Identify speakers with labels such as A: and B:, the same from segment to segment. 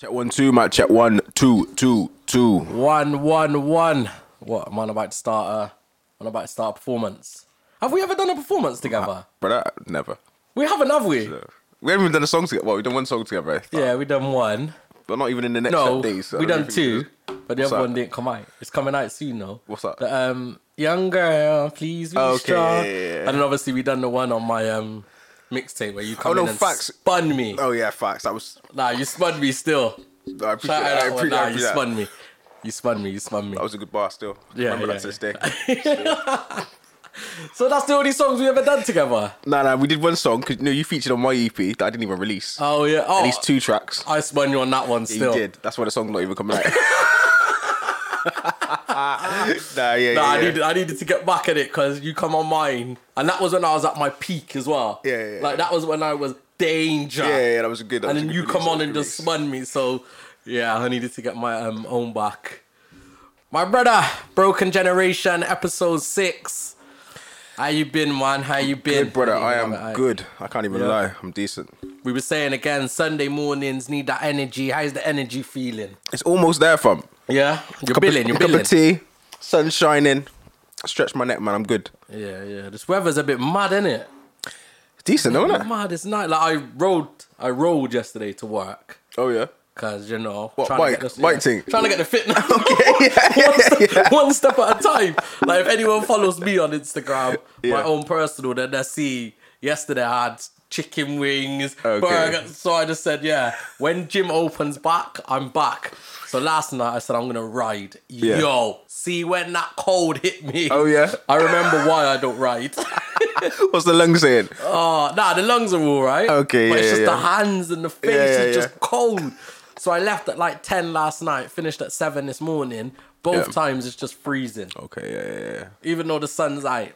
A: Check one, two, Mike. Check one, two, two, two.
B: One, one, one. What am I about to start? Uh, I'm about to start a performance. Have we ever done a performance together?
A: But that never.
B: We haven't, have we?
A: We haven't even done a song together. Well, we done one song together. eh?
B: Yeah, we done one.
A: But not even in the next
B: No,
A: set days. so I
B: we
A: don't
B: done
A: think we
B: two, but the other
A: that?
B: one didn't come out. It's coming out soon though.
A: What's that?
B: The, um, young girl, please be
A: Okay,
B: strong.
A: yeah, yeah, yeah.
B: And then obviously we done the one on my um mixtape where you come
A: no,
B: in and
A: facts.
B: spun me.
A: Oh yeah, facts. That was.
B: Nah, you spun me still.
A: I appreciate that.
B: Shout out
A: I
B: that one.
A: appreciate
B: Nah,
A: that. Oh.
B: you spun me. You spun me. You spun me.
A: That was a good bar still.
B: Yeah,
A: Remember
B: yeah,
A: that to this day.
B: So that's the only songs we ever done together.
A: nah, nah. We did one song because no, you featured on my EP that I didn't even release.
B: Oh yeah. Oh,
A: At least two tracks.
B: I spun you on that one
A: He
B: still.
A: did. That's why the song's not even coming out. nah, yeah, yeah.
B: Nah, I
A: yeah.
B: needed I needed to get back at it because you come on mine, and that was when I was at my peak as well.
A: Yeah, yeah, yeah.
B: Like that was when I was danger.
A: Yeah, yeah, that was a good. that
B: And
A: was a good
B: then you
A: release,
B: come
A: that was
B: on
A: a
B: and
A: good
B: just
A: release.
B: spun me, so yeah, I needed to get my um own back. My brother, Broken Generation, episode six. How you been, man? How you been,
A: Good brother, I
B: Yeah,
A: am good. I can't even
B: Yeah.
A: lie. I'm decent.
B: We were saying again, Sunday mornings need that energy. How's the energy feeling?
A: It's almost there, fam.
B: Yeah, you're
A: Cup of-
B: billing, you're
A: cup
B: billing.
A: of tea, sun shining. Stretch my neck, man. I'm good.
B: Yeah, yeah. This weather's a bit mad, isn't it?
A: It's decent, though, isn't it?
B: Mad, it's night. Like I rode, I rode yesterday to work
A: Oh yeah.
B: because you know,
A: What,
B: trying
A: bike-
B: to get the,
A: bike thing?
B: trying to get the fitness. one, step, one step at a time. Like if anyone follows me on Instagram, my
A: Yeah.
B: own personal, then they see. Yesterday I had chicken wings,
A: Okay.
B: burger. So I just said, yeah, when gym opens back, I'm back. So last night I said I'm gonna ride.
A: Yeah.
B: Yo, see when that cold hit me.
A: Oh, yeah?
B: I remember why I don't ride.
A: What's the lung saying?
B: Oh, nah, the lungs are all right.
A: Okay,
B: But it's
A: yeah,
B: just
A: yeah,
B: the
A: yeah.
B: hands and the face
A: Yeah, yeah,
B: is just
A: yeah.
B: cold. So I left at like 10 last night, finished at 7 this morning. Both
A: Yeah.
B: times it's just freezing,
A: Okay, yeah, yeah, yeah.
B: even though the sun's out.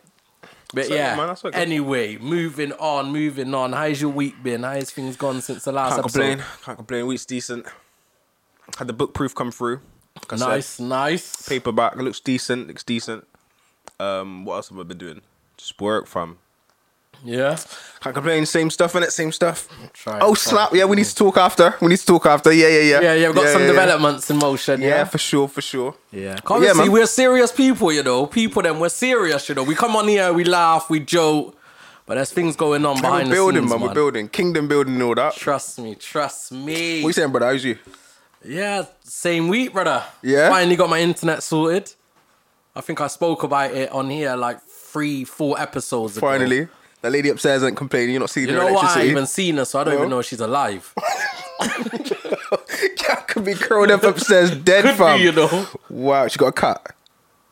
B: But
A: So,
B: yeah,
A: man, that's okay.
B: anyway, moving on, moving on. How's your week been? How's things gone since the last
A: Can't
B: episode?
A: complain. Can't complain. Week's decent. Had the book proof come through. Like I said,
B: Nice, nice.
A: paperback looks decent. Looks decent. Um, what else have I been doing? Just work, fam.
B: Yeah.
A: Can't complain. Same stuff, innit? Same stuff.
B: Try
A: oh
B: and
A: snap! Yeah, we need to talk after. We need to talk after. Yeah, yeah, yeah.
B: Yeah, yeah, we've got some
A: yeah.
B: developments in motion.
A: Yeah.
B: Yeah.
A: for sure, for sure.
B: Yeah.
A: yeah,
B: Obviously,
A: man.
B: we're serious people, you know. People, then we're serious, you know. We come on here, we laugh, we joke, but there's things going on
A: Man,
B: behind
A: we're building,
B: the scenes,
A: man.
B: man.
A: We're building, kingdom building, and all that.
B: Trust me, trust me.
A: What you saying, brother? How's you?
B: yeah, same week, brother.
A: Yeah?
B: Finally got my internet sorted. I think I spoke about it on here like three, four episodes ago.
A: Finally, that lady upstairs ain't complaining. You're not seeing
B: You
A: her
B: know what? I
A: electricity.
B: ain't even seen her, so I don't even
A: No.
B: know if she's alive.
A: Cat could be curled up upstairs, dead,
B: Could
A: fam.
B: be, you know.
A: Wow, she got a cat.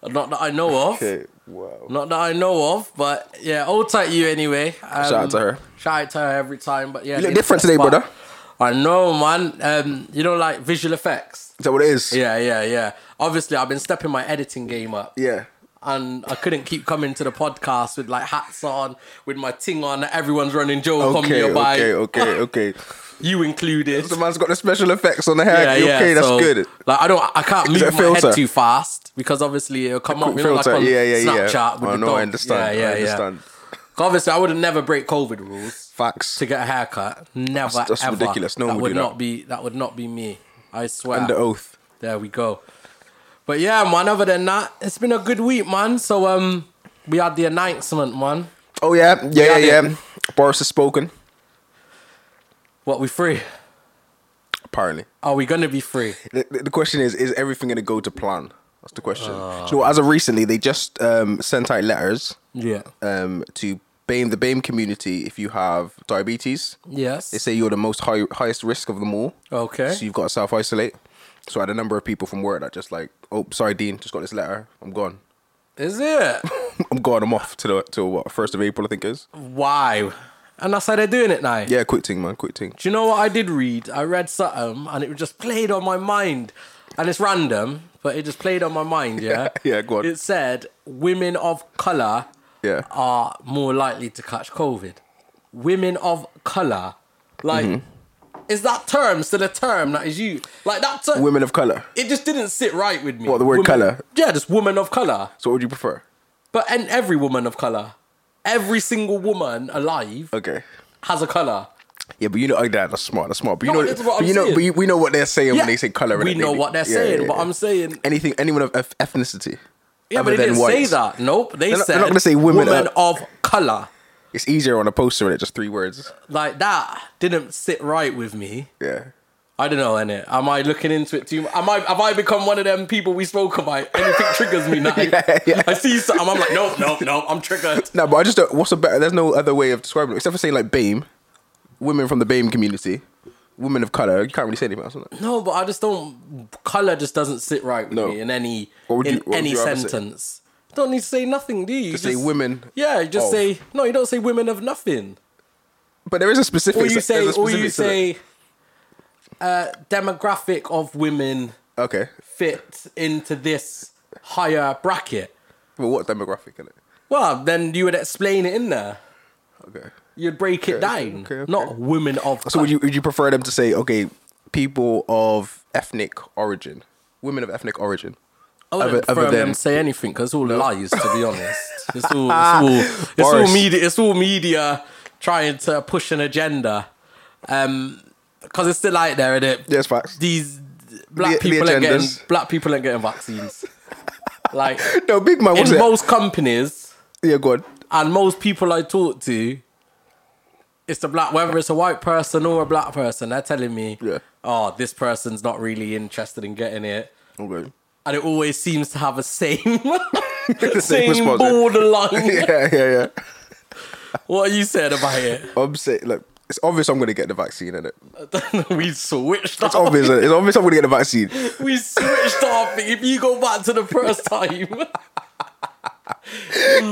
B: Not that I know of.
A: Okay, wow.
B: Not that I know of, but yeah, hold tight you anyway. Um,
A: Shout out to her.
B: Shout out to her every time, but yeah.
A: You look
B: the
A: different
B: internet
A: today,
B: spark-
A: brother.
B: I know, man. Um, you know, like visual effects.
A: Is that what it is?
B: Yeah, yeah, yeah. Obviously, I've been stepping my editing game up.
A: Yeah.
B: and I couldn't keep coming to the podcast with like hats on, with my ting on. Everyone's running Joe from
A: Okay,
B: nearby,
A: okay, okay, okay.
B: you included.
A: the man's got the special effects on the hair.
B: Yeah,
A: You
B: yeah.
A: okay, that's
B: so,
A: good.
B: Like I don't, I can't
A: Is it
B: move
A: a
B: my head
A: filter?
B: too fast because obviously it'll come up. You know, like
A: Filter.
B: on
A: yeah, yeah, yeah. Oh,
B: Snapchat with
A: I
B: the
A: know,
B: dog.
A: I understand.
B: Yeah, yeah,
A: I
B: yeah.
A: understand.
B: 'Cause Obviously, I would have never break COVID rules
A: Facts.
B: to get a haircut. Never,
A: That's- that's
B: ever.
A: ridiculous. No one
B: that
A: would
B: would
A: do that. uh,
B: not be. That would not be me. I swear.
A: Under oath.
B: There we go. But yeah, man, other than that, it's been a good week, man. So um we had the announcement, man.
A: Oh yeah, yeah, yeah,
B: had
A: yeah. Boris has spoken.
B: What we free?
A: Apparently,
B: Are we gonna be free?
A: the, the the question is: Is everything going to go to plan? That's the question. Do you know, as of recently, they just um, sent out letters
B: Yeah.
A: um, to BAME, the BAME community. If you have diabetes,
B: Yes.
A: they say you're the most high, highest risk of them all.
B: Okay.
A: So you've got to self isolate. So I had a number of people from work that just like, oh, sorry, Dean, just got this letter. I'm gone.
B: Is it?
A: I'm gone. I'm off to the to what first of April, I think it is.
B: Wow. And that's how they're doing it now.
A: Yeah, quick thing, man, quick thing.
B: Do you know what I did read? I read something and it just played on my mind. And it's random, but it just played on my mind, yeah?
A: Yeah, go on.
B: It said women of colour
A: Yeah.
B: are more likely to catch COVID. Women of colour. Like,
A: Mm-hmm.
B: is that term still a term that is you? Like, that term.
A: Women of color.
B: it just didn't sit right with me.
A: What, the word
B: Women-
A: colour?
B: Yeah, just woman of colour.
A: So what would you prefer?
B: But and every woman of colour, every single woman alive
A: Okay.
B: has a colour.
A: Yeah, but you know, oh, that- that's smart. That's smart. But you
B: No,
A: know,
B: that's what
A: but
B: I'm
A: you know,
B: saying.
A: but you, we know what they're saying when they say color.
B: We
A: innit,
B: know
A: baby?
B: what they're
A: Yeah,
B: saying,
A: yeah,
B: but
A: yeah.
B: I'm saying.
A: anything, anyone of eth- ethnicity.
B: Yeah,
A: other
B: but they
A: than
B: didn't say
A: whites.
B: that. Nope. They
A: They're not-
B: said
A: they're not gonna say women
B: woman
A: are-
B: of color.
A: It's easier on a poster when it's just three words.
B: Like that didn't sit right with me.
A: Yeah.
B: I don't know, innit? Am I looking into it too much? Am I have I become one of them people we spoke about? Anything triggers me now.
A: Yeah, yeah.
B: I see something, I'm like, nope, nope, nope, I'm triggered.
A: No, but I just don't. What's a better? There's no other way of describing it except for saying like BAME, women from the BAME community, women of color. You can't really say anything else. On that.
B: No, but I just don't colour just doesn't sit right with
A: No.
B: me in any
A: What would you-
B: in
A: what would
B: any
A: you rather say?
B: sentence. Don't need to say nothing, do you?
A: Just say women
B: Yeah, you just
A: of.
B: say no, you don't say women of nothing.
A: But there is a specific.
B: Or you
A: there's
B: say
A: a
B: or you
A: specific to
B: say uh demographic of women
A: that. Okay.
B: fit into this higher bracket.
A: Well, what demographic in it?
B: Well, then you would explain it in there.
A: Okay.
B: You'd break it down.
A: okay, okay.
B: Not women of
A: So would
B: colour.
A: you would you prefer them to say okay, people of ethnic origin, women of ethnic origin?
B: I wouldn't
A: other- other
B: prefer them
A: than-
B: to say anything because it's all lies, to be honest. It's all, it's all, it's all
A: Boris.
B: media. It's all media trying to push an agenda. Um, because it's still out there, innit?
A: Yes, facts.
B: These black
A: The- the
B: people ain't getting
A: agendas.
B: black people ain't getting vaccines. like
A: No, big man. What's
B: in
A: it?
B: most companies
A: yeah, go on.
B: and most people I talk to, it's the black, whether it's a white person or a black person, they're telling me,
A: Yeah.
B: oh, this person's not really interested in getting it.
A: Okay.
B: And it always seems to have a same, same,
A: response, yeah.
B: borderline.
A: yeah, yeah, yeah.
B: What you said about it?
A: I'm saying, look, it's obvious I'm going to get the vaccine, innit?
B: we switched
A: It's
B: up.
A: obvious. innit? It's obvious I'm going to get the vaccine.
B: We switched up. If you go back to the first time,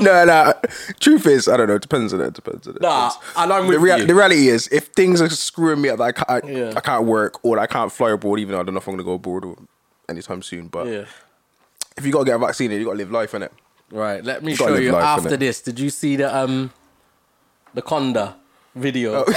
A: No, no. Truth is, I don't know. It depends on it. Depends on it.
B: Nah,
A: depends.
B: and I'm
A: the,
B: with you.
A: the reality is, if things are screwing me up, that I can't, I,
B: Yeah.
A: I can't work or that I can't fly abroad, even though I don't know if I'm going to go abroad or anytime soon. But
B: yeah.
A: if you got to get a vaccine, you got to live life, innit?
B: Right. Let me
A: gotta
B: show
A: live
B: you
A: life,
B: after
A: innit?
B: this. Did you see the um, the Conda video?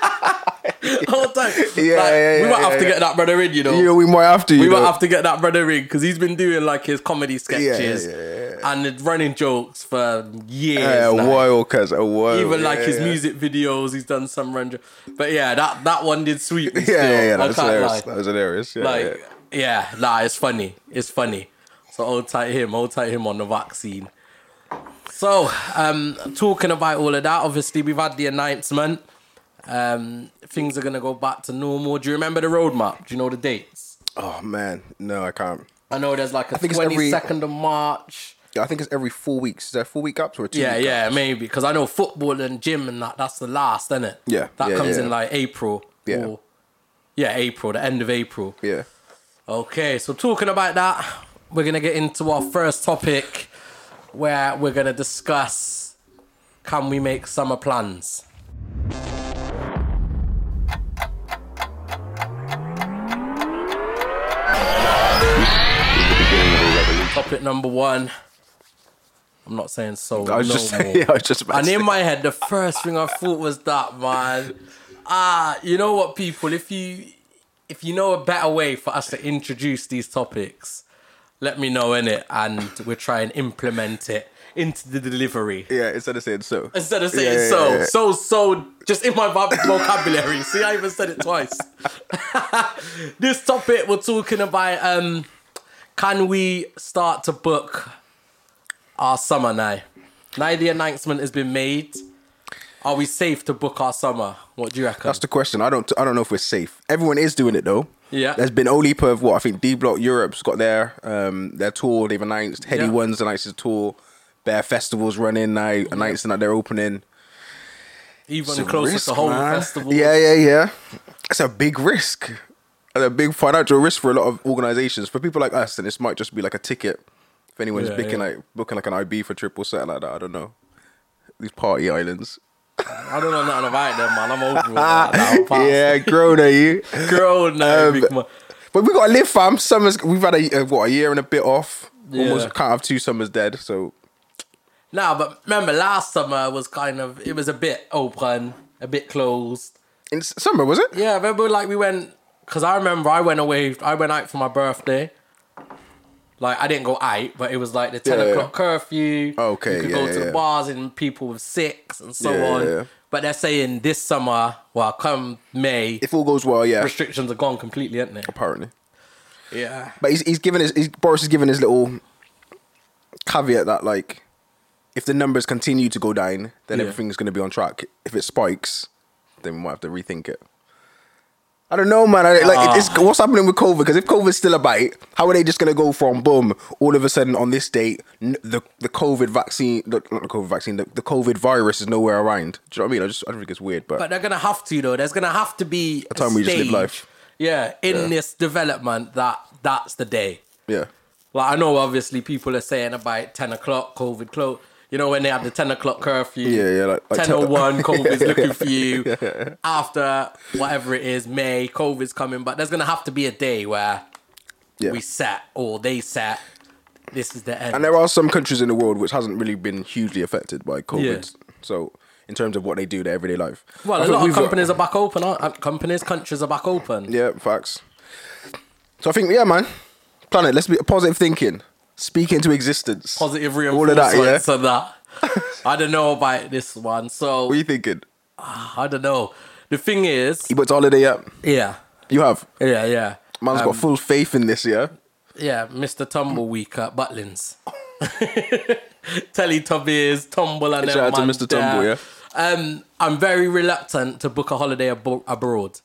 B: Hold on.
A: Oh. Yeah,
B: Like,
A: yeah,
B: we
A: yeah,
B: might have
A: yeah,
B: to
A: yeah.
B: get that brother in. You know,
A: You know, we might have to. You
B: we
A: know.
B: might have to get that brother in because he's been doing like his comedy
A: yeah,
B: sketches
A: yeah,
B: and the running jokes for years.
A: Yeah,
B: now.
A: a while, cuz a while.
B: Even like
A: yeah,
B: his
A: yeah.
B: music videos, he's done some run. jo- But yeah, that that one did sweet. Me
A: Yeah,
B: still.
A: yeah, yeah. That
B: I
A: was
B: can't
A: hilarious.
B: lie.
A: That was hilarious. Yeah,
B: Like,
A: yeah.
B: yeah, nah, it's funny. It's funny. So hold tight him, hold tight him on the vaccine. So, um, talking about all of that, obviously we've had the announcement. Um, things are gonna go back to normal. Do you remember the roadmap? Do you know the dates?
A: Oh man, no, I can't.
B: I know there's like a
A: think it's
B: twenty second
A: every-
B: of March.
A: I think it's every four weeks. Is there four week gaps or a two?
B: Yeah,
A: week gap?
B: yeah, maybe because I know football and gym and that. That's the last, isn't it?
A: Yeah,
B: that
A: yeah,
B: comes
A: yeah.
B: in like April.
A: Yeah.
B: or- yeah, April, the end of April.
A: yeah.
B: Okay, so talking about that, we're gonna get into our first topic, where we're gonna discuss: Can we make summer plans? Topic number one. I'm not saying so.
A: I was
B: no
A: just,
B: more.
A: yeah, I was just about to
B: And
A: say.
B: in my head, the first thing I thought was that, man. Ah, you know what, people? If you if you know a better way for us to introduce these topics, let me know in it, and we'll try and implement it into the delivery.
A: Yeah, instead of saying so.
B: Instead of saying
A: Yeah, yeah,
B: so,
A: yeah.
B: so, so, just in my voc- vocabulary. See, I even said it twice. this topic we're talking about um, can we start to book our summer now? Now the announcement has been made. Are we safe to book our summer? What do you reckon?
A: That's the question. I don't. I don't know if we're safe. Everyone is doing it though.
B: Yeah.
A: There's been Olipa of what I think D Block Europe's got their um their tour. They've announced Heady
B: Yeah.
A: Ones announced his tour. Bear festivals running now, announcing that they're opening.
B: Even
A: It's a
B: closer
A: risk,
B: to home
A: man.
B: festival.
A: Yeah, yeah, yeah. It's a big risk. And a big financial risk for a lot of organizations. For people like us, and this might just be like a ticket. If anyone's
B: Yeah,
A: booking
B: yeah.
A: like booking like an IB for triple set like that, I don't know. These party islands.
B: I don't know nothing about them, man. I'm over it. Now, pal.
A: yeah, grown are you?
B: Girl, no.
A: Um,
B: big man.
A: But we gotta live, fam. Summers, we've had a, uh what a year and a bit off.
B: Yeah.
A: Almost can't have two summers dead. So
B: Nah, but remember last summer was kind of it was a bit open, a bit closed.
A: in s- summer was it?
B: Yeah, remember like we went because I remember I went away. I went out for my birthday, Like I didn't go eight, but it was like the ten
A: Yeah, yeah.
B: o'clock curfew.
A: Okay,
B: you could
A: yeah,
B: go
A: yeah,
B: to
A: yeah.
B: the bars and people with six and so
A: Yeah, yeah,
B: on.
A: yeah.
B: But they're saying this summer, well, come May,
A: If all goes well, yeah.
B: restrictions are gone completely, aren't they?
A: Apparently,
B: Yeah.
A: but he's he's given his he's, Boris is giving his little caveat that like if the numbers continue to go down, then
B: Yeah.
A: everything's going to be on track. If it spikes, then we might have to rethink it. I don't know, man. I,
B: Ah.
A: like, it's, what's happening with COVID? Because if COVID's still a bite, how are they just going to go from boom all of a sudden on this date n- the the COVID vaccine, not not the COVID vaccine, the, the COVID virus is nowhere around? Do you know what I mean? I just I don't think it's weird, but,
B: But they're gonna have to though. There's gonna have to be a
A: time we just live
B: stage,
A: life.
B: Yeah, in
A: Yeah.
B: this development, that that's the day.
A: yeah,
B: Like I know, obviously, people are saying about ten o'clock COVID close. You know when they have the ten o'clock curfew.
A: Yeah, yeah, like- like
B: ten o one.
A: 10
B: COVID's looking for you. After whatever it is, May COVID's coming, but there's gonna have to be a day where
A: yeah.
B: we sat or they sat. This is the end.
A: And there are some countries in the world which hasn't really been hugely affected by COVID. So in terms of what they do in their everyday life, I
B: well, a
A: think
B: lot
A: we've
B: of
A: got-
B: companies are back open. Aren't uh, companies, countries are back open.
A: yeah, facts. So I think yeah, man, planet. Let's be positive thinking, speak into existence,
B: Positive
A: all of
B: reinforcements
A: that. Yeah,
B: and that. I don't know about this one, so
A: what are you thinking?
B: I don't know. The thing is,
A: You booked holiday yet?
B: yeah,
A: You have.
B: yeah, yeah.
A: Man's
B: Um,
A: got full faith in this, yeah.
B: Yeah, Mr. Tumbleweek at Butlins. Teletubbies, Tumble, and
A: Shout out to
B: them
A: Mr.
B: man
A: Tumble,
B: there. Um, I'm very reluctant to book a holiday abo- abroad.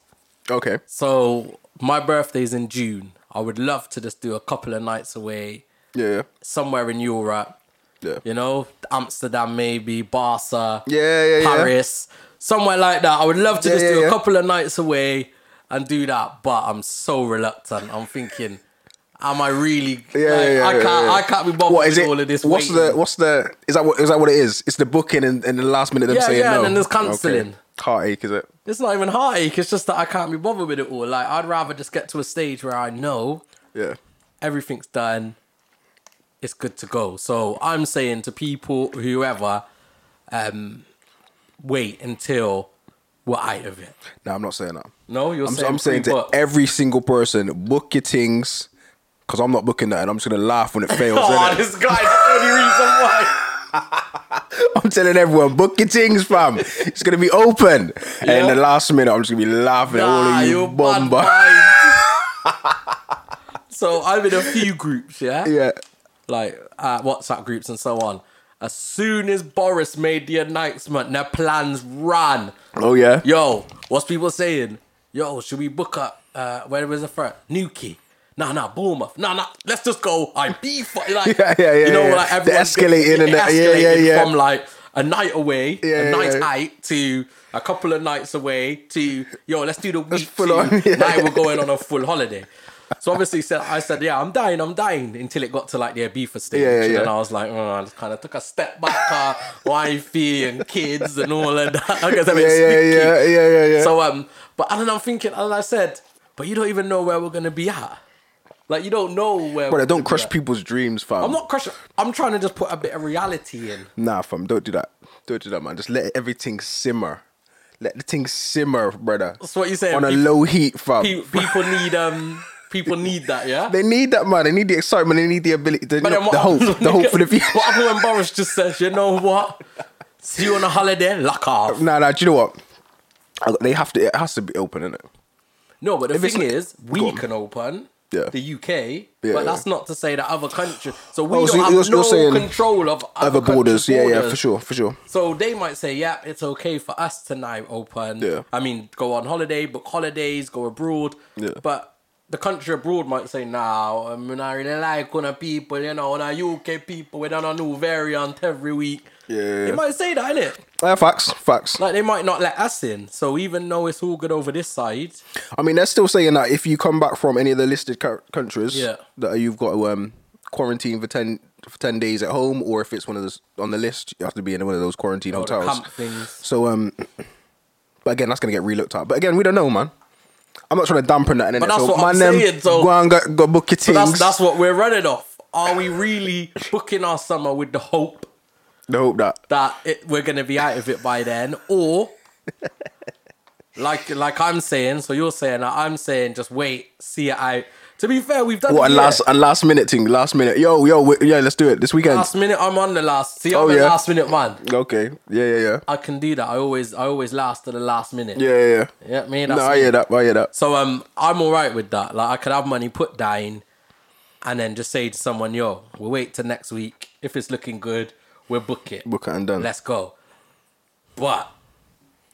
A: Okay.
B: So my birthday's in June. I would love to just do a couple of nights away
A: Yeah.
B: somewhere in Europe.
A: Yeah.
B: You know, Amsterdam maybe, Barca,
A: Yeah, yeah, yeah.
B: Paris, somewhere like that. I would love to
A: Yeah,
B: just
A: yeah,
B: do a
A: yeah.
B: couple of nights away and do that, but I'm so reluctant. I'm thinking, am I really?
A: Yeah,
B: like,
A: yeah, yeah,
B: I can't.
A: yeah, yeah.
B: I can't be bothered
A: What is
B: with
A: it?
B: all of this.
A: what's
B: waiting.
A: the? What's the? Is that what? Is that what it is? It's the booking and, and the last minute them
B: Yeah,
A: saying
B: yeah,
A: no.
B: and then there's cancelling.
A: Okay. Heartache, is it?
B: It's not even heartache. It's just that I can't be bothered with it all. Like I'd rather just get to a stage where I know
A: Yeah.
B: everything's done. It's good to go. So I'm saying to people, whoever, um, wait until we're out of it.
A: No, I'm not saying that.
B: No, you're
A: I'm,
B: saying
A: I'm saying to
B: pre-book.
A: every single person, book your things, because I'm not booking that, and I'm just gonna laugh when it fails.
B: Oh,
A: innit?
B: this guy's the only reason why.
A: I'm telling everyone, book your things, fam. It's gonna be open, and in
B: Yeah.
A: the last minute, I'm just gonna be laughing at all
B: Nah,
A: of you
B: you're bad
A: bomber.
B: mind. so I'm in a few groups, yeah?
A: Yeah,
B: Like uh, WhatsApp groups and so on. As soon as Boris made the announcement, their plans ran.
A: oh yeah,
B: Yo, what's people saying? Yo, should we book up? Uh, where was the first? Newquay. Nah, nah, Bournemouth. Nah, nah, let's just go. I beef. Like,
A: Yeah, yeah, yeah,
B: You know,
A: yeah.
B: like
A: The
B: everyone
A: escalating and that- yeah, yeah,
B: escalated
A: yeah.
B: From like a night away, a
A: Yeah,
B: night
A: yeah, yeah.
B: out to a couple of nights away to yo, let's do the week.
A: full
B: to,
A: on, yeah.
B: Now we're going on a full holiday. So obviously, said I said, yeah, I'm dying, I'm dying, until it got to like the Ibiza stage,
A: Yeah, yeah,
B: and then
A: yeah.
B: I was like, oh, I just kind of took a step back, uh, wifey and kids and all of that. I guess I'm a bit
A: yeah, yeah,
B: sneaky.
A: yeah, yeah, yeah, yeah.
B: So um, but and then I'm thinking, and I said, but you don't even know where we're gonna be at. Like you don't know where.
A: Brother,
B: we're
A: don't
B: gonna
A: crush
B: be at.
A: people's dreams, fam.
B: I'm not crushing. I'm trying to just put a bit of reality in.
A: Nah, fam, don't do that. Don't do that, man. Just let everything simmer. Let the thing simmer, brother.
B: That's what you saying.
A: On a
B: Peop-
A: low heat, fam.
B: Pe- people need um, people need that, yeah.
A: They need that, man. They need the excitement. They need the ability, the,
B: But then
A: the hope,
B: what-
A: the hope for the future.
B: What happened when Boris just says, you know what? See you on a holiday, lock off.
A: Nah, nah. Do you know what? I- They have to. It has to be open, innit?
B: No, but the
A: it's
B: thing
A: like-
B: is,
A: Go
B: we
A: on.
B: can open
A: Yeah.
B: the UK,
A: Yeah,
B: but
A: yeah.
B: that's not to say that other countries. So we
A: Oh, so
B: don't
A: you're-
B: have
A: you're
B: no
A: saying
B: control of
A: Other borders.
B: countries'
A: Yeah, yeah,
B: borders.
A: for sure, for sure.
B: So they might say, yeah, it's okay for us to now open.
A: Yeah.
B: I mean, go on holiday, book holidays, go abroad.
A: Yeah.
B: But the country abroad might say, nah, I'm not really like on a people, you know, on a UK people, we don't have a new variant every week.
A: Yeah.
B: They might say that, innit?
A: Uh, facts, facts.
B: Like, they might not let us in. So even though it's all good over this side,
A: I mean, they're still saying that if you come back from any of the listed cou- countries,
B: Yeah.
A: that you've got to um, quarantine for ten for ten days at home, or if it's one of those on the list, you have to be in one of those quarantine
B: Oh, the
A: hotels.
B: camp things.
A: So, um, but again, that's gonna get relooked at. But again, we don't know, man. I'm not trying to dampen that. Innit?
B: But that's
A: so
B: what
A: man,
B: I'm
A: them
B: saying, so-
A: go and go, go book your things.
B: that's, that's what we're running off. Are we really booking our summer with the hope
A: They hope that.
B: that it, we're going to be out of it by then, or like like I'm saying, so you're saying that I'm saying just wait, see it out. To be fair, we've done
A: What
B: the
A: a
B: year.
A: last a last minute thing, last minute. Yo, yo, we, yeah, let's do it this weekend.
B: last minute. I'm on the last. See, I'm
A: Oh,
B: the
A: yeah.
B: last minute man.
A: okay, yeah, yeah, yeah,
B: I can do that. I always, I always last to the last minute.
A: yeah, yeah. yeah.
B: You know what I mean? That's
A: No, I
B: me.
A: hear that. I hear that.
B: So um, I'm all right with that. Like I could have money put down, and then just say to someone, "Yo, we'll wait till next week. If it's looking good, we'll book it.
A: Book it and done.
B: Let's go." But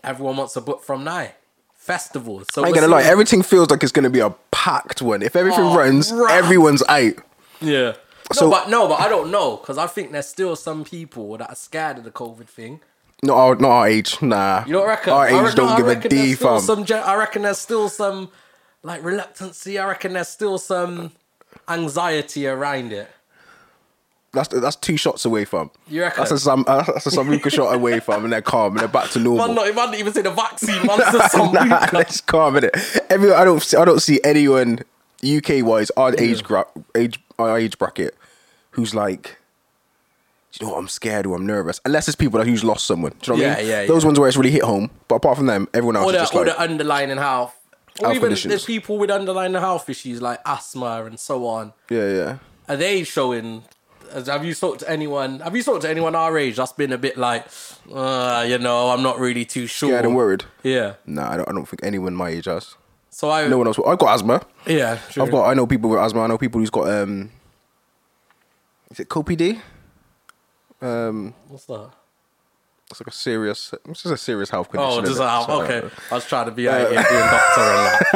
B: everyone wants to book from now. Festivals. So
A: I ain't
B: we're
A: gonna lie.
B: seeing-
A: Everything feels like it's gonna be a packed one. If everything
B: Oh,
A: runs,
B: right.
A: everyone's out.
B: Yeah.
A: So-
B: no, but no, but I don't know because I think there's still some people that are scared of the COVID thing.
A: Not our, not our age. Nah.
B: You don't reckon?
A: Our
B: I
A: age
B: reckon-
A: don't
B: I
A: give a
B: reckon there's
A: D,
B: still
A: fam.
B: Some, gen- I reckon there's still some like reluctancy. I reckon there's still some anxiety around it.
A: That's that's two shots away, fam.
B: You reckon?
A: That's a Sam. uh, That's a Sambuca shot away, fam, and they're calm and they're back to normal.
B: Man, not, man, not even say the vaccine. Man, it's just some
A: nah,
B: weak-
A: that's calm, innit? Everyone, I don't, see, I don't see anyone UK wise our age gra- age our age bracket who's like, "Do you know what? I'm scared or I'm nervous. Unless it's people that who's lost someone. Do you know what I
B: Yeah,
A: mean?
B: yeah,
A: Those
B: yeah.
A: ones where it's really hit home. But apart from them, everyone else
B: or
A: is
B: the,
A: just
B: or
A: like,
B: the underlying health. Or
A: Health
B: even
A: conditions.
B: there's people with underlying health issues like asthma and so on.
A: yeah, yeah.
B: Are they showing? as- Have you talked to anyone? Have you talked to anyone our age that's been a bit like, uh, you know, I'm not really too sure.
A: Scared and worried.
B: Yeah.
A: Nah, I don't, I don't think anyone my age has.
B: So I.
A: No one else. I've got asthma.
B: yeah. True.
A: I've got. I know people with asthma. I know people who's got. um Is it COPD? Um,
B: What's that?
A: it's like a serious. It's just a serious health condition.
B: Oh, just
A: innit?
B: um,
A: So-
B: okay. I was trying to be
A: Uh,
B: out here being doctor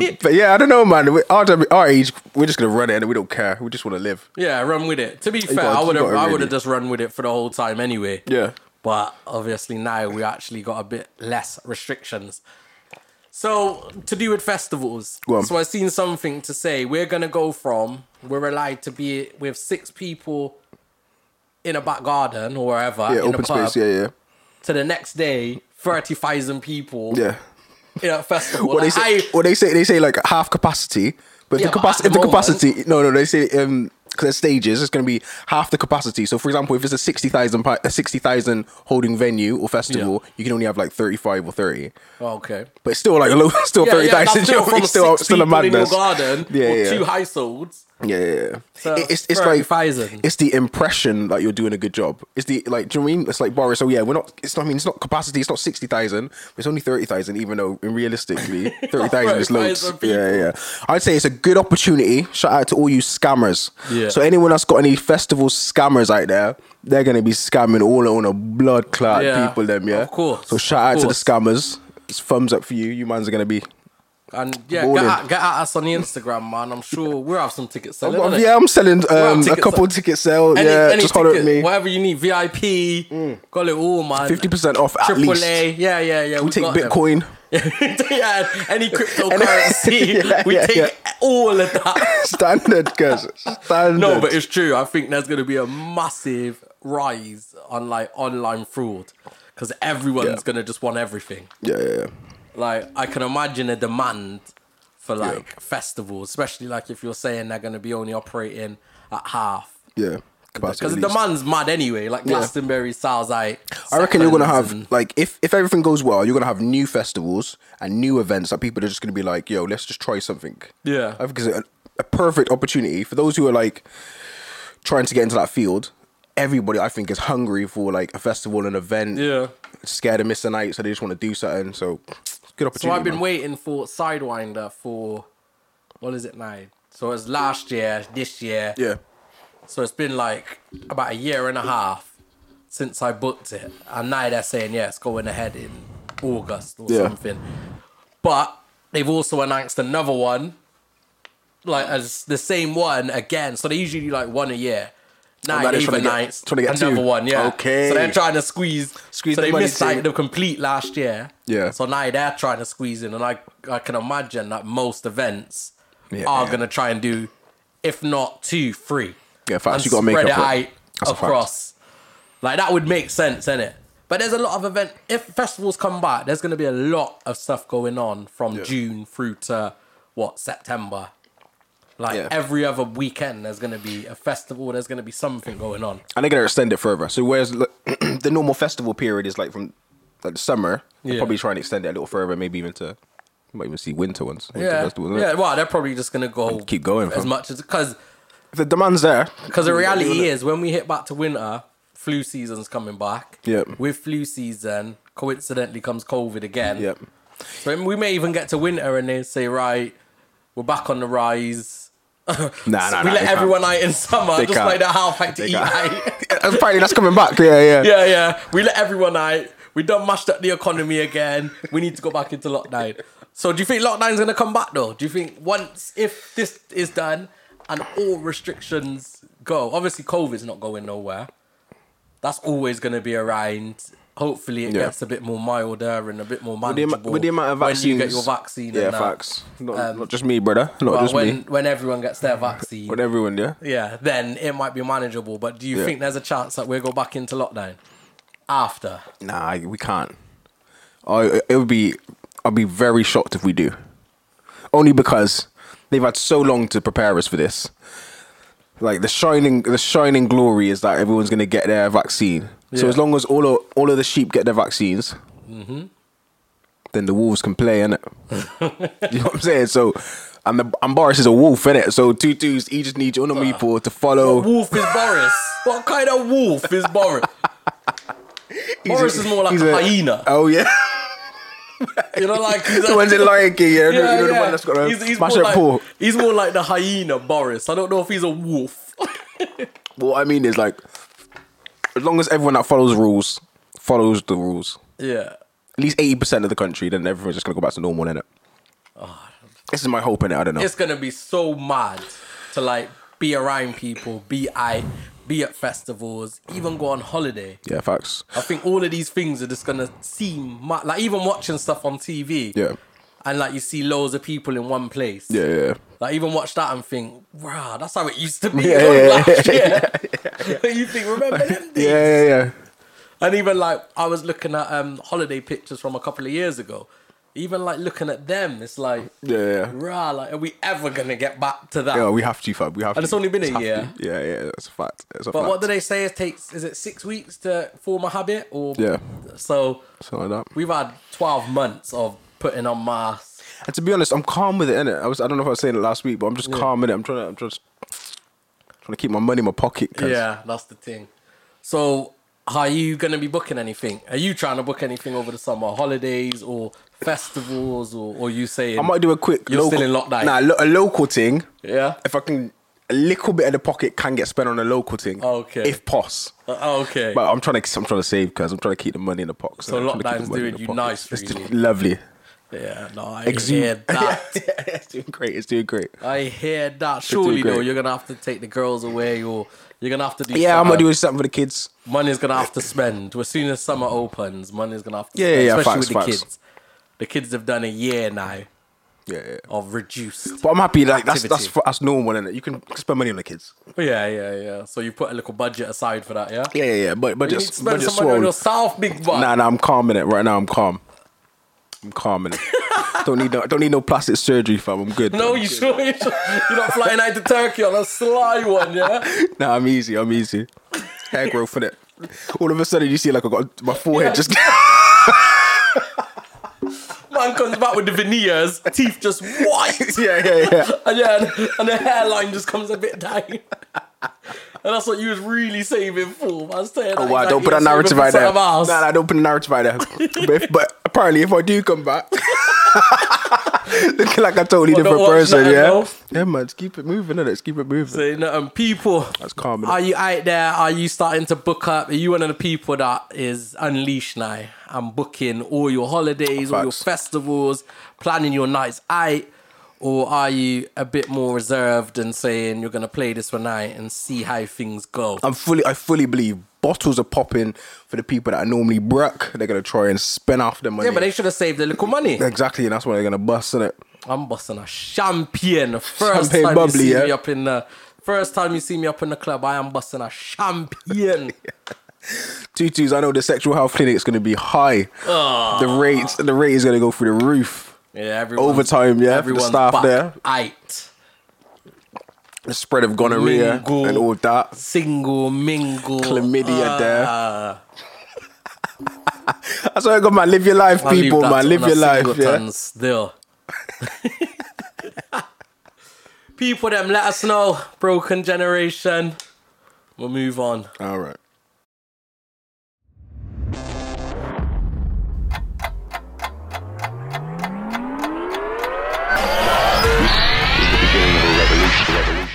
B: that.
A: But yeah, I don't know, man. We, our, our age, we're just gonna run it, and we don't care. We just want to live.
B: Yeah, run with it. To be fair,
A: gotta-
B: I
A: you
B: would have.
A: gotta
B: I would
A: really-
B: have just run with it for the whole time anyway.
A: Yeah.
B: But obviously now we actually got a bit less restrictions. So to do with festivals.
A: Go on.
B: So I've seen something to say. We're gonna go from we're allowed to be with six people in a back garden or wherever
A: Yeah.
B: in
A: open
B: a pub
A: space. Yeah, yeah,
B: to the next day thirty thousand people
A: yeah.
B: in a festival.
A: What they
B: Like,
A: say?
B: I-
A: What they say? They say like half capacity, but if
B: Yeah,
A: the
B: but at
A: capacity,
B: the
A: if the
B: moment-
A: capacity, no, no, they say um, 'cause there's stages. It's gonna be half the capacity. So, for example, if it's a sixty thousand, a sixty thousand holding venue or festival, you can only have like thirty five or thirty.
B: Oh, okay.
A: But it's still like a low, still
B: Yeah,
A: thirty
B: yeah, that's
A: thousand.
B: still from
A: it's still
B: six
A: still a
B: people
A: madness.
B: in your garden
A: Yeah,
B: or
A: yeah.
B: two households.
A: Yeah, yeah, yeah.
B: So,
A: It- it's it's
B: for
A: like
B: advising.
A: it's the impression that you're doing a good job. It's the like do you know what I mean? It's like Boris. So yeah, we're not. It's not. I mean, it's not capacity. It's not sixty thousand. It's only thirty thousand. Even though in realistically, thirty thousand is loads.
B: 30,000 people.
A: Yeah, yeah. I'd say it's a good opportunity. Shout out to all you scammers.
B: Yeah.
A: So anyone that's got any festival scammers out there, they're gonna be scamming all on a blood clot
B: Yeah,
A: people. Them yeah.
B: of course,
A: So shout out
B: of
A: to the
B: course.
A: scammers. It's thumbs up for you. You man's are gonna be.
B: And yeah,
A: Morning.
B: get at, get at us on the Instagram, man. I'm sure we'll have some tickets selling.
A: Well,
B: innit?
A: yeah, I'm selling um, a
B: tickets
A: couple
B: up.
A: tickets sale.
B: Any,
A: yeah,
B: any
A: just holler at
B: ticket,
A: me.
B: Whatever you need, VIP, got it all, man.
A: 50% off at
B: Triple
A: least.
B: A, yeah, yeah, yeah. We,
A: take
B: got them.
A: Bitcoin.
B: yeah, any cryptocurrency,
A: Yeah,
B: we
A: yeah,
B: take
A: yeah.
B: all of that.
A: Standard, guys. Standard.
B: No, but it's true. I think there's going to be a massive rise on like online fraud because everyone's
A: Yeah.
B: going to just want everything.
A: yeah, yeah, yeah.
B: like I can imagine a demand for like festivals, especially like if you're saying they're going to be only operating at half.
A: yeah. Capacity
B: Because the
A: at least.
B: demand's mad anyway. Like Glastonbury sounds like.
A: I reckon you're gonna
B: seconds
A: have
B: and-
A: like if if everything goes well, you're gonna have new festivals and new events that people are just gonna be like, yo, let's just try something.
B: Yeah.
A: I think it's a, a perfect opportunity for those who are like trying to get into that field. Everybody, I think, is hungry for like a festival, an event.
B: Yeah.
A: Scared of missing out, so they just want to do something. So, good opportunity.
B: So I've been
A: man.
B: waiting for Sidewinder for what is it now? So it's last year, this year.
A: Yeah.
B: So it's been like about a year and a half since I booked it. And now they're saying, yeah, it's going ahead in August or
A: Yeah.
B: something. But they've also announced another one, like as the same one again. So they usually do like one a year. Now
A: Oh, now they're
B: they've
A: trying to get-
B: announced
A: trying to get two.
B: another one, yeah.
A: Okay.
B: So they're trying to squeeze.
A: Squeeze
B: so
A: the
B: they
A: money
B: missed
A: too.
B: like the complete last year.
A: Yeah.
B: So now they're trying to squeeze in, and I I can imagine that most events
A: Yeah,
B: are
A: yeah.
B: gonna try and do, if not two, three.
A: Yeah, facts.
B: And
A: You gotta make
B: spread
A: up for
B: it
A: it.
B: out
A: That's a fact.
B: across. Like that would make sense, innit? But there's a lot of event. If festivals come back, there's gonna be a lot of stuff going on from June through to what September. Like
A: Yeah.
B: every other weekend, there's gonna be a festival. There's gonna be something going on.
A: and they're gonna extend it further. So whereas like, the normal festival period is like from like the summer, they're
B: Yeah.
A: probably try and extend it a little further, maybe even to might even see winter ones. Winter
B: Yeah,
A: festivals, innit?
B: yeah. Well, they're probably just gonna go
A: keep going,
B: as
A: fam.
B: much as because
A: If the demand's there,
B: because the reality is when we hit back to winter, flu season's coming back.
A: Yep.
B: With flu season, coincidentally comes COVID again.
A: Yep.
B: So we may even get to winter and they say, right, we're back on the rise.
A: Nah, nah,
B: we
A: nah,
B: let
A: they can't.
B: everyone out in summer,
A: They
B: just
A: can't.
B: like the half had to
A: They
B: eat
A: can't.
B: out.
A: Apparently that's coming back. Yeah, yeah.
B: yeah, yeah. We let everyone out. We done mashed up the economy again. We need to go back into lockdown. So do you think lockdown's gonna come back though? Do you think once if this is done and all restrictions go, obviously COVID's not going nowhere. That's always gonna be around. Hopefully it
A: Yeah.
B: gets a bit more milder and a bit more
A: With, the,
B: manageable
A: ama- with the amount of vaccines,
B: when you get your vaccine.
A: Yeah,
B: and that.
A: facts. Not, not just me, brother. Not
B: But
A: just
B: when
A: me.
B: when everyone gets their vaccine,
A: But everyone, yeah.
B: yeah, then it might be manageable. But do you
A: Yeah.
B: think there's a chance that we'll go back into lockdown after?
A: Nah, we can't. I it would be I'd be very shocked if we do. Only because they've had so long to prepare us for this. Like the shining the shining glory is that everyone's gonna get their vaccine. So
B: Yeah. Mm-hmm.
A: as long as all of all of the sheep get their vaccines, then the wolves can play, innit? you know what I'm saying? So and the and Boris is a wolf, innit? So two twos, he just needs your
B: Ah.
A: people to follow.
B: Wolf is Boris. What kind of wolf is Boris? Boris is more like
A: He's
B: a, hyena.
A: Oh yeah.
B: you know, like he's
A: the
B: a-
A: ones in Lion King, yeah, you know,
B: Yeah,
A: you know the
B: yeah.
A: one that's got to
B: He's- he's
A: smash
B: more
A: that
B: like,
A: paw.
B: He's more like the hyena Boris. I don't know if he's a wolf.
A: What I mean is like, as long as everyone that follows rules follows the rules,
B: yeah.
A: at least eighty percent of the country, then everyone's just gonna go back to normal, innit? This is my hope in it. I don't know.
B: Oh, It's gonna be so mad to like be around people, be I, be at festivals, even go on holiday.
A: yeah, facts.
B: I think all of these things are just gonna seem mad. like even watching stuff on TV.
A: Yeah.
B: And like you see loads of people in one place.
A: Yeah, yeah, yeah.
B: Like even watch that and think, wow, that's how it used to be.
A: Yeah,
B: on
A: yeah,
B: last
A: yeah,
B: year." you think, remember them days?
A: yeah, yeah, yeah.
B: And even like I was looking at um holiday pictures from a couple of years ago. Even like looking at them, it's like,
A: Yeah, yeah.
B: rah, like are we ever gonna get back to that?
A: Yeah, we have to, fam. We have.
B: And it's
A: to.
B: only been a
A: Just have
B: year.
A: to. Yeah, yeah, that's a fact. That's a
B: but
A: fact.
B: what do they say? It takes is it six weeks to form a habit or
A: Yeah.
B: So
A: Something like that.
B: we've had twelve months of putting on masks.
A: And to be honest, I'm calm with it, innit? I was, I don't know if I was saying it last week, but I'm just calm in it. I'm trying to, I'm just trying to keep my money in my pocket. 'cause-
B: Yeah, that's the thing. So, are you gonna be booking anything? Are you trying to book anything over the summer, holidays or festivals, or or you saying
A: I might do a quick.
B: You're still in lockdown.
A: Nah, lo- a local thing.
B: Yeah.
A: If I can, a little bit of the pocket can get spent on a local thing.
B: Okay.
A: If pos.
B: Uh, oh, okay.
A: But I'm trying to, I'm trying to save because I'm trying to keep the money in the pocket.
B: So lockdown's doing you nice, really.
A: lovely.
B: yeah, no, I
A: Exude.
B: hear that.
A: it's doing great. It's doing great.
B: I hear that. Surely
A: great.
B: though, you're gonna have to take the girls away, or you're gonna have to do.
A: Yeah, I'm gonna
B: something.
A: do something for the kids.
B: Money's gonna have to spend. As soon as summer opens, money's gonna have to.
A: Yeah,
B: spend,
A: yeah, yeah,
B: Especially
A: facts,
B: with the
A: facts.
B: kids. The kids have done a year now
A: Yeah, yeah.
B: of reduced.
A: But I'm happy. Like that's that's
B: Activity.
A: that's normal, is it? You can spend money on the kids.
B: Oh, Yeah, yeah, yeah. So you put a little budget aside for that, yeah.
A: Yeah, yeah, yeah. But but
B: You need to
A: just
B: spend
A: but
B: some
A: just
B: money on
A: swole.
B: yourself, big boy.
A: Nah, nah. I'm calm in it right now. I'm calm. I'm calm in it. don't need no don't need no plastic surgery, fam. I'm good.
B: No,
A: I'm
B: you
A: good.
B: sure you sure- you're not flying out to Turkey on a sly one, yeah?
A: Nah, I'm easy. I'm easy. Hair growth in it. All of a sudden, you see like I got my forehead
B: Yeah.
A: just.
B: Man comes back with the veneers, teeth just white,
A: yeah, yeah, yeah.
B: and yeah, and- and the hairline just comes a bit down. And that's what you was really saving for. Man, saying
A: Oh, wow, don't put that narrative right there. Nah,
B: Else.
A: nah, don't put a narrative right there. but, if, but apparently, if I do come back, looking like a totally
B: Well, don't
A: different
B: watch
A: person,
B: that,
A: yeah.
B: no.
A: Yeah, man, just keep it moving, innit? Just keep it moving.
B: So, you know, um, people,
A: That's calm. innit?
B: are you out there? Are you starting to book up? Are you one of the people that is unleashed now and booking all your holidays, all your
A: Facts.
B: festivals, planning your nights out? Or are you a bit more reserved and saying you're going to play this one night and see how things go?
A: I'm fully, I fully believe bottles are popping for the people that are normally broke. They're gonna try and spend off their money.
B: yeah, but they should have saved a little money.
A: exactly, and that's why they're gonna bust, innit?
B: I'm busting a champagne. First
A: Champagne
B: time
A: bubbly,
B: you see me
A: yeah?
B: up in the first time you see me up in the club, I am busting a champagne.
A: tutus. I know the sexual health clinic is going to be high.
B: Ah.
A: The rates, the rate is going to go through the roof.
B: yeah, everyone.
A: Overtime, yeah, for the
B: Everyone's
A: staff
B: back
A: there.
B: out.
A: The spread of gonorrhea
B: Mingle.
A: and all that.
B: single mingle
A: Chlamydia
B: Ah,
A: That's what I got, man. Live your life,
B: I'll leave
A: people,
B: that
A: man. Live
B: on
A: your
B: a
A: life, yeah.
B: singleton Still, People, them, let us know. Broken generation. We'll move on.
A: All right.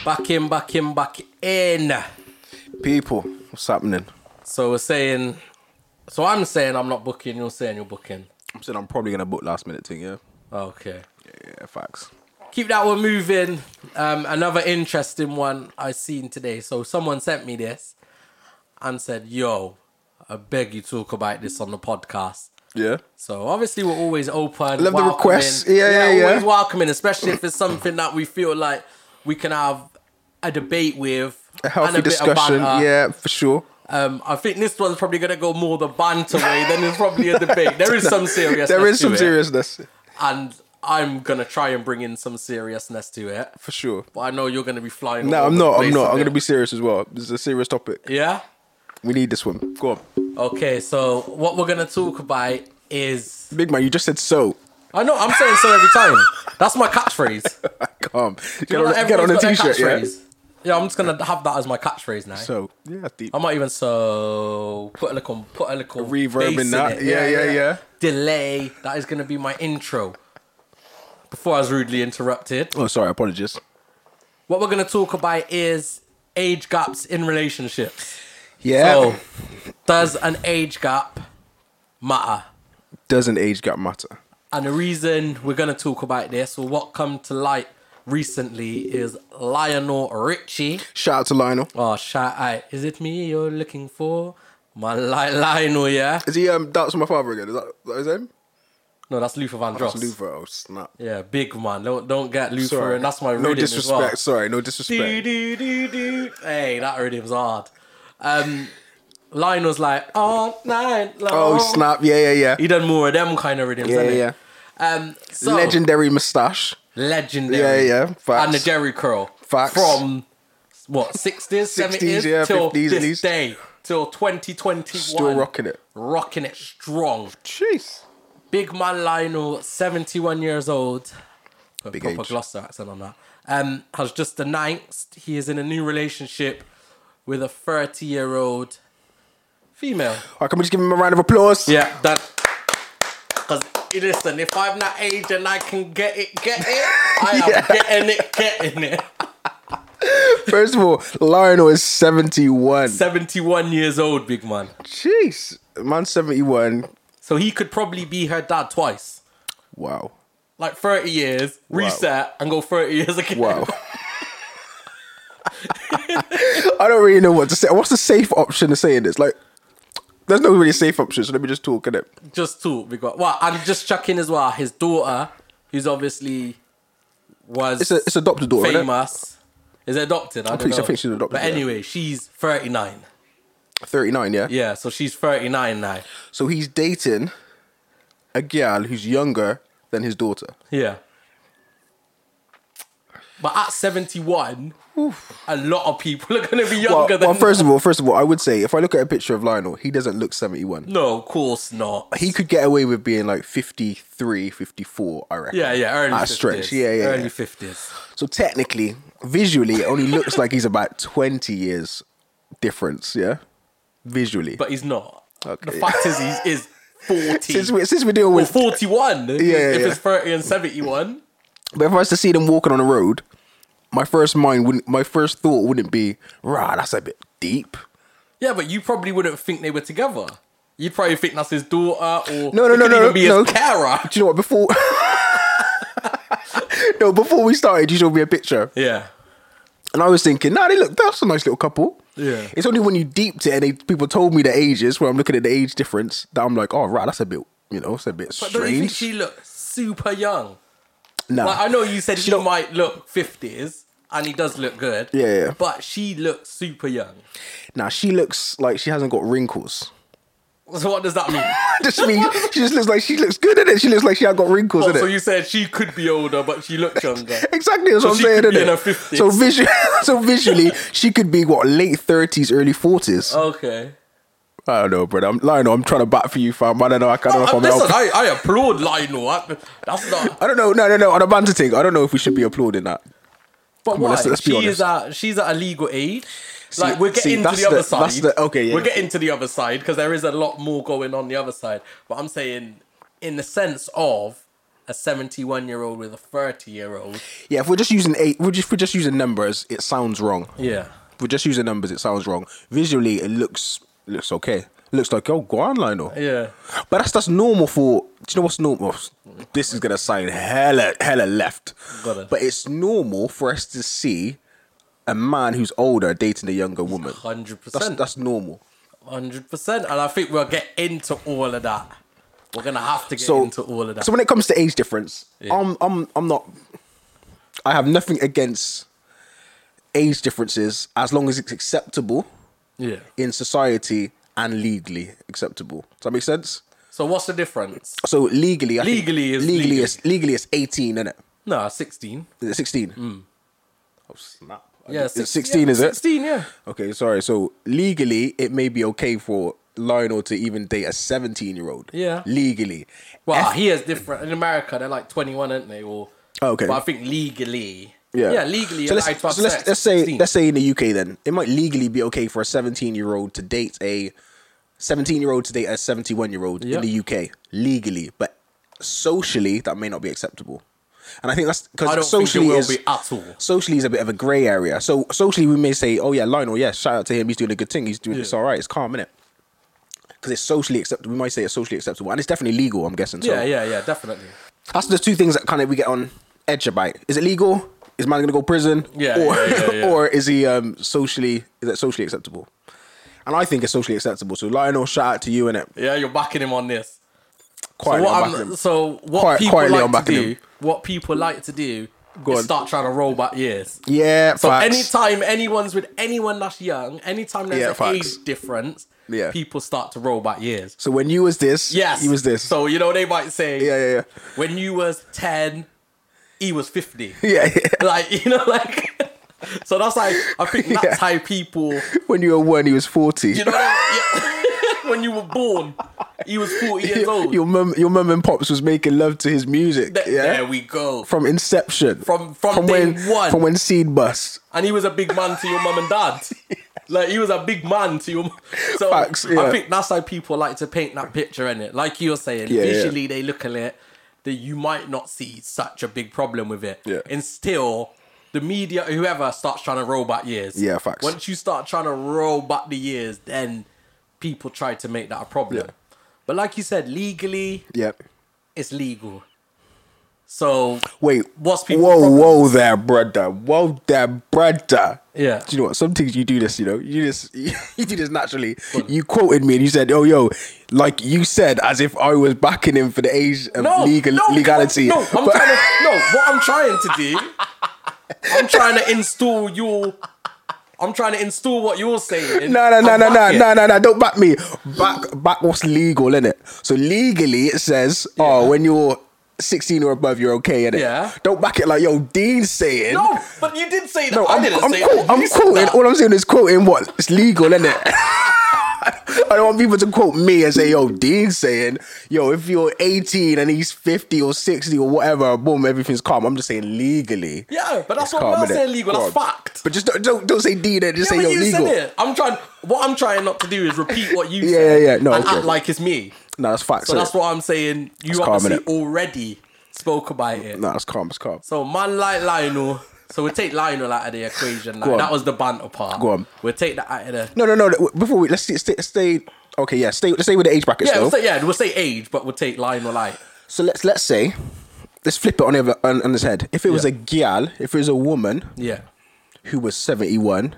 B: Back in, back in, back in.
A: People, what's happening?
B: So we're saying, so I'm saying I'm not booking. You're saying you're booking.
A: I'm saying I'm probably gonna book last minute thing. Yeah.
B: Okay.
A: Yeah, yeah facts.
B: keep that one moving. Um, another interesting one I seen today. So someone sent me this and said, "Yo, I beg you talk about this on the podcast."
A: Yeah.
B: So obviously we're always open.
A: Love the
B: welcoming.
A: requests. Yeah, yeah, yeah.
B: Always welcoming, especially if it's something that we feel like we can have a debate with.
A: A healthy
B: and a
A: discussion.
B: Bit of banter.
A: yeah, for sure.
B: Um, I think this one's probably gonna go more the banter way than it's probably a debate. There is some seriousness.
A: There is
B: to
A: some
B: it,
A: seriousness
B: and I'm gonna try and bring in some seriousness to it.
A: for sure.
B: But I know you're going to be flying.
A: No,
B: all over
A: I'm
B: the
A: not. I'm
B: place
A: not.
B: with
A: I'm gonna
B: it.
A: be serious as well. This is a serious topic.
B: Yeah.
A: We need this one. Go on,
B: Okay. So what we're gonna talk about is
A: big man. You just said so.
B: I know I'm saying so every time. That's my catchphrase.
A: Calm. Get
B: You know,
A: on,
B: like
A: get on a
B: everyone's got their
A: t-shirt. Yeah.
B: catchphrase. Yeah, I'm just gonna have that as my catchphrase now.
A: So yeah, that's deep.
B: I might even so put a little put a little
A: Reverb
B: bass
A: in that.
B: it.
A: Yeah, yeah, yeah.
B: Delay. That is gonna be my intro. Before I was rudely interrupted.
A: oh, sorry. Apologies.
B: What we're gonna talk about is age gaps in relationships.
A: Yeah.
B: So, does an age gap matter?
A: Doesn't age gap matter?
B: And the reason we're going to talk about this, or what come to light recently, is Lionel Richie.
A: Shout out to Lionel.
B: Oh, shout out. Is it me you're looking for? My li- Lionel, yeah?
A: Is he um doubts my father again? Is that, is that his name?
B: No, that's Luther Vandross.
A: That's Luther. Oh snap.
B: Yeah, big man. Don't, don't get Luther,
A: Sorry.
B: and that's my
A: no
B: rhythm
A: disrespect.
B: as well.
A: Sorry, no
B: Do,
A: disrespect.
B: do, do, do. Hey, that rhythm's hard. Um, Lionel's like, all night long.
A: Oh snap! Yeah, yeah, yeah.
B: He done more of them kind of rhythms,
A: Yeah,
B: hasn't
A: yeah.
B: he? Um, so,
A: Legendary mustache.
B: legendary.
A: Yeah, yeah, facts.
B: And the Jerry curl.
A: Facts.
B: From what, 60s,
A: 60s,
B: 70s,
A: yeah,
B: till
A: 50s at
B: this
A: least.
B: day, till 2021.
A: Still rocking it.
B: Rocking it strong.
A: Jeez.
B: Big man Lionel, 71 years old. Got
A: Big
B: proper
A: age.
B: Gloucester accent on that. Um, has just announced he is in a new relationship with a 30 year old female.
A: All right, Oh, can we just give him a round of applause?
B: Yeah, that. Because listen, if I'm that age and I can get it, get it, I am
A: Yeah.
B: getting it, getting it.
A: First of all, Lionel is seventy-one.
B: 71 years old, big man.
A: Jeez, man, seventy-one.
B: So he could probably be her dad twice.
A: Wow,
B: Like 30 years, reset, and go 30 years again.
A: wow. I don't really know what to say. What's the safe option of saying this? Like, there's no really safe option. So let me just talk in it.
B: Just two, big man. Well, and just checking as well, his daughter, who's obviously was
A: It's a it's adopted daughter.
B: uh,
A: Isn't it?
B: famous, is adopted. I, don't
A: think so. I
B: know.
A: think she's adopted,
B: But
A: yeah.
B: anyway, she's 39.
A: Thirty-nine. Yeah?
B: Yeah, so she's 39 now.
A: So he's dating a girl who's younger than his daughter.
B: Yeah. But at 71, a lot of people are going to be
A: Well,
B: younger than
A: well, first of all, first of all, I would say if I look at a picture of Lionel, he doesn't look seventy-one.
B: No, of course not.
A: He could get away with being like 53, 54, I reckon.
B: Yeah, yeah, early
A: At a
B: 50s.
A: stretch. Yeah, yeah,
B: Early
A: yeah.
B: 50s.
A: So technically, visually, it only looks like he's about 20 years difference, yeah? Visually.
B: But he's not.
A: Okay.
B: The fact is, he is 40.
A: since, we, since we're dealing
B: or
A: with.
B: 41. if,
A: Yeah, yeah,
B: if
A: yeah.
B: it's 30 and 71.
A: But if I was to see them walking on the road, my first mind wouldn't. My first thought wouldn't be, rah, that's a bit deep.
B: Yeah, but you probably wouldn't think they were together. You'd probably think that's his daughter or
A: No, no,
B: it
A: no,
B: could
A: no,
B: even be
A: no.
B: his carer.
A: Do you know what? Before. no, before we started, you showed me a picture.
B: Yeah.
A: And I was thinking, nah, they look, that's a nice little couple.
B: Yeah.
A: It's only when you deeped it and they, people told me the ages, where I'm looking at the age difference, that I'm like, oh, right, that's a bit, you know, it's a bit
B: But don't you think
A: strange.
B: she looked super young?
A: nah.
B: Like, I know you said she
A: don't-
B: might look 50s and he does look good.
A: Yeah, yeah.
B: But she looks super young.
A: Now she looks like she hasn't got wrinkles.
B: So what does that mean?
A: Just mean she just looks like she looks good in it. She looks like she hasn't got wrinkles
B: Oh,
A: in it.
B: so you said she could be older, but she looked younger.
A: exactly that's
B: So
A: what I'm
B: she
A: saying.
B: could be
A: innit?
B: in her 50s.
A: So
B: Oh.
A: visually, so visually, she could be what late thirties, early forties.
B: okay.
A: I don't know, brother. I'm Lionel. I'm trying to bat for you, fam. I don't know. I can't know if
B: Uh,
A: I'm
B: Listen,
A: helping.
B: I, I applaud Lionel. I, that's not.
A: I don't know. No, no, no. On a banter thing, I don't know if we should be applauding that.
B: But
A: Come on,
B: why?
A: let's- let's be
B: she
A: honest.
B: is at she's at a legal age. like
A: See-
B: we're getting
A: see,
B: to
A: that's
B: the other
A: the-
B: side.
A: that's the- okay, yeah,
B: we're
A: okay.
B: getting to the other side because there is a lot more going on the other side. But I'm saying, in the sense of a 71 year old with a 30 year old.
A: Yeah, if we're just using eight, we're just we're just using numbers. It sounds wrong.
B: Yeah.
A: If we're just using numbers. It sounds wrong. Visually, it looks looks okay. looks like oh, go on, Lionel.
B: Yeah.
A: But that's that's normal for. Do you know what's normal? This is gonna sound hella hella left.
B: Got it.
A: But it's normal for us to see a man who's older dating a younger woman.
B: Hundred
A: That's
B: percent.
A: that's normal.
B: Hundred percent. And I think we'll get into all of that. We're gonna have to get
A: So
B: into all of that.
A: So when it comes to age difference, I'm I'm I'm not. I have nothing against age differences as long as it's acceptable
B: yeah.
A: in society and legally acceptable. Does that make sense?
B: So what's the difference?
A: So legally, I think-
B: Legally is
A: legally
B: legal.
A: is legally is eighteen, isn't it?
B: No, sixteen.
A: Is it 16? Oh, snap.
B: Mm. Yeah,
A: Is it
B: six-
A: 16,
B: yeah,
A: is it?
B: Sixteen, yeah.
A: Okay, sorry. So, legally, it may be okay for Lionel to even date a 17 year old.
B: Yeah.
A: Legally.
B: Well,
A: F- Oh,
B: here is different. In America, they're like 21, aren't they? Or
A: Okay.
B: But I think legally,
A: yeah.
B: yeah, legally,
A: So,
B: you're
A: let's,
B: allowed to have
A: so let's,
B: sex
A: let's
B: at
A: say
B: 16.
A: let's say in the UK then it might legally be okay for a 17 year old to date a 17 year old to date a 71 year old
B: Yeah.
A: in the UK legally, but socially that may not be acceptable. And I think that's
B: I don't
A: because socially
B: think it will
A: is,
B: be at all.
A: socially is a bit of a grey area. So socially, we may say, "Oh yeah, Lionel, yeah, shout out to him. He's doing a good thing. He's doing it's all right. It's calm, innit?" Because it's socially acceptable. We might say it's socially acceptable, and it's definitely legal. I'm guessing. So
B: Yeah, yeah, yeah, definitely.
A: that's the two things that kind of we get on edge about. Is it legal? Is man gonna go prison?
B: Yeah,
A: Or
B: yeah, yeah, yeah.
A: or is he um socially is it socially acceptable? And I think it's socially acceptable. So Lionel, shout out to you and it.
B: Yeah, you're backing him on this. So
A: Quietly,
B: what,
A: I'm
B: I'm-
A: backing him.
B: so what
A: Quiet-
B: people
A: quietly, I'm
B: like to
A: backing
B: do,
A: him.
B: what people like to do,
A: Go
B: is
A: on.
B: start trying to roll back years.
A: yeah,
B: So
A: facts.
B: anytime anyone's with anyone that's young, anytime there's
A: Yeah,
B: an
A: facts.
B: age difference,
A: Yeah.
B: people start to roll back years.
A: so when you was this,
B: Yes,
A: he was this.
B: So you know they might say,
A: yeah, yeah,
B: when you was ten, he was fifty.
A: yeah, yeah. yeah.
B: like you know like so that's like i think that's
A: Yeah.
B: how people
A: when you were one, he was forty.
B: you know what I mean? Yeah. when you were born he was 40 years
A: your,
B: old
A: your mum, your mum and pops was making love to his music.
B: Th-
A: yeah,
B: there we go
A: from inception,
B: From- from day
A: when
B: one.
A: from when seed bust.
B: and he was a big man to your mum and dad like he was a big man to your mum. so
A: Facts,
B: i
A: yeah.
B: think that's how people like to paint that picture in it like you're saying
A: Yeah, yeah.
B: visually they look at it that you might not see such a big problem with it
A: Yeah.
B: and still the media whoever starts trying to roll back years
A: Yeah, facts.
B: once you start trying to roll back the years then people try to make that a problem
A: Yeah.
B: but like you said legally
A: Yeah.
B: it's legal so
A: Wait,
B: What's people
A: whoa,
B: problem?
A: whoa, there, brother, whoa, there, brother.
B: Yeah.
A: Do you know what? Some things you do this, you know, you just you do this naturally. You quoted me and you said, "Oh, yo," like you said, as if I was backing him for the age of legal legality.
B: No, I'm
A: But-
B: trying to, no, what I'm trying to do, I'm trying to install your, I'm trying to install what you're saying.
A: No, no, no,
B: and
A: no, no,
B: back it.
A: no, no, no. Don't back me. Back, back what's legal, innit? So legally, it says, oh, when you're 16 or above, you're okay, innit?
B: Yeah.
A: Don't back it like, yo, Dean's saying.
B: No, but you did say that.
A: No,
B: I
A: I'm,
B: didn't
A: I'm,
B: say
A: quote,
B: that.
A: I'm
B: You said
A: quoting.
B: that.
A: All I'm saying is quoting what it's legal, innit? I don't want people to quote me and say, yo, Dean's saying, yo, if you're 18 and he's 50 or 60 or whatever, boom, everything's calm. I'm just saying legally.
B: Yeah, but that's
A: it's
B: what
A: calm,
B: I'm
A: innit?
B: saying legal. That's
A: Go on.
B: fact.
A: But just don't, don't, don't say Dean and just
B: Yeah,
A: say,
B: but
A: yo,
B: you
A: legal.
B: said it. I'm trying. What I'm trying not to do is repeat what you
A: Yeah,
B: said.
A: yeah, yeah. No,
B: and
A: okay.
B: act like it's me.
A: No, that's facts.
B: So
A: innit?
B: that's what I'm saying. You
A: calm,
B: obviously
A: innit?
B: already spoke about it.
A: No, it's calm. It's calm.
B: So man like Lionel. So we take Lionel out of the equation. Like,
A: on.
B: that was the banter part.
A: Go on.
B: We'll take that out of the.
A: No, no, no. no, Before we let's stay, stay, stay okay, yeah, stay. Let's stay with the age brackets
B: Yeah,
A: though.
B: we'll say, yeah, we'll say age, but we'll take Lionel out.
A: so let's let's say, let's flip it on the, on, on his head. If it was
B: Yeah.
A: a gyal, if it was a woman
B: Yeah.
A: who was seventy one,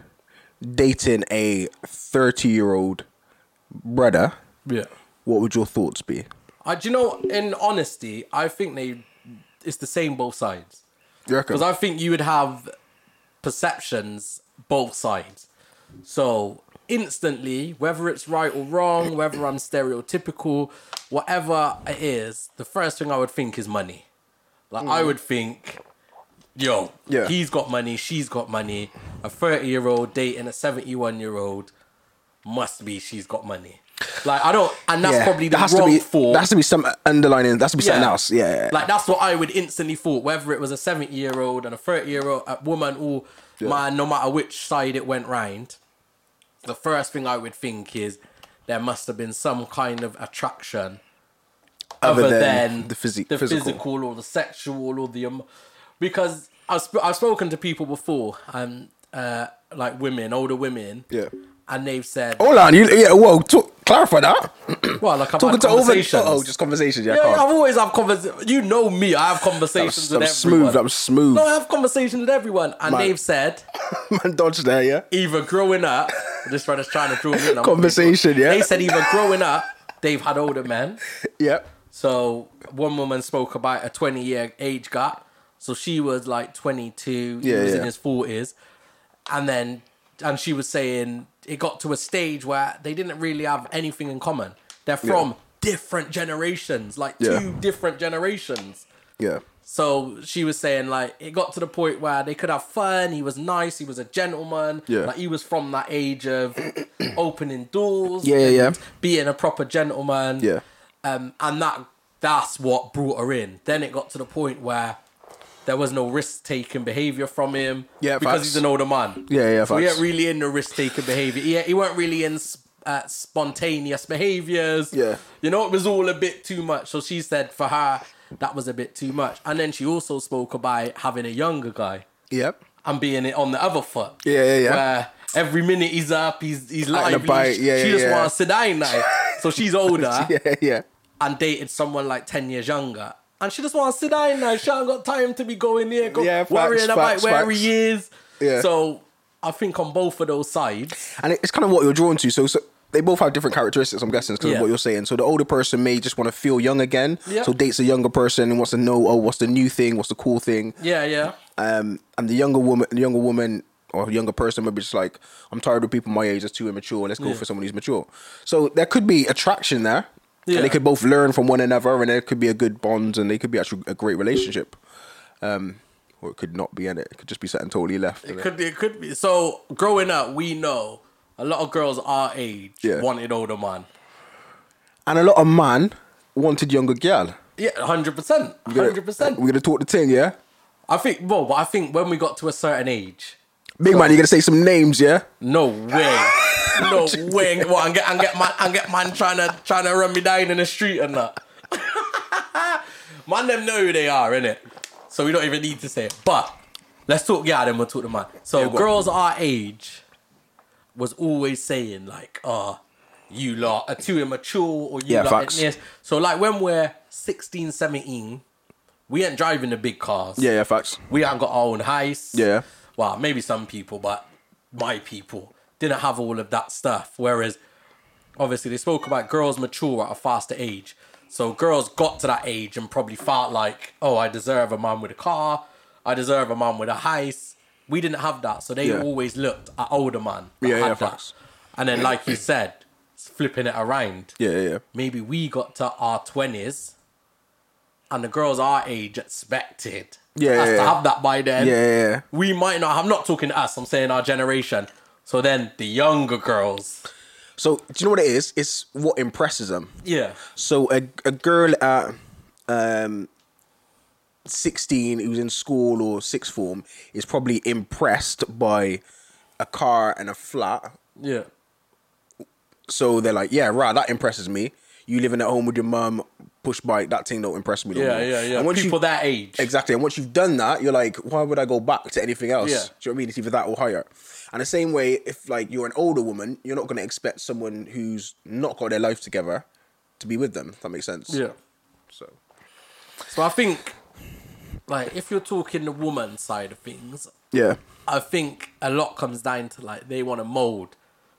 A: dating a thirty year old brother,
B: Yeah.
A: what would your thoughts be?
B: I, do you know, in honesty, I think they, it's the same both sides.
A: You reckon?
B: Because I think you would have perceptions both sides. So instantly, whether it's right or wrong, whether I'm stereotypical, whatever it is, the first thing I would think is money. Like I would think, yo,
A: Mm. Yeah.
B: he's got money, she's got money. A 30 year old dating a 71 year old must be she's got money. Like I don't, and that's
A: yeah.
B: probably the
A: There has to
B: wrong
A: be
B: thought.
A: There has to be some underlining. There has to be something
B: Yeah.
A: else. Yeah, yeah, yeah.
B: Like that's what I would instantly thought. Whether it was a seventy-year-old and a thirty-year-old a woman or man, no matter which side it went round, the first thing I would think is there must have been some kind of attraction
A: Other
B: other,
A: than
B: than,
A: the physi-
B: the
A: physical.
B: physical. or the sexual or the um, because I've sp- I've spoken to people before and uh like women, older women,
A: Yeah. Oh,
B: and they've said,
A: Hold on, you, yeah, whoa, talk, clarify that.
B: well, like I'm
A: Talking to over,
B: conversations.
A: oh, just conversations. Yeah, I
B: yeah,
A: can't.
B: yeah, I've always have conversations. You know me, I have conversations
A: I'm
B: with
A: smooth.
B: everyone.
A: I'm smooth.
B: No, I have conversations with everyone, and
A: Man.
B: they've said
A: Man, dodge there, yeah.
B: either growing up, this brother's trying to draw me in. I'm-
A: Conversation, yeah.
B: They said either growing up, they've had older men.
A: Yeah.
B: So one woman spoke about a 20 year age gap. So she was like 22, he
A: Yeah,
B: was
A: yeah.
B: in his 40s. And then, and she was saying it got to a stage where they didn't really have anything in common. They're from different generations, like
A: Yeah.
B: two different generations.
A: Yeah.
B: So she was saying like it got to the point where they could have fun. He was nice. He was a gentleman.
A: Yeah.
B: Like he was from that age of opening doors.
A: Yeah, yeah,
B: and
A: yeah.
B: Being a proper gentleman.
A: Yeah.
B: Um, and that that's what brought her in. Then it got to the point where there was no risk taking behavior from him.
A: Yeah,
B: Because
A: facts.
B: he's an older man.
A: Yeah, yeah,
B: So he
A: facts.
B: ain't really in the risk taking behavior. He, he weren't really in sp- uh, spontaneous behaviors.
A: Yeah.
B: You know, it was all a bit too much. So she said for her, that was a bit too much. And then she also spoke about having a younger guy
A: Yep.
B: and being it on the other foot.
A: Yeah, yeah, yeah.
B: Where every minute he's up, he's he's
A: the
B: lively.
A: bite,
B: She,
A: yeah,
B: she
A: yeah,
B: just
A: yeah.
B: wants to die now. So she's older
A: Yeah, yeah.
B: and dated someone like 10 years younger. And she just wants to sit down now. She ain't got time to be going there, go,
A: Yeah, facts,
B: worrying about
A: facts,
B: where
A: facts.
B: he is.
A: Yeah.
B: So I think on both of those sides,
A: And it- it's kind of what you're drawn to. So, so they both have different characteristics, I'm guessing, because
B: Yeah.
A: of what you're saying. So the older person may just want to feel young again.
B: Yeah.
A: So dates a younger person and wants to know, oh, what's the new thing? What's the cool thing?
B: yeah, yeah.
A: Um, and the younger woman, the younger woman or younger person maybe just like, I'm tired of people my age that's too immature. Let's go for someone who's mature. So there could be attraction there.
B: Yeah.
A: And they could both learn from one another, and there could be a good bond, and they could be actually a great relationship. Um, or it could not be in it. It could just be something totally left. innit?
B: It could be, it could be. So growing up, we know a lot of girls our age
A: Yeah.
B: wanted older man.
A: And a lot of man wanted younger girl.
B: Yeah, 100%.
A: We're
B: 100%.
A: We're gonna talk the thing, yeah.
B: I think, well, but I think when we got to a certain age,
A: Big man, you're gonna say some names, yeah.
B: No way. No way. What and get and get man and get man trying to trying to run me down in the street and that. man them know who they are, innit? So we don't even need to say it. But let's talk yeah, then we'll talk to man. So
A: go on.
B: girls our age was always saying like, uh, you lot are too immature or you
A: Yeah,
B: lot
A: facts.
B: ain't this. So like when we're 16, 17, we ain't driving the big cars.
A: Yeah, yeah, facts.
B: We haven't got our own house.
A: Yeah.
B: Well, maybe some people, but my people didn't have all of that stuff. Whereas, obviously, they spoke about girls mature at a faster age. So girls got to that age and probably felt like, oh, I deserve a man with a car. I deserve a man with a house. We didn't have that. So they
A: Yeah.
B: always looked at older man. that
A: Yeah,
B: had
A: yeah,
B: that.
A: facts.
B: And then, like you said, flipping it around
A: Yeah, yeah, yeah.
B: maybe we got to our twenties, and the girls our age expected
A: Yeah,
B: us
A: yeah,
B: to
A: yeah.
B: have that by then.
A: Yeah, yeah, yeah.
B: We might not. I'm not talking us. I'm saying our generation. So then the younger girls.
A: So do you know what it is? It's what impresses them.
B: Yeah.
A: So a, a girl at um sixteen who's in school or sixth form is probably impressed by a car and a flat.
B: Yeah.
A: So they're like, yeah, right, that impresses me. You living at home with your mum, push bike, that thing don't impress me. no
B: Yeah,
A: more.
B: yeah, yeah.
A: And once you-
B: People that age.
A: Exactly. And once you've done that, you're like, why would I go back to anything else?
B: Yeah.
A: Do you know what I mean? It's either that or higher. And the same way, if like you're an older woman, you're not going to expect someone who's not got their life together to be with them. If that makes sense.
B: Yeah.
A: So
B: So I think, like, if you're talking the woman side of things,
A: yeah,
B: I think a lot comes down to like they want to mold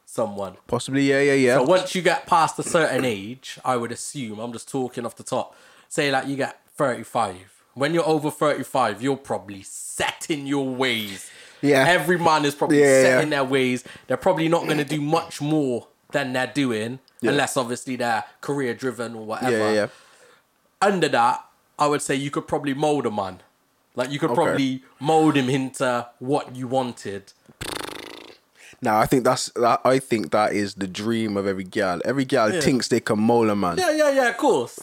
B: someone.
A: possibly. Yeah, yeah, yeah.
B: But once you get past a certain age, I would assume, I'm just talking off the top, say like you get 35. When you're over 35, you're probably set in your ways.
A: Yeah.
B: Every man is probably
A: Yeah,
B: set
A: yeah.
B: in their ways. They're probably not going to do much more than they're doing, unless obviously they're career driven or whatever.
A: yeah, yeah, yeah.
B: Under that, I would say you could probably mold a man. Like you could probably mold him into what you wanted.
A: Now I think that's that, I think that is the dream of every gal. Every gal thinks they can mold a man,
B: Yeah, yeah, yeah, of course.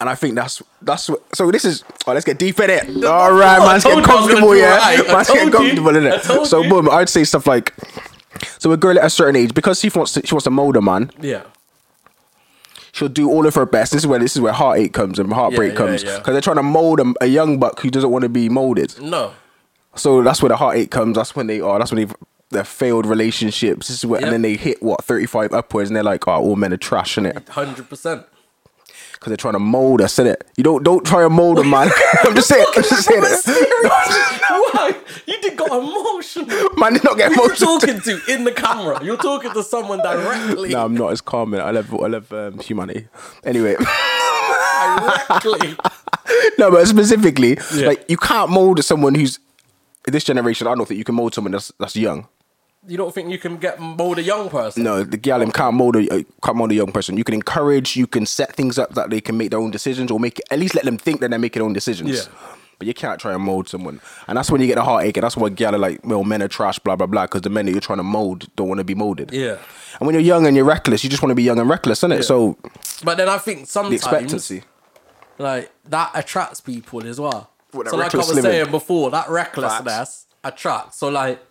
A: and I think that's that's what, so. This is oh, let's get deep in it. All right, man's
B: told
A: getting
B: you I was gonna
A: comfortable,
B: do
A: yeah.
B: right. I
A: Man's getting
B: told you.
A: comfortable,
B: I
A: innit?
B: told
A: So
B: you.
A: boom, I'd say stuff like, so a girl at a certain age because she wants to, she wants to mold a man,
B: Yeah.
A: she'll do all of her best. This is where this is where heartache comes and heartbreak
B: yeah,
A: comes
B: yeah.
A: because they're trying to mold a, a young buck who doesn't want to be molded.
B: No.
A: So that's where the heartache comes. That's when they are. That's when they their failed relationships. This is where,
B: Yep.
A: and then they hit what thirty five upwards, and they're like, "Oh, all men are trash, innit? it?"
B: 100%.
A: Because they're trying to mold us, innit? You don't don't try and mold a man. I'm just saying. I'm just saying. it.
B: Why? You did got emotional.
A: man did not get
B: You're
A: emotional.
B: talking to in the camera. You're talking to someone directly.
A: No, I'm not as calm. innit? I love I love um, humanity. Anyway.
B: Directly.
A: no, but specifically,
B: Yeah.
A: like you can't mold someone who's this generation. I don't think you can mold someone that's that's young.
B: You don't think you can get mold a young person?
A: No, the gal them can't mold a uh, can't mold a young person. You can encourage, you can set things up that they can make their own decisions, or make at least let them think that they're making their own decisions.
B: Yeah.
A: But you can't try and mold someone, and that's when you get the heartache, and that's why gal are like, well, men are trash, blah blah blah, because the men that you're trying to mold don't want to be molded.
B: Yeah.
A: And when you're young and you're reckless, you just want to be young and reckless, innit? So
B: But then I think
A: the
B: sometimes
A: expectancy.
B: like that attracts people as well.
A: What, that
B: so like I
A: reckless
B: was
A: living?
B: saying before, that recklessness attracts. So like,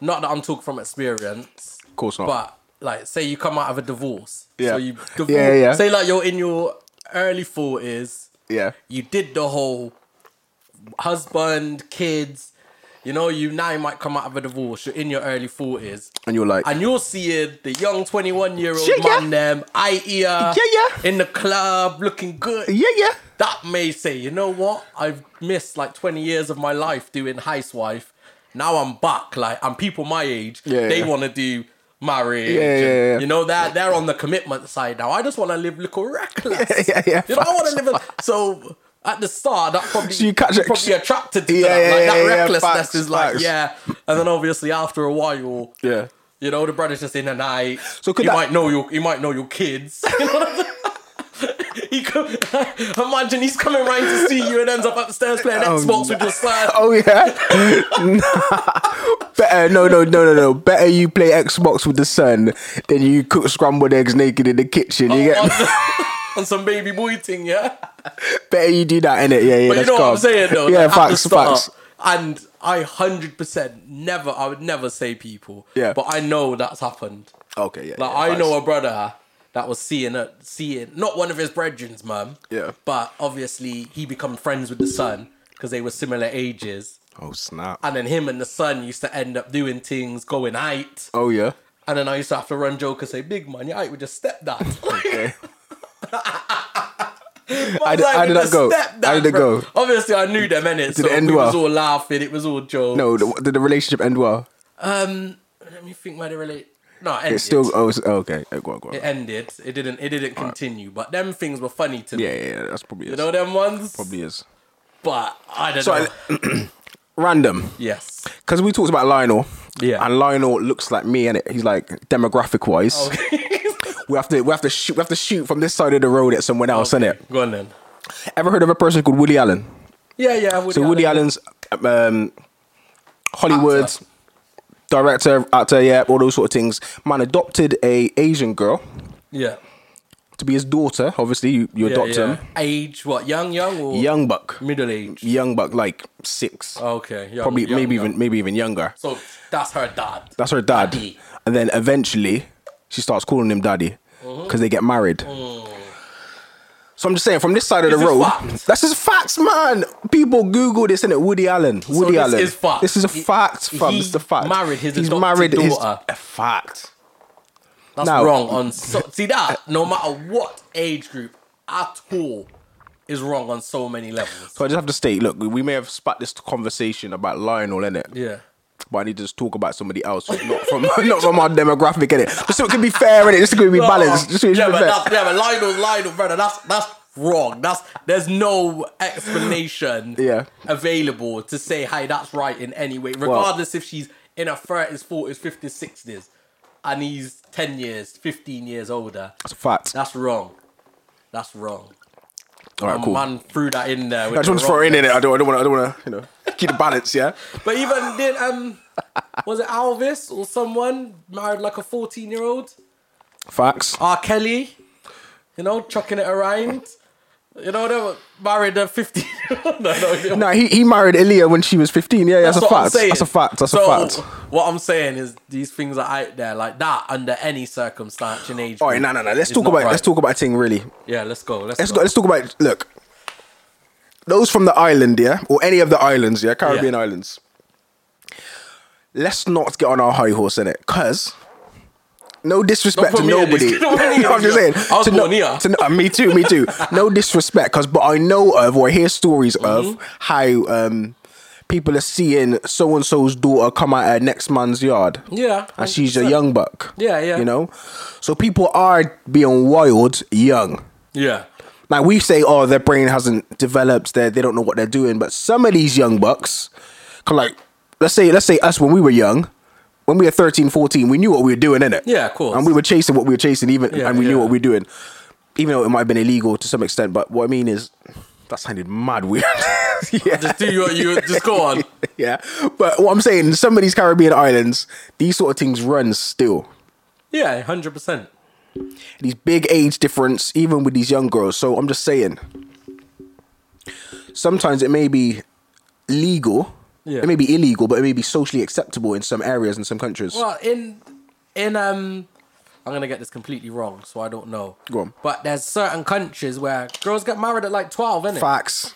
B: not that I'm talking from experience. Of
A: course not.
B: But like, say you come out of a divorce.
A: Yeah.
B: So you divorce,
A: Yeah, yeah.
B: Say like you're in your early forties.
A: Yeah.
B: You did the whole husband, kids. You know, you now you might come out of a divorce. You're in your early forties.
A: And you're like,
B: And you're seeing the young 21 year old
A: Yeah, yeah.
B: man, them, I ear,
A: yeah.
B: in the club, looking good.
A: yeah, yeah.
B: That may say, you know what? I've missed like 20 years of my life doing housewife. Now I'm back. Like, and people my age,
A: Yeah,
B: they
A: yeah.
B: want to do marriage.
A: Yeah,
B: and,
A: yeah, yeah.
B: You know, they're, they're on the commitment side now. I just want to live little reckless.
A: Yeah, yeah,
B: You know, I want to live. A, so at the start, that probably
A: So you catch
B: you're
A: it-
B: probably attracted to
A: Yeah,
B: that.
A: yeah,
B: like
A: yeah,
B: that
A: yeah,
B: recklessness
A: facts,
B: is like,
A: facts.
B: yeah. And then obviously after a while,
A: Yeah.
B: you know, the brother's just in the night.
A: So
B: So
A: could
B: you
A: that-
B: might know your you might know your kids. You know what I'm saying? He come, imagine he's coming round to see you and ends up upstairs playing
A: Oh,
B: Xbox
A: no.
B: with your son.
A: Oh yeah. Better no no no no no. Better you play Xbox with the son than you cook scrambled eggs naked in the kitchen. You
B: on,
A: get
B: on some baby boy thing, yeah.
A: better you do that in it. Yeah yeah.
B: But you
A: that's
B: know what I'm
A: calm.
B: saying though.
A: Yeah
B: like, at the
A: facts
B: start,
A: facts.
B: And I hundred percent never, I would never say people.
A: Yeah.
B: But I know that's happened.
A: Okay yeah.
B: Like
A: yeah,
B: I
A: facts.
B: know a brother that was seeing a seeing not one of his brethren's mum.
A: Yeah.
B: But obviously he become friends with the son because they were similar ages.
A: Oh snap.
B: And then him and the son used to end up doing things, going out.
A: Oh yeah.
B: And then I used to have to run joke and say, Big man, you're out with your stepdad.
A: Okay.
B: I
A: did- how did that go? How did it go?
B: Obviously, I knew them, innit? So
A: it end
B: we was
A: well?
B: all laughing, it was all joke.
A: No, the, did the relationship end well?
B: Um, let me think where they relate. No, it ended.
A: It's still oh, it's- oh, okay. Oh, Go on, go on.
B: It ended. It didn't. It didn't continue. But them things were funny to me.
A: Yeah yeah yeah. That's probably is.
B: You know them ones.
A: probably is.
B: But I don't know.
A: So random.
B: yes.
A: Because we talked about Lionel.
B: Yeah.
A: And Lionel looks like me, and he's like demographic wise.
B: Oh, Okay.
A: We have to we have to shoot we have to shoot from this side of the road at someone else, innit?
B: Go on then.
A: Ever heard of a person called Woody Allen?
B: Yeah, yeah. Woody
A: So Woody
B: Allen.
A: Allen's um, Hollywood's director, actor, yeah, all those sort of things. Man adopted a Asian girl
B: Yeah.
A: to be his daughter. Obviously, you, you
B: Yeah,
A: adopt
B: yeah.
A: him.
B: Age what? Young, young or
A: Young buck,
B: middle age?
A: young buck, like six,
B: Okay. Young,
A: probably
B: young,
A: maybe
B: young.
A: even maybe even younger.
B: So that's her dad.
A: That's her dad.
B: Daddy.
A: And then eventually she starts calling him daddy
B: Mm-hmm.
A: because they get married. So I'm just saying, from this side of
B: Mm. This
A: the
B: is
A: road,
B: fact.
A: that's just facts, man. People Google this, innit? Woody Allen. Woody
B: this
A: Allen.
B: is fact.
A: This is a
B: He-
A: fact, fam.
B: he
A: This is a fact.
B: married his
A: He's
B: adopted
A: married his-
B: daughter.
A: a fact.
B: That's
A: Now-
B: wrong on so see that no matter what age group at all is wrong on so many levels.
A: So I just have to state, look, we- we may have spat this conversation about Lionel, innit?
B: Yeah.
A: But I need to just talk about somebody else who's not from not from our demographic, innit? Just so it can be fair, innit? Just so it can be balanced. Just so it
B: uh, yeah,
A: can be
B: but
A: fair.
B: that's, yeah, but Lionel, Lionel, brother, that's that's wrong. That's there's no explanation
A: Yeah.
B: available to say hey that's right in any way, regardless if she's in her thirties, forties, fifties, sixties, and he's ten years, fifteen years older.
A: That's a fact.
B: That's wrong. That's wrong.
A: All right,
B: My
A: cool.
B: man threw that in there.
A: I just want to throw it in, innit? I don't, I don't want to, I don't want to, you know, keep the balance, yeah?
B: But even then, um, was it Alvis or someone married like a 14 year old?
A: Facts.
B: R. Kelly, you know, chucking it around. You know, they were married a 15 no, no,
A: No, he, he married Ilya when she was 15. Yeah, yeah that's,
B: what
A: a
B: I'm
A: fact.
B: saying.
A: That's a fact. That's
B: So,
A: a fact.
B: What I'm saying is these things are out there like that under any circumstance and age.
A: All right,
B: group
A: no, no, no. Let's
B: is
A: talk
B: not
A: about
B: right.
A: let's talk about a thing really.
B: Yeah, let's go. Let's,
A: Let's
B: go.
A: go. Let's talk about look. Those from the island, yeah, or any of the islands, yeah, Caribbean
B: Yeah.
A: islands. Let's not get on our high horse in it, cause no disrespect
B: Not
A: to
B: for me, at
A: nobody.
B: least. Not for me,
A: I'm just saying.
B: at least. I was
A: to no-
B: born here.
A: to no- uh, me too. Me too. No disrespect, cause but I know of or I hear stories
B: Mm-hmm.
A: of how um people are seeing so and so's daughter come out her next man's yard.
B: Yeah,
A: and she's a
B: 100%.
A: young buck.
B: Yeah, yeah.
A: You know, so people are being wild young.
B: Yeah.
A: Like we say, oh, their brain hasn't developed. They they don't know what they're doing. But some of these young bucks, can like let's say let's say us when we were young, when we were 13, 14, we knew what we were doing, innit?
B: Yeah, of course.
A: And we were chasing what we were chasing, even
B: Yeah,
A: and we knew
B: yeah.
A: what we were doing, even though it might have been illegal to some extent. But what I mean is, that sounded mad weird. yeah.
B: Just do your, you just go on.
A: yeah, but what I'm saying, some of these Caribbean islands, these sort of things run still.
B: Yeah, hundred percent.
A: these big age difference even with these young girls so i'm just saying sometimes it may be legal
B: Yeah.
A: it may be illegal but it may be socially acceptable in some areas and some countries
B: Well, in in um, I'm gonna get this completely wrong, so I don't know.
A: Go on.
B: But there's certain countries where girls get married at like twelve, innit?
A: facts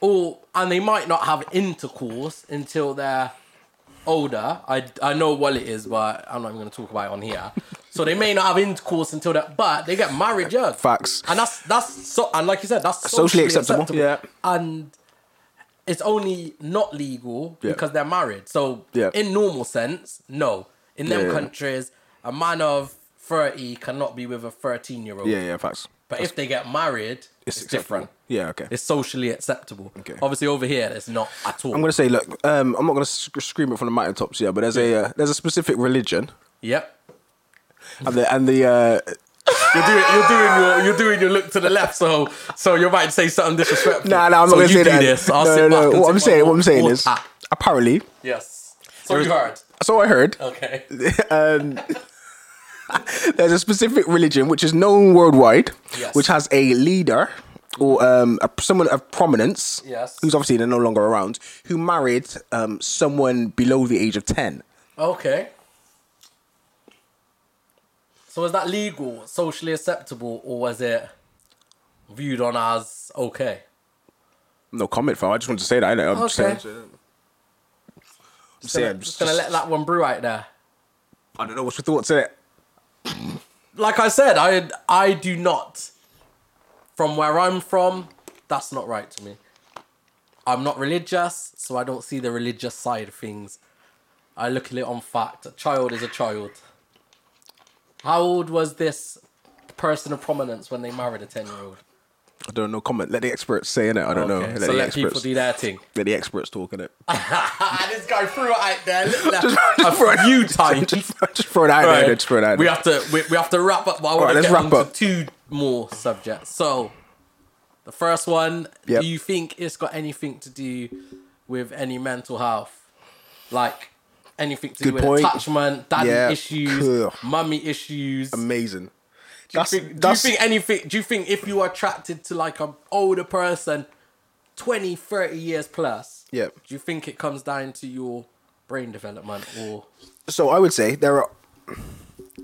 B: Or and they might not have intercourse until they're older. I I know what it is, but I'm not even gonna talk about it on here. so they may not have intercourse until that, but they get married, yeah.
A: Facts.
B: And that's that's so and like you said, that's
A: Socially
B: socially,
A: acceptable,
B: acceptable.
A: yeah.
B: And it's only not legal
A: Yeah.
B: because they're married. So
A: Yeah.
B: in normal sense, no. In them
A: Yeah, yeah.
B: countries, a man of thirty cannot be with a thirteen year old.
A: yeah yeah facts
B: But if they get married, it's,
A: acceptable.
B: different.
A: yeah okay
B: It's socially acceptable.
A: Okay.
B: Obviously, over here, it's not at all.
A: i'm gonna say look um, i'm not gonna sc- scream it from the mountaintops yeah but there's a uh, there's a specific religion
B: Yep.
A: and the and the uh,
B: You're doing, you're doing your you're doing your look to the left, so so you might say something disrespectful.
A: nah nah i'm
B: So
A: not gonna
B: you
A: say
B: do
A: that
B: This. I'll
A: no
B: sit
A: no no
B: back
A: what
B: and take
A: i'm
B: my
A: saying what i'm saying
B: water.
A: is apparently
B: Ah, yes. So you heard.
A: so i heard
B: Okay.
A: um, there's a specific religion which is known worldwide,
B: Yes.
A: which has a leader or um, a, someone of prominence,
B: Yes.
A: who's obviously they're no longer around, who married um, someone below the age of 10.
B: Okay. So is that legal, socially acceptable, or was it viewed on as okay?
A: No comment, fam. I just wanted to say that. innit? I'm just
B: Okay.
A: saying. I'm
B: Gonna-
A: saying, I'm
B: just
A: just,
B: gonna let that one brew out there.
A: I don't know what's your thoughts on it.
B: Like I said, I I do not. From where I'm from, that's not right to me. I'm not religious, so I don't see the religious side of things. I look at it on fact. A child is a child. How old was this person of prominence when they married a ten-year-old?
A: I don't know. Comment. Let the experts say in it. I don't know.
B: Okay,
A: Let
B: so
A: the
B: let people
A: experts.
B: do their thing.
A: let the experts talk in it.
B: this guy threw it out there.
A: Just-
B: a
A: just throw it-
B: few times.
A: just, just throw it out there. Just throw it out
B: We
A: there.
B: have to we, we have to wrap up. But I want
A: Alright,
B: to
A: let's
B: get
A: wrap
B: on to
A: up.
B: two more subjects. So, the first one,
A: Yep.
B: do you think it's got anything to do with any mental health, like anything to
A: Good
B: do with
A: point.
B: attachment, daddy
A: Yeah. Um,
B: issues,
A: Cool.
B: mummy issues?
A: Amazing.
B: Do you, think, do you think anything do you think if you are attracted to like an older person 20 30 years plus
A: Yep.
B: do you think it comes down to your brain development or
A: so I would say there are.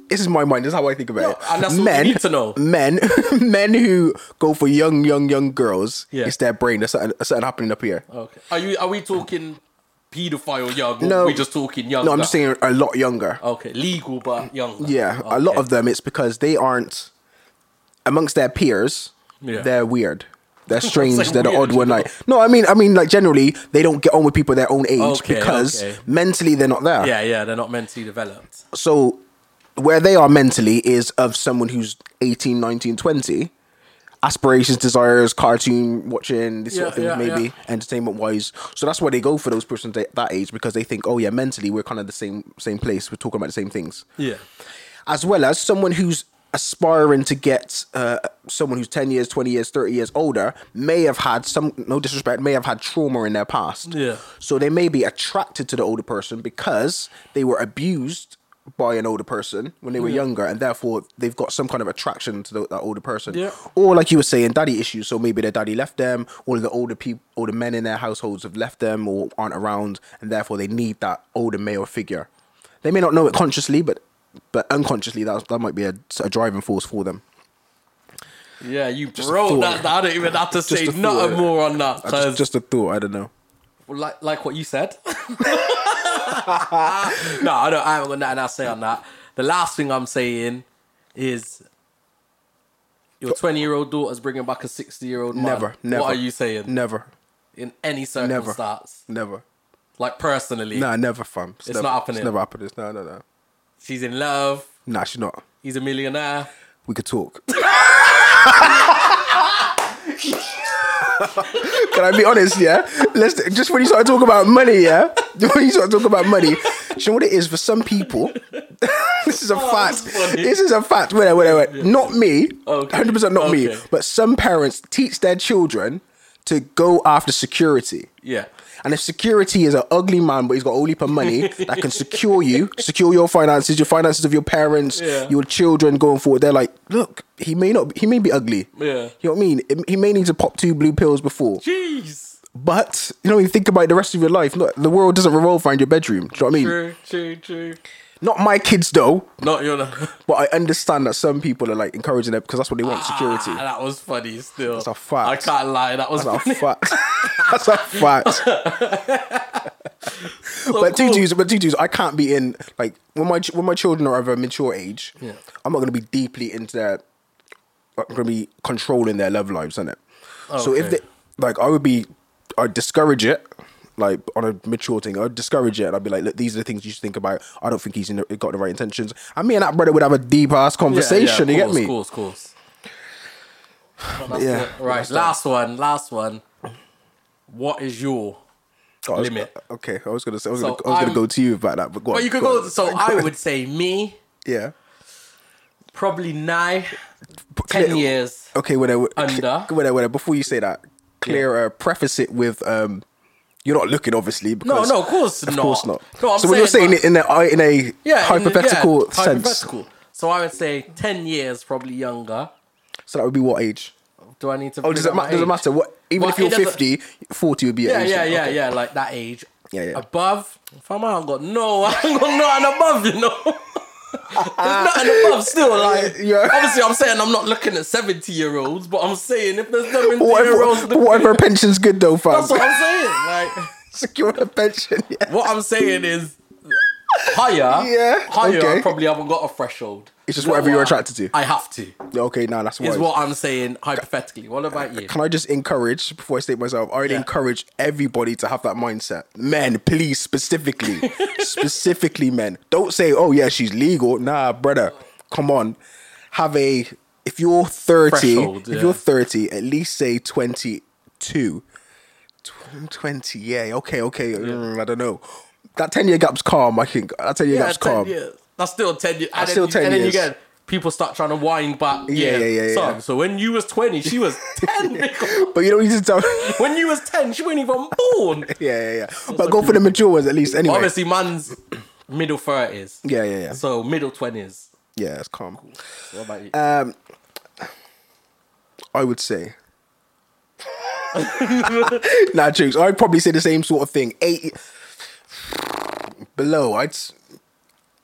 A: This is my mind. This is how I think about it.
B: and that's what we need to know.
A: Men, men who go for young, young, young girls.
B: Yeah.
A: It's their brain. That's something, that's something happening up here.
B: okay are you are we talking pedophile young or
A: No.
B: are we just talking young
A: No, I'm just saying a lot younger.
B: okay legal but young
A: Yeah, a lot of them. It's because they aren't amongst their peers.
B: Yeah.
A: They're weird. They're strange.
B: saying
A: They're the
B: weird,
A: odd one.
B: you
A: Like no, I mean, I mean, like generally they don't get on with people their own age
B: Okay,
A: because
B: okay.
A: mentally they're not there.
B: yeah yeah they're not mentally developed
A: so where they are mentally is of someone who's 18 19 20 aspirations desires cartoon watching this sort of thing
B: Yeah, yeah,
A: maybe
B: yeah.
A: entertainment wise so that's why they go for those persons that, that age because they think oh yeah mentally we're kind of the same same place we're talking about the same things
B: yeah
A: as well as someone who's aspiring to get uh, someone who's 10 years, 20 years, 30 years older may have had some, no disrespect, may have had trauma in their past.
B: Yeah.
A: So they may be attracted to the older person because they were abused by an older person when they were younger and therefore they've got some kind of attraction to the, that older person.
B: Yeah.
A: Or like you were saying, daddy issues. So maybe their daddy left them or the older people, older men in their households have left them or aren't around and therefore they need that older male figure. They may not know it consciously, but but unconsciously that, that might be a, a driving force for them.
B: Yeah, you
A: a
B: bro.
A: thought.
B: That, I don't even have to say
A: a
B: not a
A: thought.
B: more on that
A: I
B: because
A: Just, just a thought, I don't know.
B: like like what you said. no, I don't. I haven't got nothing else to say on that. The last thing I'm saying is your 20 year old daughter's bringing back a 60 year old.
A: Never, never.
B: What are you saying?
A: Never,
B: In any
A: never,
B: circumstance,
A: never.
B: like personally,
A: Nah, never, fam.
B: It's
A: never,
B: not happening.
A: It's never happening. It's- No, no, no.
B: she's in love.
A: Nah, she's not.
B: He's a millionaire.
A: We could talk. Can I be honest? Yeah, let's just when you start talking about money, yeah, when you start talking about money, do you know what it is for some people? this is a fact.
B: Oh, that's funny.
A: This is a fact. Wait, wait, wait, wait. Not me.
B: Okay.
A: Hundred percent not me.
B: Okay.
A: But some parents teach their children to go after security.
B: Yeah.
A: And if security is an ugly man, but he's got all heap of money that can secure you, secure your finances, your finances of your parents,
B: Yeah.
A: your children going forward, they're like, look, he may not, he may be ugly.
B: Yeah.
A: You know what I mean? It- He may need to pop two blue pills before,
B: Jeez.
A: but you know, you think about it the rest of your life. Look, the world doesn't revolve around your bedroom. Do you know what I mean?
B: True. True. True.
A: Not my kids though,
B: Not your. Security.
A: but I understand that some people are like encouraging them because that's what they want: security.
B: Ah, that was funny. Still, that's
A: a fact.
B: I can't lie. That was
A: That's a
B: funny.
A: fact. That's a fact. but two
B: cool.
A: dudes, but two dudes, I can't be in like when my ch- when my children are of a mature age. I'm not going to be deeply into their. I'm going to be controlling their love lives, isn't it? So if
B: Okay.
A: they like, I would be, I'd discourage it. Like on a mature thing, I'd discourage it. And I'd be like, look, these are the things you should think about. I don't think he's in the, got the right intentions. And me and that brother would have a deep ass conversation.
B: Yeah, yeah,
A: you
B: of
A: get me?
B: course, Of course, of course.
A: yeah,
B: That's it. Right. Last one. Last one. What is your?
A: Oh, I was-
B: limit.
A: Okay, I was gonna say I was,
B: So
A: gonna, I was
B: I'm-
A: gonna go to you about that, but go on.
B: Well, you could
A: go.
B: go.
A: on.
B: So I would say me
A: yeah.
B: probably nine,
A: But
B: ten
A: clear-
B: years.
A: Okay, wait, wait,
B: Under.
A: Wait, wait, wait, before you say that, clear. Uh, preface it with um, you're not looking obviously
B: No,
A: because
B: no, of course
A: of
B: not.
A: course not.
B: No, I'm
A: so when you're saying
B: like-
A: it in a uh, in a
B: yeah, in-
A: hypothetical
B: yeah,
A: sense,
B: hypothetical. So I would say ten years, probably younger.
A: so that would be what age?
B: Do I need to?
A: Oh, does it, ma- doesn't matter what? Even
B: Well,
A: if you're
B: it doesn't-
A: 50, 40 would be
B: Yeah,
A: age.
B: yeah,
A: then.
B: yeah,
A: Okay.
B: yeah. Like that age.
A: Yeah, yeah.
B: Above, fam, I ain't got no, I ain't got nothing above, you know.
A: Uh,
B: there's nothing above still. Like,
A: Yeah.
B: obviously, I'm saying I'm not looking at seventy-year-olds, but I'm saying if there's
A: But What if,
B: seventy-year-olds,
A: but what if her pension's good though, fam?
B: that's what I'm saying. Like,
A: Secure her pension. Yeah.
B: what I'm saying is higher.
A: Yeah,
B: higher. I
A: okay.
B: probably haven't got a threshold.
A: It's just
B: You know
A: whatever you're
B: what?
A: attracted to.
B: I have to.
A: Okay, now that's
B: Is
A: wise.
B: what I'm saying hypothetically. What about you?
A: Can I just encourage before I state myself? I would
B: Yeah.
A: encourage everybody to have that mindset. Men, please, specifically, specifically, men. Don't say, "Oh yeah, she's legal." Nah, brother, come on. Have a if you're thirty,
B: Threshold,
A: if
B: yeah.
A: you're thirty, at least say twenty-two. Tw- Twenty, yeah, okay, okay. mm, I don't know. That ten-year gap's calm. I think that ten-year
B: Yeah,
A: gap's
B: 10
A: calm.
B: years. That's still ten years. And then
A: still
B: you-
A: 10
B: and
A: years.
B: then you get people start trying to wind back.
A: Yeah, yeah, yeah,
B: So,
A: yeah.
B: so when you was twenty, she was ten. because
A: But you don't need to tell.
B: when you was ten, she wasn't even born.
A: yeah, yeah, yeah. But go for the mature ones at least. Anyway,
B: Obviously, man's middle thirties.
A: yeah, yeah, yeah.
B: So middle twenties.
A: Yeah, it's calm.
B: What about you?
A: Um, I would say. nah, jokes. I'd probably say the same sort of thing. Eight below. I'd s-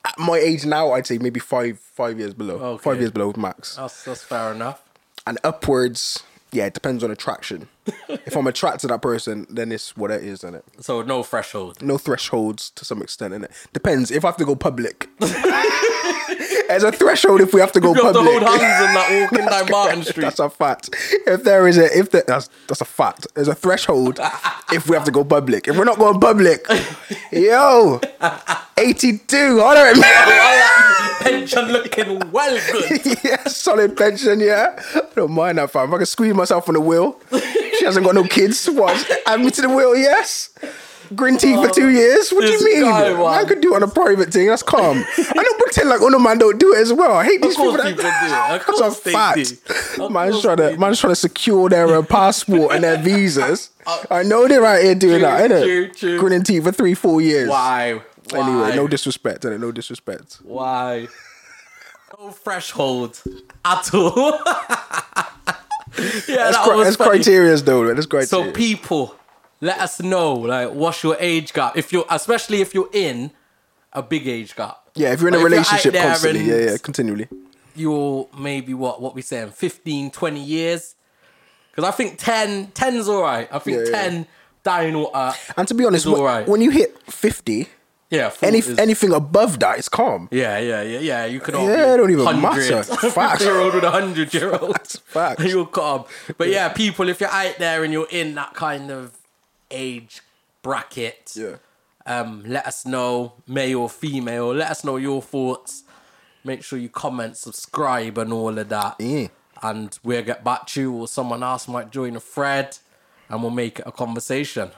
A: at my age now. I'd say maybe five, five years below.
B: Okay. Oh.
A: Five years below max.
B: that's, that's fair enough.
A: And upwards. Yeah, it depends on attraction. if I'm attracted to that person, then it's what it is, isn't it?
B: So no threshold.
A: no thresholds to some extent, innit? Depends if I have to go public. There's a threshold if we have to go
B: You have to
A: public.
B: hold hands and that walking down Martin Street.
A: That's a fact. If there is a if there, that's that's a fact. There's a threshold if we have to go public. If we're not going public, yo, eighty two, honour it, man.
B: I am pension looking well good.
A: yeah, solid pension. Yeah, I don't mind that fam. If I can squeeze myself on the wheel. She hasn't got no kids. What? Add me to the wheel. Yes. green tea for two years. What do
B: This
A: you mean?
B: guy, man.
A: I could do it on a private thing. That's calm. I don't pretend like other man don't do it as well. I hate these
B: Of course
A: people.
B: people do. Of
A: That,
B: course
A: that's
B: they
A: a fact.
B: do. Of
A: Man's
B: course
A: trying
B: they
A: to
B: do.
A: man's trying to secure their uh, passport and their visas. I know they're out here doing
B: True,
A: that, innit?
B: true, true.
A: Green and tea for three, four years.
B: Why? Why?
A: Anyway, no disrespect, innit? No disrespect.
B: Why? No threshold at all. yeah,
A: That's,
B: that
A: cri-
B: was
A: that's
B: funny.
A: criteria, though. man. That's
B: So
A: criteria.
B: people, let us know like what's your age gap if you, are especially if you're in a big age gap.
A: yeah, if you're in a
B: But if you're out
A: relationship
B: there
A: constantly,
B: and-
A: yeah, yeah, continually.
B: You're maybe what what we saying 15, 20 years. Because I think 10, 10's all right. I think
A: Yeah, yeah.
B: ten dying water.
A: And to be honest,
B: It's
A: wh-
B: alright.
A: when you hit fifty,
B: Yeah, 40
A: any
B: is-
A: anything above that is calm.
B: Yeah, yeah, yeah, yeah. You could
A: Yeah, it don't even matter. Facts.
B: Year old with a hundred year old.
A: facts.
B: You'll come. But yeah. people, if you're out there and you're in that kind of age bracket,
A: Yeah.
B: um, let us know, male or female. Let us know your thoughts. Make sure you comment, subscribe, and all of that.
A: Yeah.
B: And we'll get back to you, or someone else might join a thread, and we'll make it a conversation.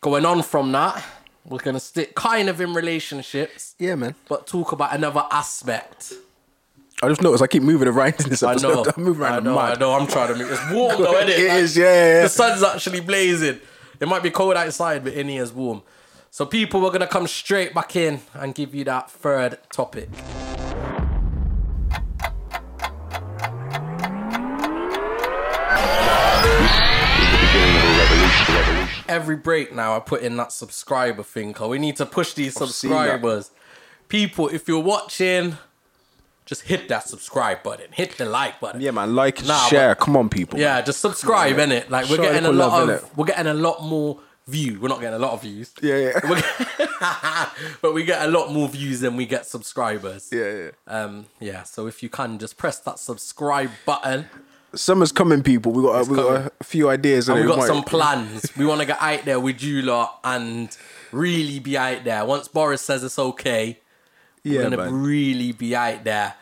B: Going on from that, we're gonna stick kind of in relationships
A: Yeah, man.
B: but talk about another aspect.
A: I just noticed I keep moving around in this
B: I
A: episode. I
B: know.
A: am moving around.
B: I
A: I'm
B: know.
A: mad.
B: I know. I'm trying to make it's warm though, isn't it?
A: It is, yeah, yeah, yeah.
B: The sun's actually blazing. It might be cold outside, but in here is warm. So people, we're gonna come straight back in and give you that third topic. Every break now, I put in that subscriber thing. Cause we need to push these
A: seen that.
B: subscribers. People, if you're watching, just hit that subscribe button. Hit the like button.
A: Yeah, man. Like,
B: Nah,
A: share. Come on, people.
B: Yeah, just subscribe,
A: Yeah.
B: innit? Like we're
A: Show
B: getting a
A: people
B: lot
A: love,
B: of
A: innit?
B: we're getting a lot more view. We're not getting a lot of views.
A: Yeah, yeah.
B: We're get- but we get a lot more views than we get subscribers.
A: Yeah, yeah.
B: Um yeah, so if you can just press that subscribe button.
A: Summer's coming, people. We got uh, we
B: coming.
A: got a few ideas.
B: We
A: innit?
B: got
A: might-
B: some plans. we want to get out there with you lot and really be out there. Once Boris says it's okay,
A: Yeah,
B: we're gonna
A: man.
B: really be out there.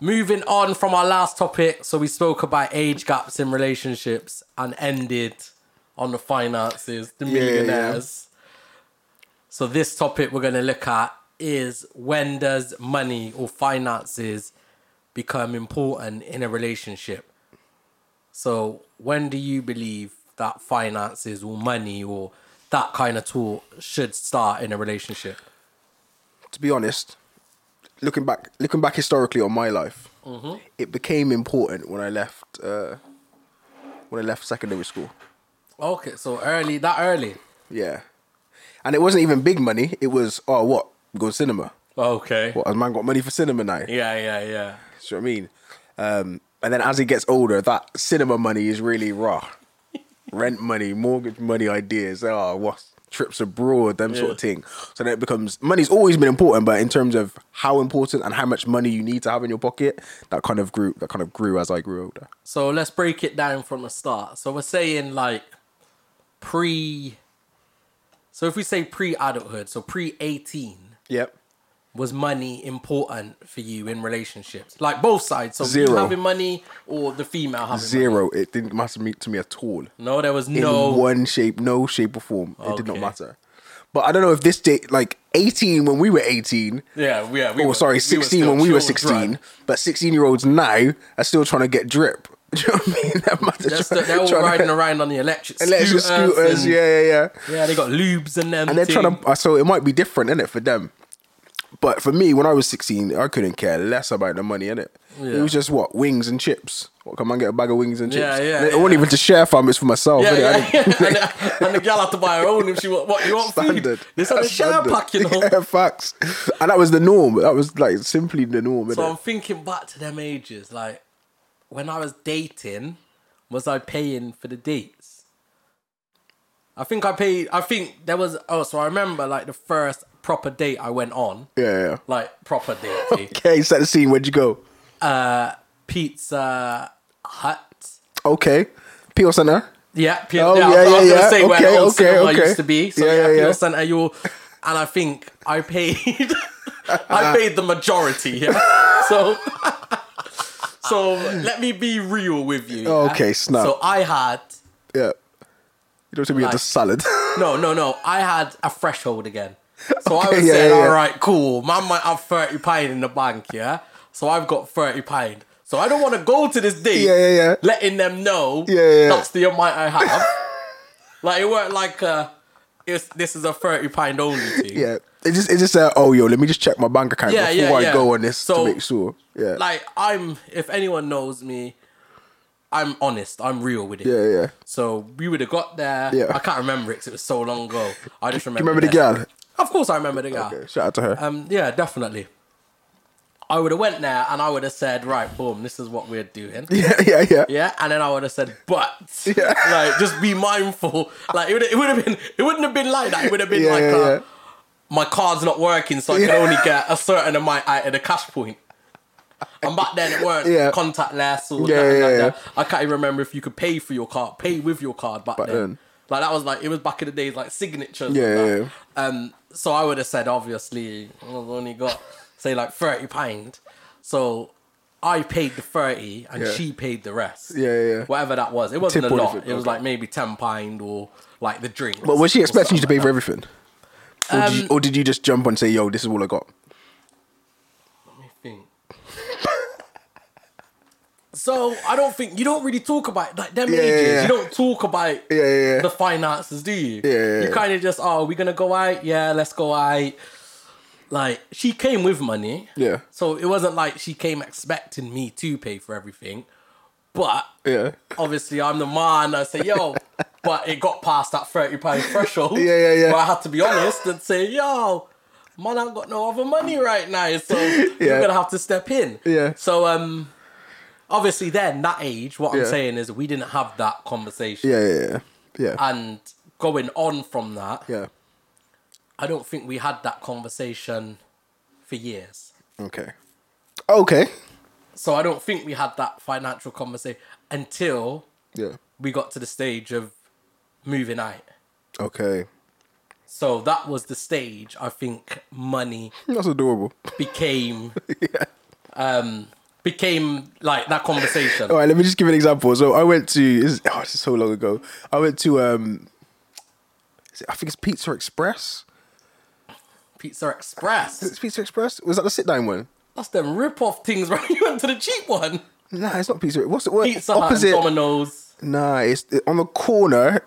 B: Moving on from our last topic, so we spoke about age gaps in relationships and ended on the finances, the
A: yeah.
B: millionaires. So this topic we're gonna look at is when does money or finances become important in a relationship? So when do you believe that finances or money or that kind of tool should start in a relationship?
A: To be honest, looking back, looking back historically on my life,
B: Mm-hmm.
A: it became important when I left. Uh, when I left secondary school.
B: Okay, so early, that early.
A: Yeah, and it wasn't even big money. It was oh what go to cinema.
B: Okay.
A: What has man got money for cinema now?
B: Yeah, yeah, yeah.
A: See what I mean? Um, and then as he gets older, that cinema money is really raw. Rent money, mortgage money ideas, oh, what trips abroad, them sort of
B: Yeah.
A: thing. So then it becomes money's always been important, but in terms of how important and how much money you need to have in your pocket, that kind of grew that kind of grew as I grew older.
B: So let's break it down from the start. So we're saying like pre. So if we say pre adulthood, so pre 18,
A: Yep.
B: was money important for you in relationships? Like both sides. So you
A: Zero.
B: having money or the female having money?
A: Zero. It didn't matter me- to me at all.
B: No, there was
A: in
B: no.
A: one shape, no shape or form. It did
B: Okay.
A: not matter. But I don't know if this day like 18 when we were 18,
B: yeah, yeah. We
A: oh,
B: were- we
A: sorry,
B: were
A: 16
B: still
A: when we were 16.
B: children.
A: But 16 year olds now are still trying to get drip. Do you know what I mean? That might
B: They're, still, they're all riding around on the electric,
A: electric
B: scooters.
A: scooters.
B: and-
A: Yeah, yeah, yeah.
B: Yeah, they got lubes and them.
A: And they're
B: thing.
A: trying to, so it might be different, innit, for them. But for me, when I was 16, I couldn't care less about the money, innit?
B: Yeah.
A: It was just what? Wings and chips. What, come on, get a bag of wings and chips.
B: Yeah, yeah,
A: And It
B: yeah.
A: wasn't even to share fam, it's for myself.
B: Yeah,
A: innit? I
B: yeah,
A: didn't-
B: yeah. and, the, and the gal had to buy her own if she want. What you want?
A: standard.
B: Food? This on the
A: That's
B: shower
A: standard.
B: pack, you know.
A: Yeah, facts. And that was the norm. That was like simply the norm.
B: So I'm
A: innit?
B: thinking back to them ages. Like when I was dating, was I paying for the dates? I think I paid. I think there was. Oh, so I remember like the first proper date I went on,
A: yeah, yeah.
B: like proper date, date.
A: Okay, set the scene. Where'd you go?
B: Pizza Hut.
A: Okay. Peel Center.
B: Yeah, P-
A: Oh, yeah,
B: yeah, I was- I was
A: yeah,
B: gonna
A: yeah.
B: say where the
A: Okay,
B: old
A: okay,
B: cinema
A: okay.
B: used to be. So
A: Yeah,
B: yeah,
A: yeah,
B: Peel
A: yeah.
B: Centre, you and I think I paid
A: Uh-huh.
B: I paid the majority, yeah. So So let me be
A: Oh,
B: real with you. yeah?
A: Okay, snap.
B: So I had
A: Yeah. You don't have to be
B: Like-
A: into salad.
B: no, no, no. I had a threshold again. So I
A: Okay,
B: was
A: yeah,
B: saying,
A: yeah, yeah.
B: all right, cool. Man might have 30 pound in the bank, yeah? So I've got 30 pound. So I don't want to go to this date
A: Yeah, yeah, yeah.
B: letting them know
A: Yeah, yeah, yeah.
B: that's the amount I have. like, it weren't like, uh, it's, this is a 30 pound only thing.
A: Yeah. It just it just said, oh yo, let me just check my bank account
B: Yeah, yeah,
A: before I
B: yeah.
A: go on this
B: So,
A: to make sure. Yeah.
B: Like, I'm, if anyone knows me, I'm honest. I'm real with it.
A: yeah, yeah.
B: So we would have got there.
A: Yeah.
B: I can't remember it 'cause it was so long ago. I just remember.
A: You remember the
B: that.
A: girl?
B: Of course, I remember the guy.
A: Okay, shout out to her.
B: Ah. Um, yeah, definitely. I would have went there and I would have said, right, boom, this is what we're doing.
A: yeah, yeah, yeah.
B: Yeah, and then I would have said, but
A: Yeah.
B: like, just be mindful. Like, it would, it would have been, it wouldn't have been like that. It would have been
A: Yeah,
B: like,
A: yeah,
B: uh,
A: yeah.
B: my card's not working, so I
A: Yeah.
B: can only get a certain amount out of the cash point. And back then it weren't
A: Yeah.
B: contactless or
A: Yeah,
B: nothing
A: yeah,
B: like
A: yeah.
B: that. I can't even remember if you could pay for your card, pay with your card back
A: Back
B: then.
A: then.
B: Like that was like it was back in the days like signatures. and
A: Yeah,
B: that.
A: yeah, yeah.
B: Um, so I would have said obviously I've only got say like thirty pound, so I paid the thirty and
A: Yeah.
B: she paid the rest.
A: Yeah, yeah, yeah.
B: Whatever that was, it wasn't
A: Tip
B: a
A: or
B: lot.
A: anything,
B: It was
A: okay.
B: like maybe ten pound or like the drink.
A: But was she expecting you to pay for everything? Or, did you, or did you just jump on and say, yo, this is all I got?
B: think. so I don't think you don't really talk about like them
A: Yeah, yeah,
B: ages.
A: yeah.
B: You don't talk about
A: Yeah, yeah, yeah.
B: the finances, do you?
A: Yeah, yeah,
B: You
A: yeah.
B: kind of just oh, we're gonna go out. Yeah, let's go out. Like she came with money.
A: Yeah.
B: So it wasn't like she came expecting me to pay for everything, but
A: Yeah.
B: obviously I'm the man. I say, yo, but it got past that thirty pound threshold.
A: Yeah, yeah, yeah.
B: Where I had to be honest and say, yo, man, I've got no other money right now, so you're
A: Yeah.
B: gonna have to step in.
A: Yeah.
B: So um, obviously then that age, what
A: Yeah.
B: I'm saying is we didn't have that conversation,
A: Yeah, yeah, yeah. Yeah.
B: and going on from that,
A: yeah.
B: I don't think we had that conversation for years.
A: Okay. Okay.
B: So I don't think we had that financial conversation until
A: Yeah.
B: we got to the stage of moving out.
A: Okay.
B: So that was the stage I think money
A: That's adorable.
B: became um became like that conversation.
A: All right, let me just give an example. So I went to this is, oh, this is so long ago. I went to um, is it- I think it's Pizza Express.
B: Pizza Express.
A: It's Pizza Express. Was that the sit down one?
B: That's them rip off things, right? You went to the cheap one.
A: Nah, it's not Pizza. What's the word?
B: Pizza Hut and Domino's.
A: Nah, it's it- on the corner.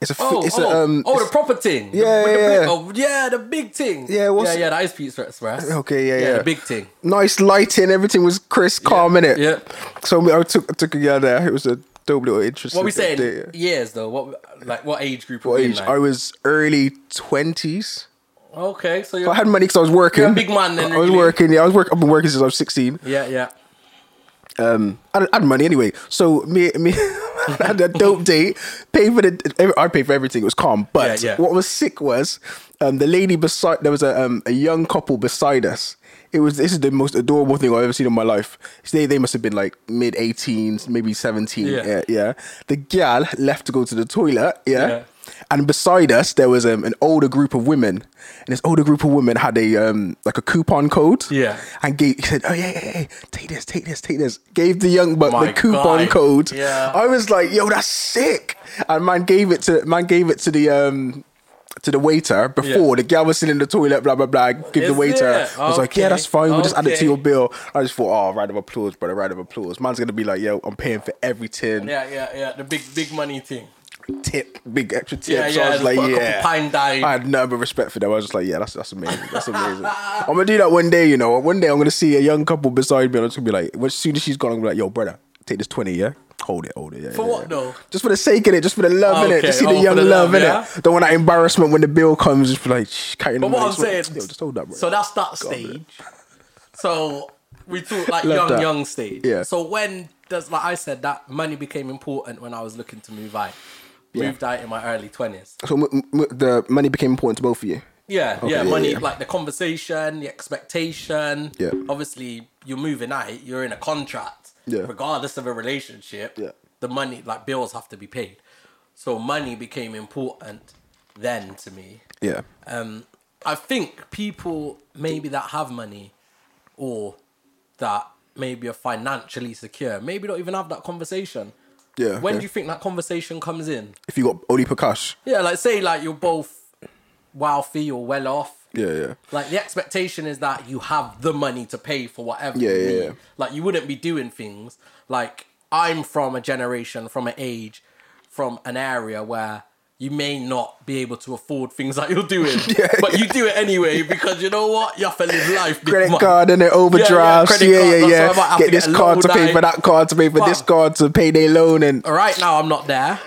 A: It's a. fi-
B: Oh,
A: it's
B: oh,
A: a, um,
B: oh the
A: it's-
B: proper thing.
A: Yeah,
B: With the
A: yeah, yeah.
B: big- oh, yeah, the big thing.
A: Yeah, what's-
B: yeah, yeah, that is Pizza Express.
A: Okay, yeah, yeah.
B: the big thing.
A: nice lighting. Everything was crisp, calm, innit?
B: yeah.
A: So I took I took a girl there. It was a dope little interesting.
B: What we saying?
A: date, yeah.
B: Years though. What like what age group?
A: What
B: are we in,
A: age?
B: like?
A: I was early twenties.
B: Okay, so
A: I
B: you're
A: had money because I was working.
B: You're a big man then,
A: I was
B: really.
A: working. Yeah, I was working. I've been working since I was sixteen.
B: yeah, yeah.
A: I had- I had money anyway. So me, me, I had a dope date. Paid for the, I paid for everything. It was calm. But
B: Yeah, yeah.
A: what was sick was um, the lady beside. There was a um, a young couple beside us. It was this is the most adorable thing I've ever seen in my life. So they they must have been like mid eighteens, maybe seventeen.
B: Yeah.
A: Yeah. yeah, The gal left to go to the toilet. Yeah.
B: Yeah.
A: And beside us, there was um, an older group of women, and this older group of women had a um, like a coupon code.
B: Yeah.
A: and gave, he said, "Oh yeah, yeah, yeah, take this, take this, take this." Gave the young buck
B: My
A: the coupon
B: guy.
A: code.
B: Yeah.
A: I was like, yo, that's sick. And man gave it to man gave it to the um to the waiter before the gal was sitting in the toilet, blah blah blah. Give the
B: Is
A: waiter.
B: it?
A: I was like, yeah,
B: Okay.
A: that's fine. We'll just add it
B: Okay.
A: to your bill. I just thought, oh, round of applause, brother, round of applause. Man's gonna be like, yo, I'm paying for everything.
B: Yeah, yeah, yeah. The big, big money thing.
A: Tip, big extra tip.
B: Yeah,
A: so
B: yeah.
A: I was
B: just
A: like,
B: put a couple
A: yeah.
B: Pine
A: I
B: dye.
A: had none but respect for them. I was just like, yeah, that's that's amazing. That's amazing. I'm gonna do that one day, you know. One day I'm gonna see a young couple beside me, and I'm just gonna be like, as soon as she's gone, I'm gonna be like, yo, brother, take this twenty, yeah. Hold it, hold it. Yeah,
B: For
A: yeah,
B: what
A: yeah.
B: though?
A: Just for the sake of it, just for the love in it,
B: Okay,
A: just see the
B: oh, for
A: young
B: the
A: love,
B: love,
A: in
B: yeah.
A: it. Don't want that embarrassment when the bill comes. Just be like, Shh, can't you
B: But
A: know,
B: what I'm
A: just hold-
B: saying,
A: yo, just hold that, bro.
B: so that's that stage. So we talk like
A: Love
B: young,
A: that.
B: young stage.
A: Yeah.
B: So when does like I said that money became important when I was looking to move out, moved out in my early twenties.
A: so m- m- the money became important to both of you.
B: Yeah,
A: Okay,
B: yeah,
A: yeah,
B: money
A: yeah.
B: like the conversation, the expectation.
A: Yeah.
B: Obviously, you're moving out. You're in a contract.
A: Yeah.
B: Regardless of a relationship.
A: Yeah.
B: The money, like bills, have to be paid. So money became important then to me.
A: Yeah,
B: um, I think people maybe that have money or that maybe are financially secure, maybe don't even have that conversation.
A: Yeah,
B: When
A: okay.
B: do you think that conversation comes in?
A: If you got Oli Prakash,
B: Yeah, like say like you're both wealthy or well off.
A: yeah, yeah,
B: Like the expectation is that you have the money to pay for whatever.
A: Yeah,
B: you
A: yeah,
B: need.
A: yeah.
B: Like you wouldn't be doing things like I'm from a generation, from an age, from an area where you may not be able to afford things that you're doing, but you do it anyway because you know what? You have to live life. big
A: credit
B: man.
A: card and then overdrafts,
B: credit
A: yeah,
B: card,
A: yeah,
B: that's
A: yeah.
B: why I might have
A: Get
B: to get
A: this
B: a
A: card to
B: loan,
A: pay
B: like-
A: for that card to pay for this
B: Bruh.
A: card to pay their loan and
B: Right now, I'm not there,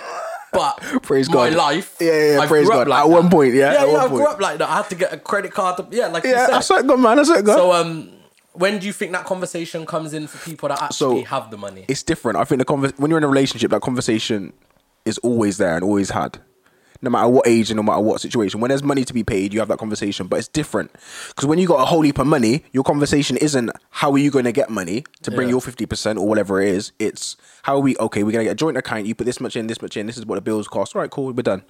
B: but
A: Praise
B: my
A: God.
B: life.
A: Yeah, yeah, yeah,
B: I
A: praise
B: grew
A: God.
B: up like
A: At one
B: that.
A: point, yeah,
B: yeah,
A: at
B: yeah.
A: one
B: I grew
A: point.
B: up like that. I had to get a credit card. To, yeah, like you
A: yeah,
B: said.
A: that's it, good man, that's it, good.
B: So um, when do you think that conversation comes in for people that actually have the money?
A: it's different. I think the convers- when you're in a relationship, that conversation is always there and always had. No matter what age and no matter what situation, when there's money to be paid, you have that conversation. But it's different because when you got a whole heap of money, your conversation isn't how are you going to get money to bring
B: Yeah.
A: your fifty percent or whatever it is. It's how are we okay? We're going to get a joint account. You put this much in, this much in. This is what the bills cost. All right, cool. We're done.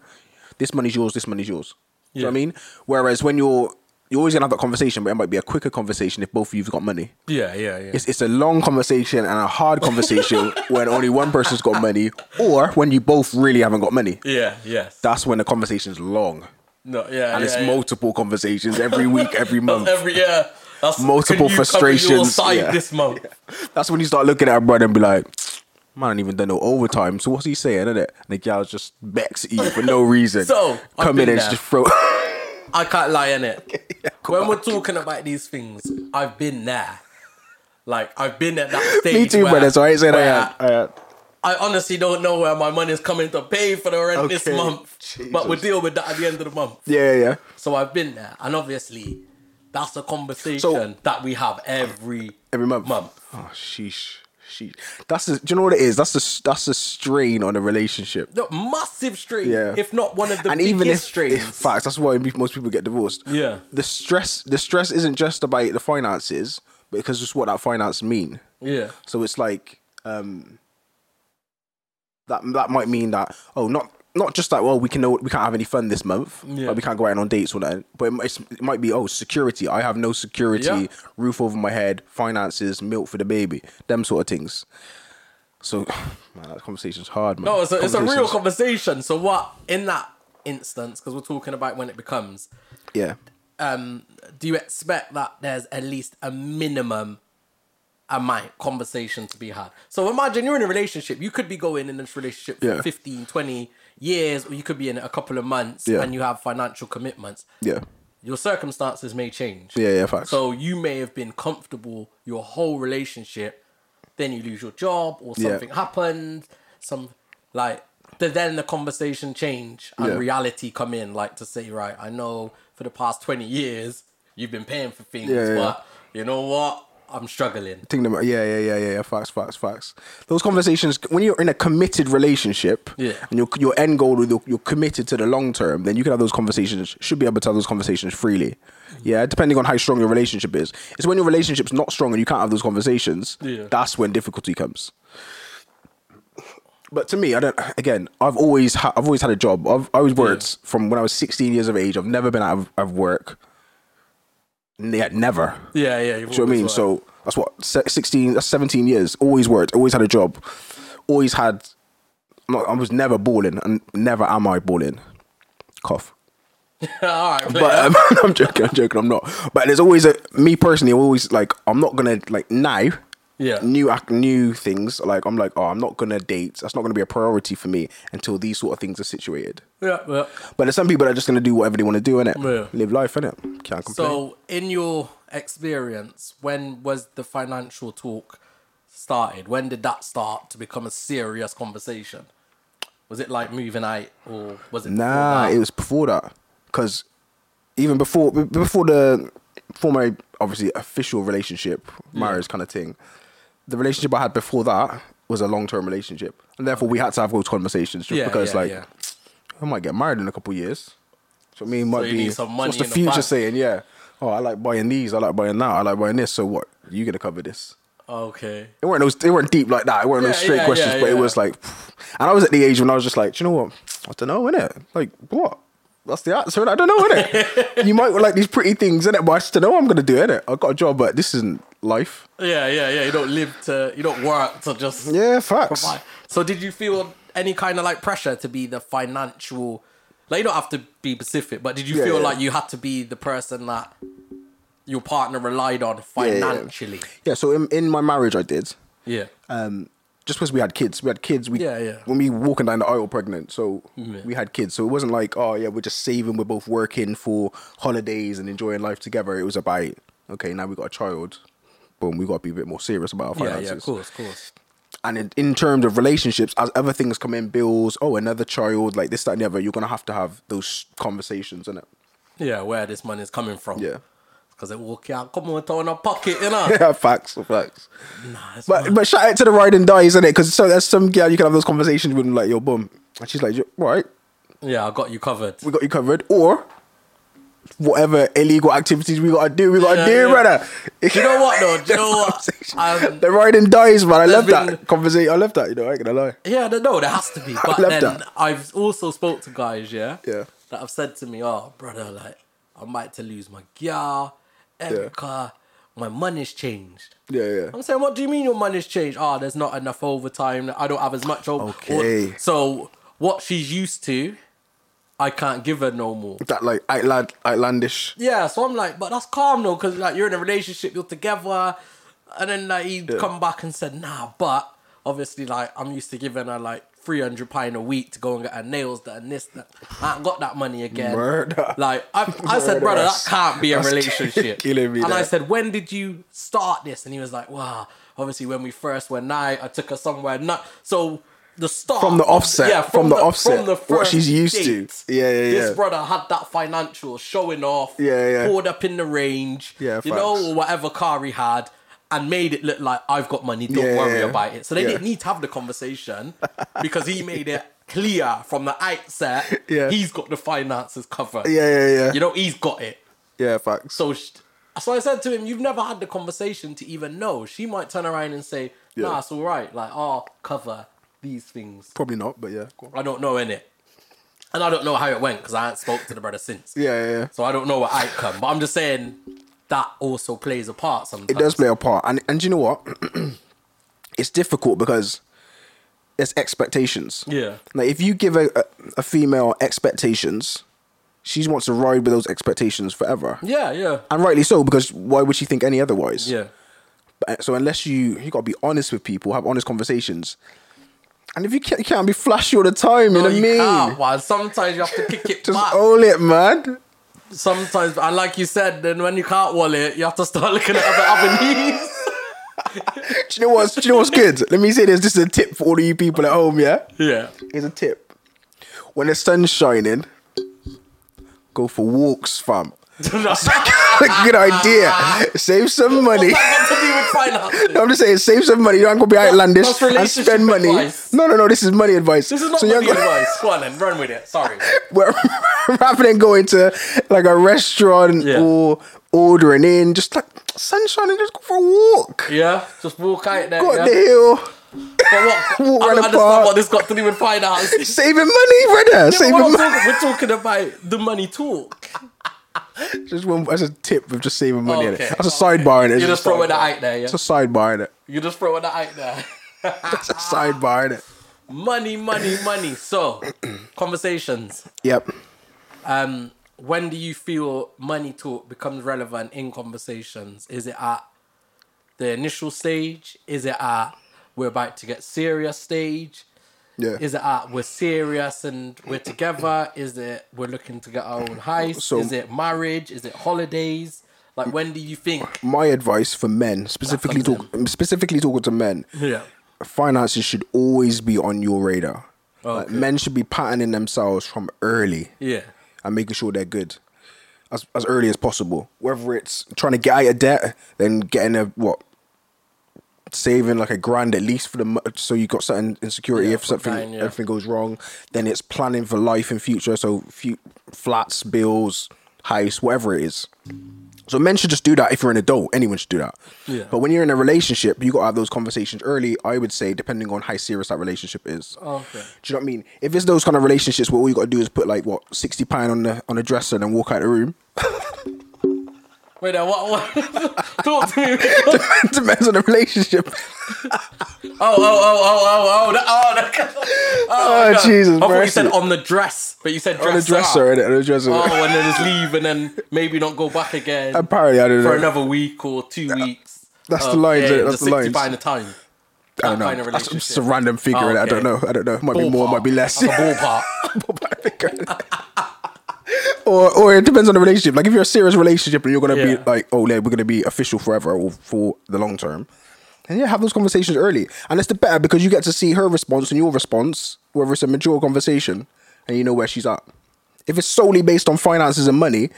A: This money's yours. This money's yours. Do you know what I
B: Yeah.
A: mean? Whereas when you're you're always gonna have that conversation, but it might be a quicker conversation if both of you've got money.
B: Yeah, yeah, yeah.
A: It's, it's a long conversation and a hard conversation when only one person's got money or when you both really haven't got money.
B: yeah, yes.
A: That's when the conversation's long
B: no, yeah,
A: and
B: yeah,
A: it's
B: yeah.
A: multiple conversations every week, every month.
B: That's every year. That's,
A: Multiple
B: can you cover Your
A: frustrations,
B: side
A: yeah.
B: this month.
A: That's when you start looking at a brother and be like, man, I ain't even done no overtime. So what's he saying, innit? And the gal's just backs at you for no reason.
B: So, I've
A: come in
B: been
A: and
B: there.
A: just throw.
B: I can't lie in it.
A: come
B: when we're talking about these things, I've been there. Like I've been at that stage.
A: Me too,
B: where,
A: brother. So I ain't saying I
B: where
A: had. I had.
B: I honestly don't know where my money is coming to pay for the rent this
A: Okay,
B: month. But we'll
A: Jesus.
B: deal with that at the end of the month.
A: Yeah, yeah, yeah.
B: So I've been there, and obviously, that's a conversation
A: So-
B: that we have every
A: Every month.
B: month.
A: Oh, sheesh. Sheesh. That's the, do you know what it is? That's the, that's the strain on a relationship.
B: No, massive strain,
A: Yeah.
B: if not one of the
A: and
B: biggest
A: even if,
B: strains.
A: if facts, that's why be- most people get divorced.
B: Yeah.
A: the stress, the stress isn't just about the finances, because it's what that finance mean.
B: yeah,
A: So it's like um, that that might mean that oh, not not just that. Well, we can know we can't have any fun this month,
B: Yeah.
A: like we can't go out on dates or that. But it, might- it's, it might be oh, security. I have no security,
B: Yeah.
A: roof over my head, finances, milk for the baby, them sort of things. So, man, that conversation's hard, man.
B: no, it's a, it's a real
A: Conversation's-
B: conversation. So what in that instance? Because we're talking about when it becomes.
A: yeah.
B: Um, do you expect that there's at least a minimum amount conversation to be had? So imagine you're in a relationship. You could be going in this relationship for
A: Yeah.
B: 15, 20 years, or you could be in it a couple of months,
A: Yeah.
B: and you have financial commitments.
A: Yeah,
B: your circumstances may change.
A: Yeah, yeah, facts.
B: So you may have been comfortable your whole relationship, then you lose your job or
A: Yeah.
B: something happened, some like th- then the conversation change and
A: Yeah.
B: reality come in, like to say, right, I know for the past twenty years you've been paying for things,
A: Yeah, yeah,
B: but you know what? I'm struggling.
A: Think them, yeah, yeah, yeah, yeah, yeah. Facts, facts, facts. Those conversations when you're in a committed relationship,
B: Yeah.
A: and your your end goal, you're, you're committed to the long term, then you can have those conversations. Should be able to have those conversations freely, yeah. Depending on how strong your relationship is, it's when your relationship's not strong and you can't have those conversations.
B: Yeah.
A: That's when difficulty comes. But to me, I don't. Again, I've always ha- I've always had a job. I've I always worked from when I was 16 years of age. I've never been out of, of work. Yeah, never.
B: Yeah, yeah.
A: Do you know what I mean? So that's what se- sixteen, that's seventeen years. Always worked. Always had a job. Always had. I'm not- I was never balling, and never am I balling. Cough.
B: all right, but,
A: But um, I'm joking. I'm joking. I'm not. But there's always a me personally. I'm always like I'm not gonna like now.
B: Yeah.
A: New ac- new things like I'm like oh I'm not gonna date. That's not gonna be a priority for me until these sort of things are situated.
B: yeah, yeah.
A: But there's some people that are just gonna do whatever they want to do in it.
B: Yeah.
A: Live life in it. Can't complain.
B: So, in your experience, when was the financial talk started? When did that start to become a serious conversation? Was it like moving out, or was it? before
A: Nah,
B: that?
A: it was before that. Cause even before b- before the before my obviously official relationship, marriage kind of thing, the relationship I had before that was a long term relationship, and therefore we had to have those conversations just
B: Yeah,
A: because
B: yeah,
A: like
B: yeah.
A: I might get married in a couple of years. So I mean, might
B: you
A: be
B: need some money
A: what's the
B: in the
A: future
B: bank.
A: saying? Yeah. Oh, I like buying these. I like buying that. I like buying this. So what? You gonna cover this?
B: okay.
A: It weren't those. It weren't deep like that. It weren't
B: Yeah,
A: those straight
B: yeah,
A: questions,
B: yeah,
A: but it
B: yeah.
A: was like, and I was at the age when I was just like, do you know what? I don't know, innit? Like what? That's the answer. I don't know, innit? you might like these pretty things, innit? But I just don't know what I'm gonna do, innit? I got a job, but this isn't life.
B: Yeah, yeah, yeah. You don't live to, you don't work to just
A: Yeah, facts.
B: Right. So did you feel any kind of like pressure to be the financial? Like you don't have to be specific, but did you
A: Yeah,
B: feel
A: yeah.
B: like you had to be the person that your partner relied on
A: yeah.
B: financially?
A: Yeah, so in, in my marriage, I did.
B: Yeah.
A: Um, just because we had kids, we had kids. We
B: Yeah, yeah.
A: When we walking down the aisle, pregnant, so we had kids. So it wasn't like, oh yeah, we're just saving. We're both working for holidays and enjoying life together. It was about, okay, now we got a child. Boom, we got to be a bit more serious about our
B: yeah,
A: finances.
B: yeah, of course, of course.
A: and in, in terms of relationships, as other things come in, bills, oh, another child, like this, that, and the other, you're gonna have to have those conversations, innit?
B: Yeah, where this money is coming from.
A: Yeah.
B: Because it walk out, come on, throw in a pocket, you know.
A: Yeah, facts, facts.
B: Nah, it's
A: But but shout out to the ride and dies, innit? Because so there's some girl you can have those conversations with, like your bum, and she's like, "You- right,
B: Yeah, I got you covered.
A: we got you covered, or whatever illegal activities we gotta do, we gotta
B: Yeah,
A: do,
B: yeah.
A: brother.
B: you know what though? Do you know what? Um,
A: the ride and dies, man. I love
B: been-
A: that conversation. I love that. You know, I ain't gonna lie.
B: Yeah, no, no, there has to be. But
A: love
B: then
A: that.
B: I've also spoke to guys, yeah,
A: Yeah.
B: that have said to me, "Oh, brother, like I'm about to lose my gear, Erica, my money's changed."
A: Yeah, yeah.
B: I'm saying, what do you mean your money's changed? Ah, there's not enough overtime. I don't have as much over.
A: Okay.
B: so what she's used to, I can't give her no more.
A: That like outland, outlandish.
B: Yeah, so I'm like, but that's calm though, because like you're in a relationship, you're together, and then like he would come back and said, nah, but obviously like I'm used to giving her like three hundred pound a week to go and get her nails done and this that. I ain't got that money again.
A: Murder.
B: Like I, I said,
A: Murder.
B: brother, that
A: That's-
B: can't be a
A: that's
B: relationship.
A: killing me
B: and I
A: there.
B: said, when did you start this? And he was like, wow, obviously when we first went out, I took her somewhere. Not so. The start
A: From the offset, from the offset, what she's used to. Yeah, yeah,
B: This
A: yeah.
B: brother had that financial showing off.
A: Yeah, yeah.
B: Pulled up in the range.
A: Yeah,
B: you know,
A: facts.
B: or whatever car he had, and made it look like I've got money. Don't
A: Yeah, yeah,
B: worry
A: yeah.
B: about it. So they
A: Yeah.
B: didn't need to have the conversation because he made it clear from the outset.
A: Yeah.
B: he's got the finances covered.
A: Yeah, yeah, yeah.
B: you know, he's got it.
A: yeah, facts.
B: So sh so I said to him, "You've never had the conversation to even know." She might turn around and say, "Nah,
A: Yeah.
B: it's all right. Like, I'll cover these things."
A: Probably not, but yeah. go on.
B: I don't know innit? and I don't know how it went because I haven't spoke to the brother since.
A: Yeah, yeah, yeah.
B: So I don't know what outcome, but I'm just saying that also plays a part sometimes.
A: It does play a part, and and you know what? it's difficult because it's expectations.
B: Yeah.
A: Like if you give a, a, a female expectations, she wants to ride with those expectations forever,
B: Yeah, yeah,
A: and rightly so because why would she think any otherwise?
B: yeah.
A: But- So unless you you gotta be honest with people, have honest conversations, and if you can't, you can't be flashy all the time, you know
B: No,
A: what
B: you
A: I mean?
B: can't, man. Sometimes you have to kick it
A: Just
B: back.
A: own it, man.
B: Sometimes, and like you said, then when you can't wall it, you have to start looking at other avenues.
A: Do you know what's do you know what's good? Let me say this. This is a tip for all of you people at home. Yeah.
B: yeah.
A: Here's a tip. When the sun's shining, go for walks, fam. Good idea. Save some money.
B: I got to do with finance.
A: I'm just saying, save some money. You ain't gonna be outlandish
B: that's
A: and
B: relationship
A: spend money.
B: advice.
A: No, no, no. This is money advice.
B: This is not
A: so
B: so
A: you're
B: money
A: gonna-
B: advice. Go on then, run with it. Sorry.
A: We're rather than going to like a restaurant
B: Yeah.
A: or ordering in, just like sunshine and just go for a walk.
B: Yeah, just walk out there.
A: Go
B: yeah?
A: up the hill,
B: But
A: Walk round
B: what? I don't
A: the
B: understand
A: park.
B: what this got to do with finance.
A: saving money, brother.
B: But
A: saving
B: what I'm
A: money.
B: talking- we're talking about the money talk.
A: Just one. That's a tip of just saving money.
B: Oh, Okay,
A: innit? That's a sidebar in it.
B: You're just throwing that out there, yeah.
A: It's a sidebar in it.
B: You're just throwing that out there. Ah.
A: It's a sidebar in it.
B: money, money, money. So, conversations.
A: Yep.
B: Um, when do you feel money talk becomes relevant in conversations? Is it at the initial stage? Is it at we're about to get serious stage?
A: Yeah.
B: Is it at we're serious and we're together? Is it we're looking to get our own house?
A: So-
B: is it marriage? Is it holidays? Like when do you think?
A: My advice for men, specifically
B: That's
A: talk, specifically talking to men,
B: Yeah.
A: finances should always be on your radar. Like,
B: Oh, Okay.
A: men should be patterning themselves from early
B: Yeah.
A: and making sure they're good as as early as possible. Whether it's trying to get out of debt, then getting a what. Saving like a grand at least for the mo- so you got certain insecurity
B: Yeah,
A: if
B: for
A: something
B: dying, yeah.
A: everything goes wrong, then it's planning for life in future. So few, flats, bills, house, whatever it is. So men should just do that if you're an adult. Anyone should do that.
B: Yeah.
A: But when you're in a relationship, you gotta have those conversations early. I would say, depending on how serious that relationship is.
B: Okay.
A: Do you know what I mean? If it's those kind of relationships where all you gotta do is put like what sixty pound on the on the dresser and then walk out the room.
B: Wait, now what? what? Talk to me. oh, oh,
A: Depends on the relationship.
B: oh, oh, oh, oh, oh, oh, that- oh,
A: Oh,
B: no.
A: Jesus
B: I thought you
A: mercy.
B: said on the dress, but you said dresser.
A: On the dresser, innit? On the dresser.
B: Oh, and then just leave, and then maybe not go back again
A: Apparently, I don't
B: for
A: know.
B: another week or two weeks. Um,
A: that's the lines, innit? That's
B: just
A: the
B: 60
A: lines.
B: Behind the
A: I
B: time.
A: don't
B: That kind
A: know.
B: of
A: That's just a
B: relationship.
A: random figure,
B: Oh,
A: innit? I don't
B: okay.
A: know. I don't know. It might be more,
B: Ballpark.
A: might be less.
B: That's a ballpark.
A: Ballpark figure, innit? or, or it depends on the relationship. Like if you're a serious relationship and you're gonna
B: Yeah.
A: be like, oh, yeah, we're gonna be official forever or for the long term, then yeah, have those conversations early, and it's the better because you get to see her response and your response, whether it's a mature conversation, and you know where she's at. If it's solely based on finances and money,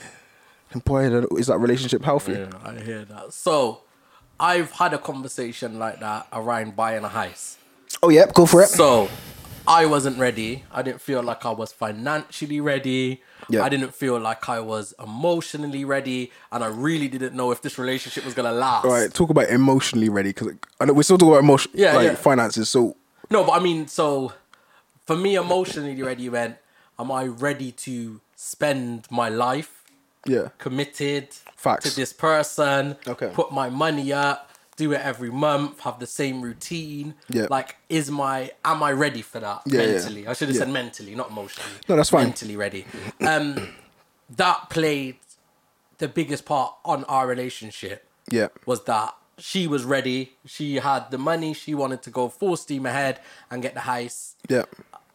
A: then boy, I don't know, is that relationship healthy?
B: Yeah, I hear that. So, I've had a conversation like that around buying a house.
A: Oh yeah, go for it.
B: So, I wasn't ready. I didn't feel like I was financially ready.
A: Yeah.
B: I didn't feel like I was emotionally ready, and I really didn't know if this relationship was gonna last.
A: All right, talk about emotionally ready because I know we're still talking about emotion,
B: Yeah,
A: like
B: yeah.
A: finances. So
B: No, but I mean, so for me, emotionally ready meant am I ready to spend my life
A: yeah,
B: committed
A: Facts.
B: to this person.
A: Okay.
B: Put my money up, do it every month, have the same routine.
A: Yeah.
B: Like, is my am I ready for that
A: Yeah, yeah.
B: mentally? I should have
A: Yeah.
B: said mentally, not emotionally.
A: No, that's fine.
B: Mentally ready. Um that played the biggest part on our relationship
A: yeah,
B: was that she was ready. She had the money. She wanted to go full steam ahead and get the house.
A: yeah,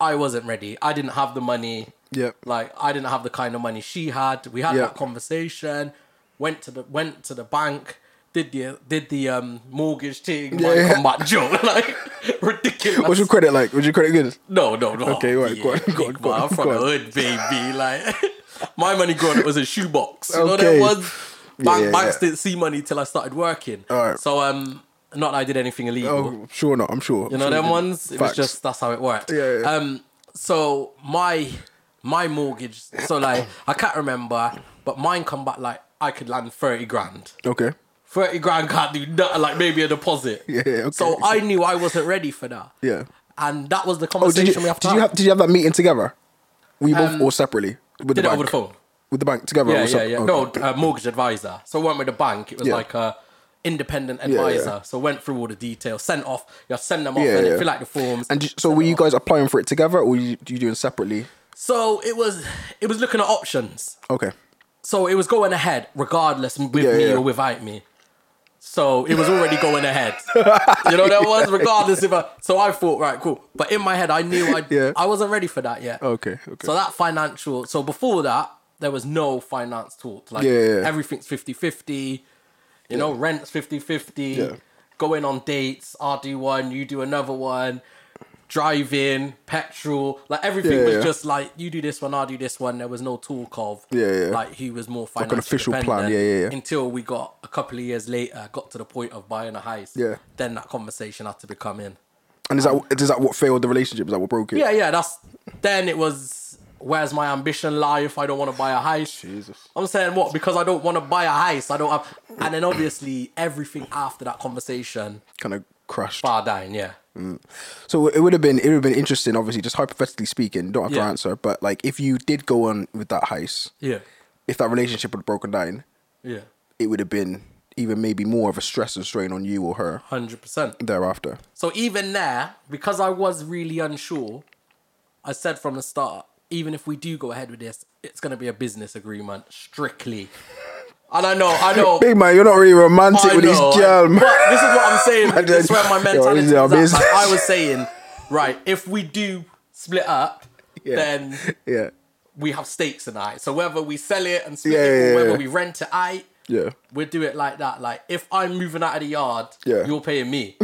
B: I wasn't ready. I didn't have the money.
A: Yeah.
B: Like I didn't have the kind of money she had. We had
A: Yeah.
B: that conversation. Went to the went to the bank. Did the did the um mortgage thing? Yeah,
A: Yeah, yeah.
B: Come back, Joe. Like ridiculous.
A: What's your credit like? Was your credit good?
B: No, no, no.
A: Okay, right, go on, go on,
B: big
A: go on,
B: man, I'm from
A: go
B: the
A: on.
B: hood, baby. Like my money growing up was a shoebox. You know
A: Okay.
B: that was bank,
A: yeah,
B: banks
A: yeah.
B: didn't see money till I started working.
A: Alright.
B: So um, not that I did anything illegal.
A: Oh, sure not. I'm sure.
B: You know them ones? It was
A: Facts.
B: just that's how it worked.
A: Yeah, yeah.
B: Um so my my mortgage so like I can't remember, but mine come back like I could land thirty grand.
A: okay.
B: Thirty grand can't do nothing like maybe a deposit.
A: Yeah, yeah, okay.
B: So I knew I wasn't ready for that.
A: Yeah.
B: And that was the
A: Oh, did
B: conversation
A: you
B: we have to
A: did you
B: have.
A: have did you have that meeting together? We both or separately with the
B: Did it
A: bank
B: over the phone.
A: with the bank together. or
B: Yeah, yeah,
A: sep-
B: yeah.
A: okay.
B: No, uh, mortgage advisor. So I went with a bank. It was
A: Yeah.
B: like a independent
A: yeah.
B: advisor. So went through all the details, sent off. You send them off
A: Yeah,
B: and
A: yeah.
B: fill out the forms.
A: And you- so were you guys applying for it together, or were you, you doing separately?
B: so it was it was looking at options.
A: Okay.
B: So it was going ahead, regardless with
A: Yeah,
B: me
A: yeah.
B: or without me. So it was already going ahead. you know that was regardless if I. So I thought, right, cool. But in my head, I knew I
A: Yeah.
B: I wasn't ready for that yet.
A: Okay, okay.
B: So that financial. So before that, there was no finance talk. Like
A: Yeah, yeah, yeah.
B: everything's 50-50. You know, rent's 50-50.
A: Yeah.
B: Going on dates. I do one, you do another one. Driving, petrol, like everything
A: Yeah,
B: was
A: yeah.
B: just like you do this one, I do this one. There was no talk of
A: Yeah, yeah.
B: like he was more financially
A: an official plan,
B: dependent
A: yeah, yeah, yeah.
B: Until we got a couple of years later, got to the point of buying a house.
A: Yeah.
B: Then that conversation had to become in.
A: And is that is that what failed the relationship? Is that what broke it?
B: Yeah, yeah. That's then it was. Where's my ambition lie if I don't want to buy a house?
A: Jesus.
B: I'm saying what because I don't want to buy a house. I don't have, and then obviously everything after that conversation
A: Kind of crashed.
B: far down. Yeah.
A: Mm. So it would have been it would have been interesting, obviously, just hypothetically speaking. Don't have to
B: Yeah.
A: answer, but like if you did go on with that heist,
B: Yeah.
A: if that relationship had broken down,
B: Yeah.
A: it would have been even maybe more of a stress and strain on you or her
B: Hundred percent.
A: thereafter.
B: So even there, because I was really unsure, I said from the start, even if we do go ahead with this, it's gonna be a business agreement strictly. And I know, I know,
A: Big man, you're not really romantic
B: Oh. I
A: with
B: know.
A: this girl. man.
B: But this is what I'm saying.
A: Man,
B: this is where my
A: yo,
B: mentality
A: this
B: is
A: is our
B: at. Like,
A: business.
B: I was saying, right, if we do split up,
A: Yeah.
B: then
A: Yeah,
B: we have stakes in it. So whether we sell it and split
A: Yeah,
B: it, or
A: yeah,
B: whether
A: yeah.
B: we rent it out,
A: yeah,
B: we'll do it like that. Like if I'm moving out of the yard,
A: Yeah.
B: you're paying me.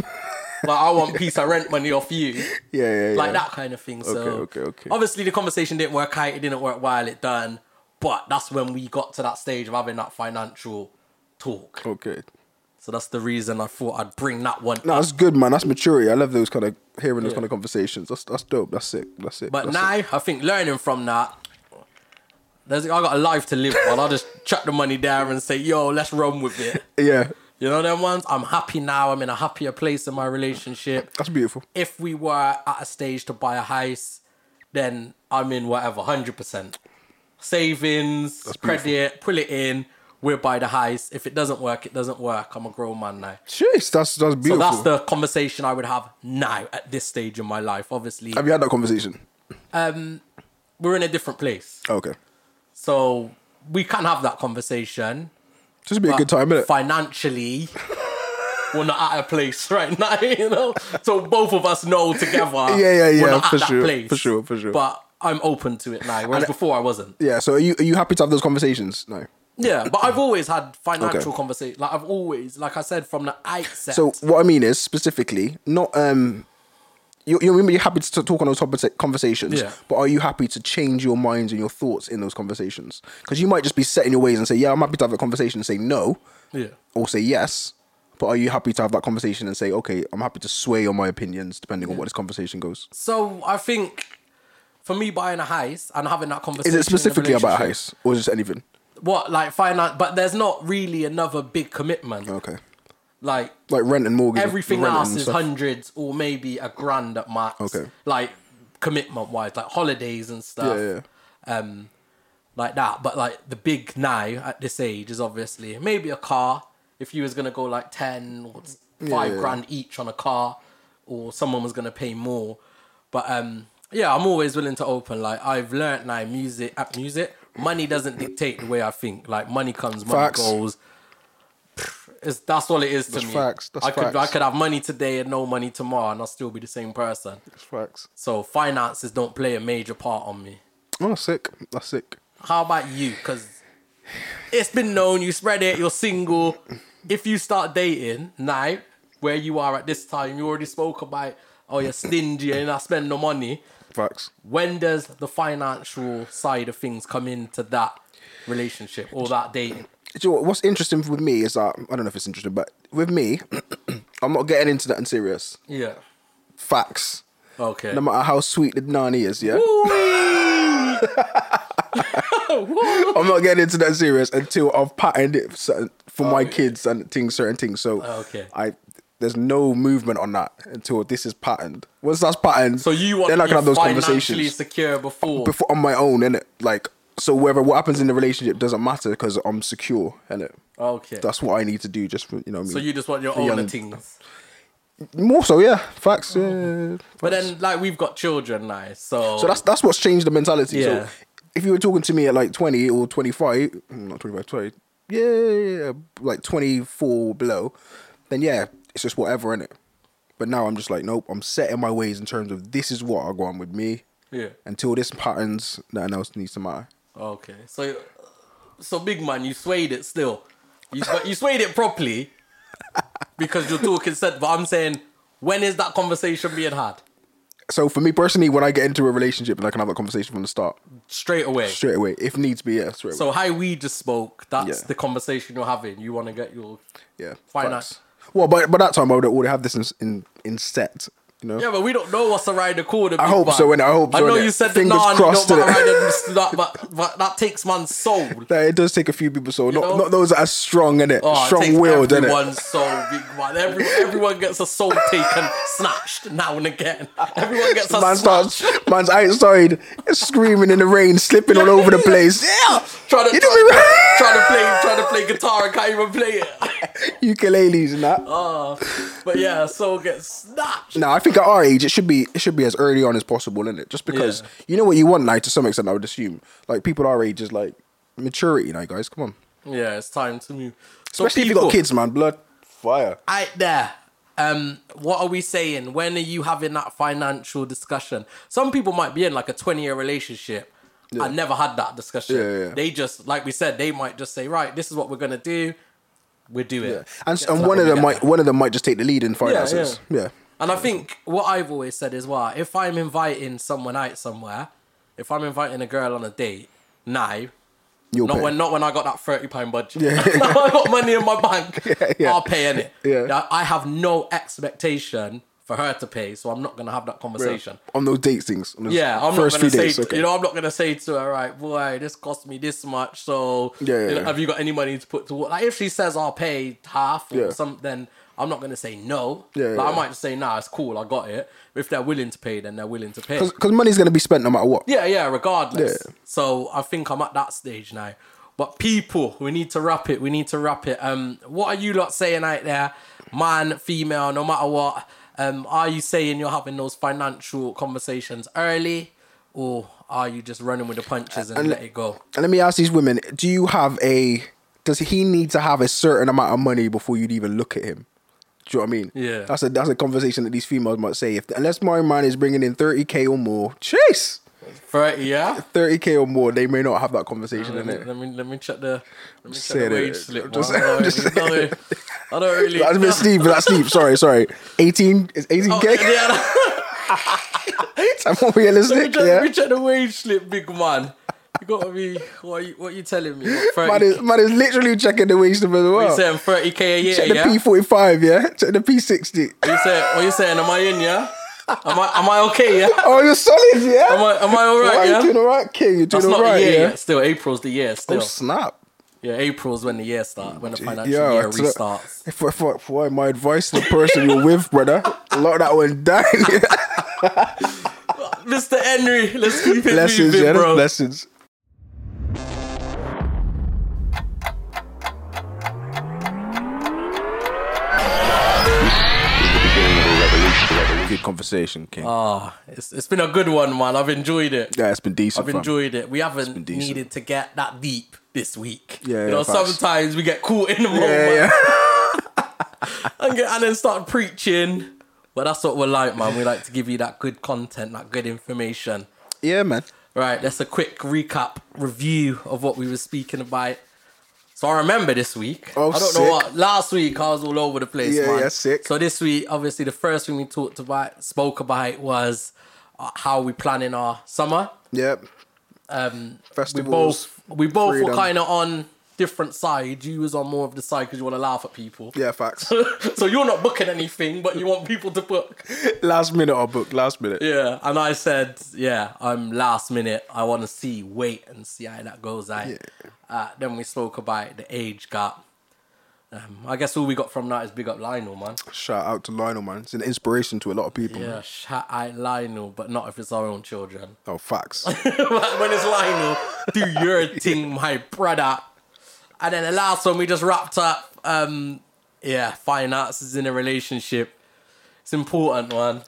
B: like I want piece of rent money off you.
A: yeah, yeah.
B: Like
A: yeah.
B: that kind of thing. so
A: okay, okay.
B: obviously the conversation didn't work out, it didn't work while it done. But that's when we got to that stage of having that financial talk.
A: Okay,
B: So that's the reason I thought I'd bring that one.
A: no, that's good, man. That's maturity. I love those kind of hearing those
B: Yeah.
A: kind of conversations. That's that's dope. That's sick. That's it.
B: but
A: that's
B: now
A: it.
B: I think learning from that, there's I got a life to live on. I'll just chuck the money down and say, yo, let's run with it.
A: yeah,
B: You know them ones? I'm happy now. I'm in a happier place in my relationship.
A: that's beautiful.
B: If we were at a stage to buy a house, then I'm in whatever, 100%. Savings,
A: beautiful.
B: credit, pull it in. we're by the highs. If it doesn't work, it doesn't work. I'm a grown man now.
A: Jeez, that's that's
B: So
A: beautiful.
B: that's the conversation I would have now at this stage in my life. Obviously,
A: Have you had that conversation?
B: we're in a different place,
A: Okay,
B: so we can have that conversation.
A: just be a good time, innit?
B: Financially, we're not at a place right now, you know. So both of us know together. Yeah,
A: yeah, yeah,
B: We're not
A: for
B: at
A: sure,
B: that place,
A: for sure, for sure.
B: But I'm open to it now, whereas before I wasn't.
A: Yeah. So are you are you happy to have those conversations? No.
B: Yeah, but I've always had financial
A: Okay.
B: conversations. Like I've always, like I said from the outset.
A: So what I mean is specifically not um. You, you remember you're happy to talk on those topics, conversations,
B: Yeah.
A: but are you happy to change your minds and your thoughts in those conversations? Because you might just be set in your ways and say, "Yeah, I'm happy to have a conversation," and say no,
B: yeah,
A: or say yes. But are you happy to have that conversation and say, "Okay, I'm happy to sway on my opinions depending on what this conversation goes"?
B: so I think for me buying a house and having that conversation
A: Is
B: in
A: it
B: a
A: specifically about house
B: relationship-
A: or just anything?
B: What like finance? But there's not really another big commitment.
A: Okay,
B: Like
A: like rent and mortgage.
B: everything
A: rent
B: else
A: and
B: is
A: stuff.
B: hundreds or maybe a grand at max.
A: Okay.
B: Like commitment wise, like holidays and
A: Yeah,
B: stuff.
A: yeah.
B: um, like that. But like the big now at this age is obviously maybe a car. If you was gonna go like ten or s- five
A: Yeah.
B: grand each on a car, or someone was gonna pay more, but um, yeah, I'm always willing to open. Like I've learned now, music at music, money doesn't dictate the way I think. Like money comes, money
A: Facts.
B: goes. It's, that's all it is to
A: That's
B: me.
A: facts, that's
B: I could I
A: facts.
B: could have money today and no money tomorrow, and I'll still be the same person.
A: Facts.
B: So finances don't play a major part on me.
A: Oh, sick. That's sick.
B: How about you? Because it's been known you spread it. You're single. If you start dating now, where you are at this time, you already spoke about. Oh, you're stingy and I spend no money.
A: Facts.
B: When does the financial side of things come into that relationship or that dating?
A: Do you know what- what's interesting with me is that I don't know if it's interesting, but with me, I'm not getting into that in serious
B: Yeah.
A: facts.
B: Okay.
A: No matter how sweet the nanny is, yeah, I'm not getting into that serious until I've patterned it for, certain, for my kids and things, certain things. So
B: Oh, Okay.
A: I there's no movement on that until this is patterned. Once that's patterned,
B: so you want
A: then
B: to
A: I can
B: be
A: have those
B: financially
A: conversations
B: secure before.
A: before on my own, innit? Like so, whether what happens in the relationship doesn't matter because I'm secure, innit?
B: Okay.
A: That's what I need to do. Just for, you know, what I mean?
B: so you just want your own
A: young-
B: things.
A: More so, yeah. Facts. Yeah. yeah, yeah.
B: But then, like, we've got children now, so
A: so that's that's what's changed the mentality.
B: Yeah.
A: So if you were talking to me at like twenty or twenty five, not 25, 20, yeah, yeah, yeah, like twenty four below, then yeah, it's just whatever in it. But now I'm just like, nope, I'm set in my ways in terms of this is what I go on with me.
B: Yeah.
A: Until this patterns, nothing else needs to matter.
B: Okay, so so big man, you swayed it still. You sw- you swayed it properly because you're talking set. But I'm saying, when is that conversation being had?
A: So for me personally, when I get into a relationship and I can have that conversation from the start,
B: Straight away.
A: straight away, if needs be, yeah, straight away.
B: so how we just spoke, that's
A: Yeah.
B: the conversation you're having. You want to get your
A: Yeah.
B: Finance.
A: facts. Well, by, by that time, I would already have this in, in, in set, you know?
B: yeah, but we don't know what's around the corner. big
A: hope
B: man.
A: so, innit? I hope
B: I
A: so,
B: know
A: innit?
B: you said the
A: Fingers
B: nah,
A: crossed,
B: you don't
A: innit?
B: want to ride the- that, but, but that takes man's soul.
A: Like, it does take a few people's soul. Not,
B: know?
A: not those that are strong in it,
B: Oh, it
A: strong
B: takes
A: willed in it.
B: Everyone's soul, big man. Every, everyone gets a soul taken, snatched now and again. Everyone gets a
A: Man
B: snatch.
A: starts, man's outside, screaming in the rain, slipping all over the place. Yeah,
B: Trying to,
A: you
B: try,
A: do me right.
B: trying to play, trying to play guitar and can't even play it.
A: Ukuleles and that.
B: Oh. But yeah, soul gets snatched.
A: No, I think at our age it should be it should be as early on as possible, isn't it? Just because
B: Yeah.
A: you know what you want, like to some extent, I would assume. Like people our age is like maturity, now guys, come on.
B: Yeah, it's time to move. So
A: Especially if you
B: people
A: got kids, man. Blood, fire.
B: out there. Um, what are we saying? When are you having that financial discussion? Some people might be in like a twenty-year relationship. I never had that discussion.
A: Yeah, yeah, yeah.
B: They just, like we said, they might just say, "Right, this is what we're gonna do. We do it."
A: And
B: Get to
A: and
B: that
A: one
B: when
A: of
B: we
A: them
B: get
A: might
B: there.
A: one of them might just take the lead in finances.
B: yeah.
A: yeah.
B: And I think what I've always said is, well, if I'm inviting someone out somewhere, if I'm inviting a girl on a date now,
A: You'll
B: not
A: pay.
B: when not when I got that thirty pound budget. I got money in my bank.
A: yeah.
B: I'll pay in it.
A: Yeah.
B: I have no expectation for her to pay, so I'm not gonna have that conversation.
A: on those date things. on those
B: Yeah, I'm
A: first
B: not gonna
A: few
B: say
A: days. okay.
B: you know I'm not gonna say to her, right, boy, this cost me this much, so
A: Yeah, yeah,
B: you know,
A: yeah.
B: have you got any money to put toward? Like if she says I'll pay half or
A: Yeah.
B: something, then I'm not gonna say no.
A: Yeah,
B: like,
A: yeah,
B: I
A: yeah.
B: might just say, nah, it's cool, I got it. If they're willing to pay, then they're willing to pay.
A: because money's going to be spent no matter what.
B: Yeah, yeah, regardless.
A: Yeah.
B: So I think I'm at that stage now But people, we need to wrap it. We need to wrap it. Um, what are you lot saying out there, man, female, no matter what? Um, are you saying you're having those financial conversations early, or are you just running with the punches and,
A: And-
B: let it go?
A: And let me ask these women: Do you have a? Does he need to have a certain amount of money before you'd even look at him? Do you know what I mean?
B: Yeah.
A: That's a that's a conversation that these females might say. If unless my man is bringing in thirty k or more, chase
B: Thirty, yeah.
A: thirty k or more, they may not have that conversation
B: Let
A: in
B: me,
A: it.
B: let me let me check the let me
A: Just
B: check the
A: saying it.
B: wage slip.
A: Just-
B: man. I don't
A: just
B: really
A: saying
B: know. I don't really.
A: That's a bit steep, but that's steep. Sorry, sorry. Eighteen is eighteen
B: Oh,
A: k.
B: yeah,
A: I'm more realistic.
B: Richard,
A: Yeah.
B: Richard, the wage slip, big man. You gotta be. What are you, what are you telling me? What,
A: Man
B: 30,
A: is, man is literally checking the waste of it as
B: you
A: well.
B: saying thirty k a year?
A: Check the
B: yeah.
A: P45, yeah? Check the P60.
B: What you saying? What you saying? Am I in? Yeah. Am I am I okay? Yeah.
A: Oh, you're solid, yeah?
B: Am I am I all
A: Why
B: right?
A: you
B: Yeah.
A: doing all right, King? You're doing
B: It's
A: all
B: not
A: right,
B: the year
A: yeah?
B: yet. Still, April's the year.
A: Oh,
B: Still,
A: snap.
B: yeah, April's when the year starts, when the financial
A: Yeah,
B: year
A: it's not-
B: restarts.
A: For, for, for my advice to the person you're with, brother, lock that one down. yeah.
B: Mr. Henry, let's keep it
A: Lessons,
B: moving,
A: yeah?
B: bro.
A: Lessons. Good conversation, King.
B: Ah, it's, it's been a good one, man. I've enjoyed it.
A: yeah, it's been decent.
B: I've
A: fam.
B: enjoyed it. We haven't
A: decent.
B: needed to get that deep this week.
A: Yeah,
B: you
A: yeah,
B: know,
A: facts.
B: sometimes we get caught in the moment
A: Yeah, yeah.
B: and, get, and then start preaching. But that's what we're like, man. We like to give you that good content, that good information.
A: yeah, man.
B: Right, that's a quick recap review of what we were speaking about. So I remember this week.
A: Oh,
B: I don't
A: sick.
B: know what. Last week I was all over the place,
A: Yeah,
B: man.
A: yeah, sick.
B: So this week, obviously, the first thing we talked about, spoke about, was uh, how we planning our summer.
A: Yep.
B: Um, we
A: Festivals,
B: both we both were
A: freedom.
B: kind of on different sides. You was on more of the side because you want to laugh at people.
A: Yeah, facts.
B: so you're not booking anything, but you want people to book.
A: last minute or book, last minute.
B: Yeah, and I said, yeah, I'm last minute. I want to see, wait and see how that goes out. Uh, then we spoke about the age gap. Um, I guess all we got from that is big up Lionel, man.
A: Shout out to Lionel, man. It's an inspiration to a lot of people.
B: Yeah, shout out Lionel, but not if it's our own children.
A: Oh, facts.
B: when it's Lionel, do your thing, my brother. And then the last one we just wrapped up. Um, yeah, finances in a relationship. It's important, man.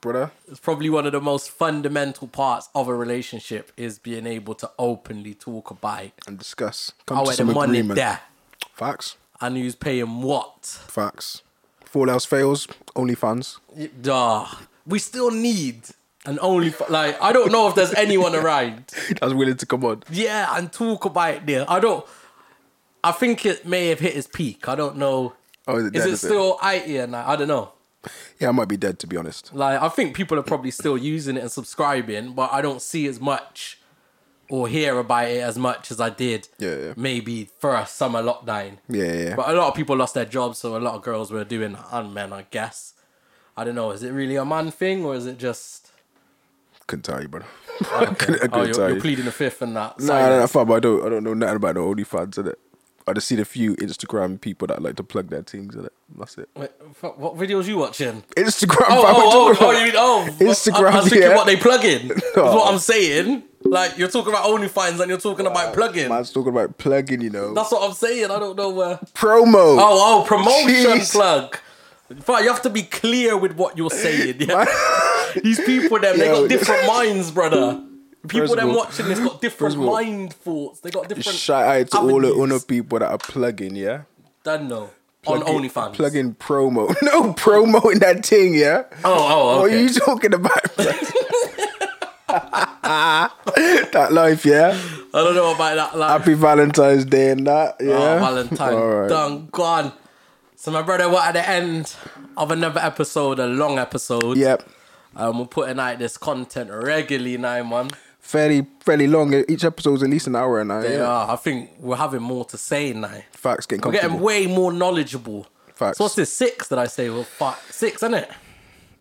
A: Brother,
B: It's probably one of the most fundamental parts of a relationship is being able to openly talk about
A: and discuss. Come
B: how
A: to
B: the
A: some
B: money
A: agreement.
B: there
A: Facts.
B: and who's paying what.
A: Facts. If all else fails, OnlyFans.
B: Duh. We still need an only like I don't know if there's anyone around
A: That's willing to come on.
B: yeah, and talk about it there. I don't. I think it may have hit its peak. I don't know.
A: Oh, is it
B: is
A: dead,
B: it
A: is it?
B: still out here now? I don't know.
A: Yeah, I might be dead, to be honest.
B: Like, I think people are probably still using it and subscribing, but I don't see as much or hear about it as much as I did.
A: Yeah, yeah.
B: Maybe for a summer lockdown.
A: Yeah, yeah, yeah.
B: But a lot of people lost their jobs, so a lot of girls were doing that, and men, I guess. I don't know. Is it really a man thing, or is it just?
A: Couldn't tell you, brother. I couldn't,
B: Okay.
A: I couldn't
B: oh,
A: tell
B: you're,
A: you.
B: you're pleading the fifth and that.
A: no, no, no,
B: Silence.
A: fam, I don't, I don't know nothing about the OnlyFans, innit? I just seen a few Instagram people that like to plug their teams, innit? That's it.
B: Wait, f- what videos you watching?
A: Instagram,
B: Oh,
A: fam,
B: oh,
A: I'm
B: oh,
A: talking
B: oh,
A: about-
B: you mean, oh,
A: Instagram,
B: I, I was thinking
A: yeah.
B: what they plug in. That's
A: Oh.
B: what I'm saying. Like, you're talking about OnlyFans and you're talking about plug-in.
A: Man's talking about plugging, you know.
B: That's what I'm saying. I don't know where.
A: promo.
B: Oh, oh, promotion
A: Jeez.
B: plug. But you have to be clear with what you're saying. yeah. These people, them, they
A: Yo.
B: got different minds, brother. People,
A: First of
B: them
A: all-
B: watching this got different
A: of all-
B: mind thoughts. They got different.
A: Shout out to all the
B: avenues.
A: Uno people that are plugging, yeah?
B: Don't know. On
A: Plug in-
B: OnlyFans.
A: Plug in promo. No promo in that thing, yeah?
B: Oh, oh,
A: What are
B: okay.
A: you talking about? bro? that life, yeah?
B: I don't know about that. Like,
A: Happy Valentine's Day and that, Ah, yeah?
B: Oh, Valentine.
A: All right.
B: Done, gone. So, my brother, we're at the end of another episode, a long episode.
A: Yep.
B: Um, we're putting out this content regularly now, man.
A: Fairly, fairly long. Each episode's at least an hour and a half. Yeah.
B: Yeah. I think we're having more to say now.
A: Facts getting
B: We're getting
A: comfortable.
B: way more knowledgeable.
A: Facts.
B: So, what's this? Six that I say? Well, fuck. Six, isn't it?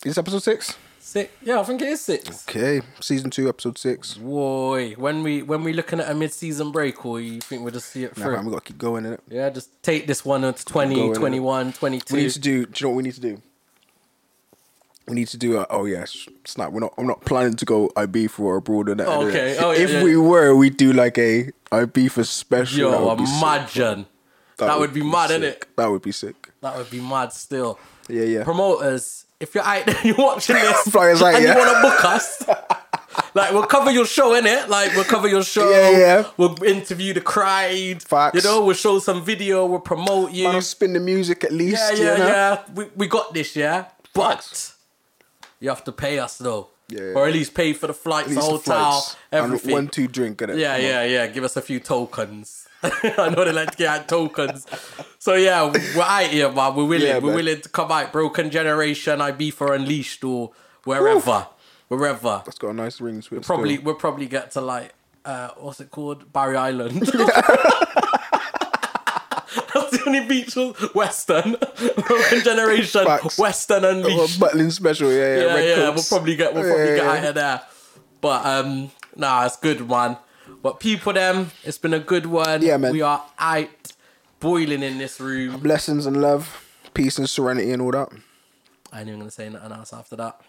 A: Is this episode six?
B: Six. Yeah, I think it is six.
A: Okay. Season two, episode six.
B: Boy, when we when we looking at a mid season break, or you think we'll just see it
A: Nah,
B: through?
A: man, we got to keep going, innit?
B: yeah, just take this one to 20,
A: Going, innit?
B: 21, 22.
A: We need to do. Do you know what we need to do? we need to do a, oh yeah, sh- snap. We're not. I'm not planning to go IB for abroad or that.
B: Oh, okay. Oh, yeah,
A: if
B: yeah.
A: we were, we'd do like a IB for special. That
B: Yo,
A: would be sick.
B: imagine. That, would be mad,
A: sick.
B: innit?
A: That would be sick.
B: That would be mad still.
A: Yeah, yeah.
B: Promoters, if you're out there, you're watching this
A: Flyers out,
B: and
A: yeah.
B: you want to book us, like we'll cover your show, innit? Like we'll cover your show.
A: Yeah, yeah.
B: We'll interview the crowd.
A: Facts.
B: You know, we'll show some video. We'll promote you.
A: Man, I'll spin the music at least.
B: yeah,
A: you
B: yeah,
A: know?
B: yeah. We, we got this, yeah. But you have to pay us though,
A: Yeah.
B: or at least pay for the flights,
A: At
B: the
A: least the
B: hotel,
A: flights.
B: everything.
A: And one two drink. Innit?
B: Yeah,
A: Come on.
B: yeah, yeah. Give us a few tokens. I know they like to get out tokens. So yeah, we're out here, man. We're willing.
A: Yeah,
B: we're
A: man.
B: willing to come out. Broken Generation, IB for Unleashed, or wherever, wherever.
A: It's got a nice ring to it.
B: Probably
A: still.
B: we'll probably get to like uh, what's it called, Barry Island. That's the only beach was Western Broken Generation,
A: Facts.
B: Western
A: Oh,
B: Unleashed.
A: Butlin special. Yeah, yeah.
B: Yeah,
A: red
B: yeah,
A: coats.
B: we'll probably get we'll probably
A: Yeah,
B: get
A: yeah,
B: out of there. But um nah, it's good one. But people them, it's been a good one.
A: Yeah, man.
B: We are out boiling in this room.
A: Blessings and love, peace and serenity and all that.
B: I ain't even gonna say nothing else after that.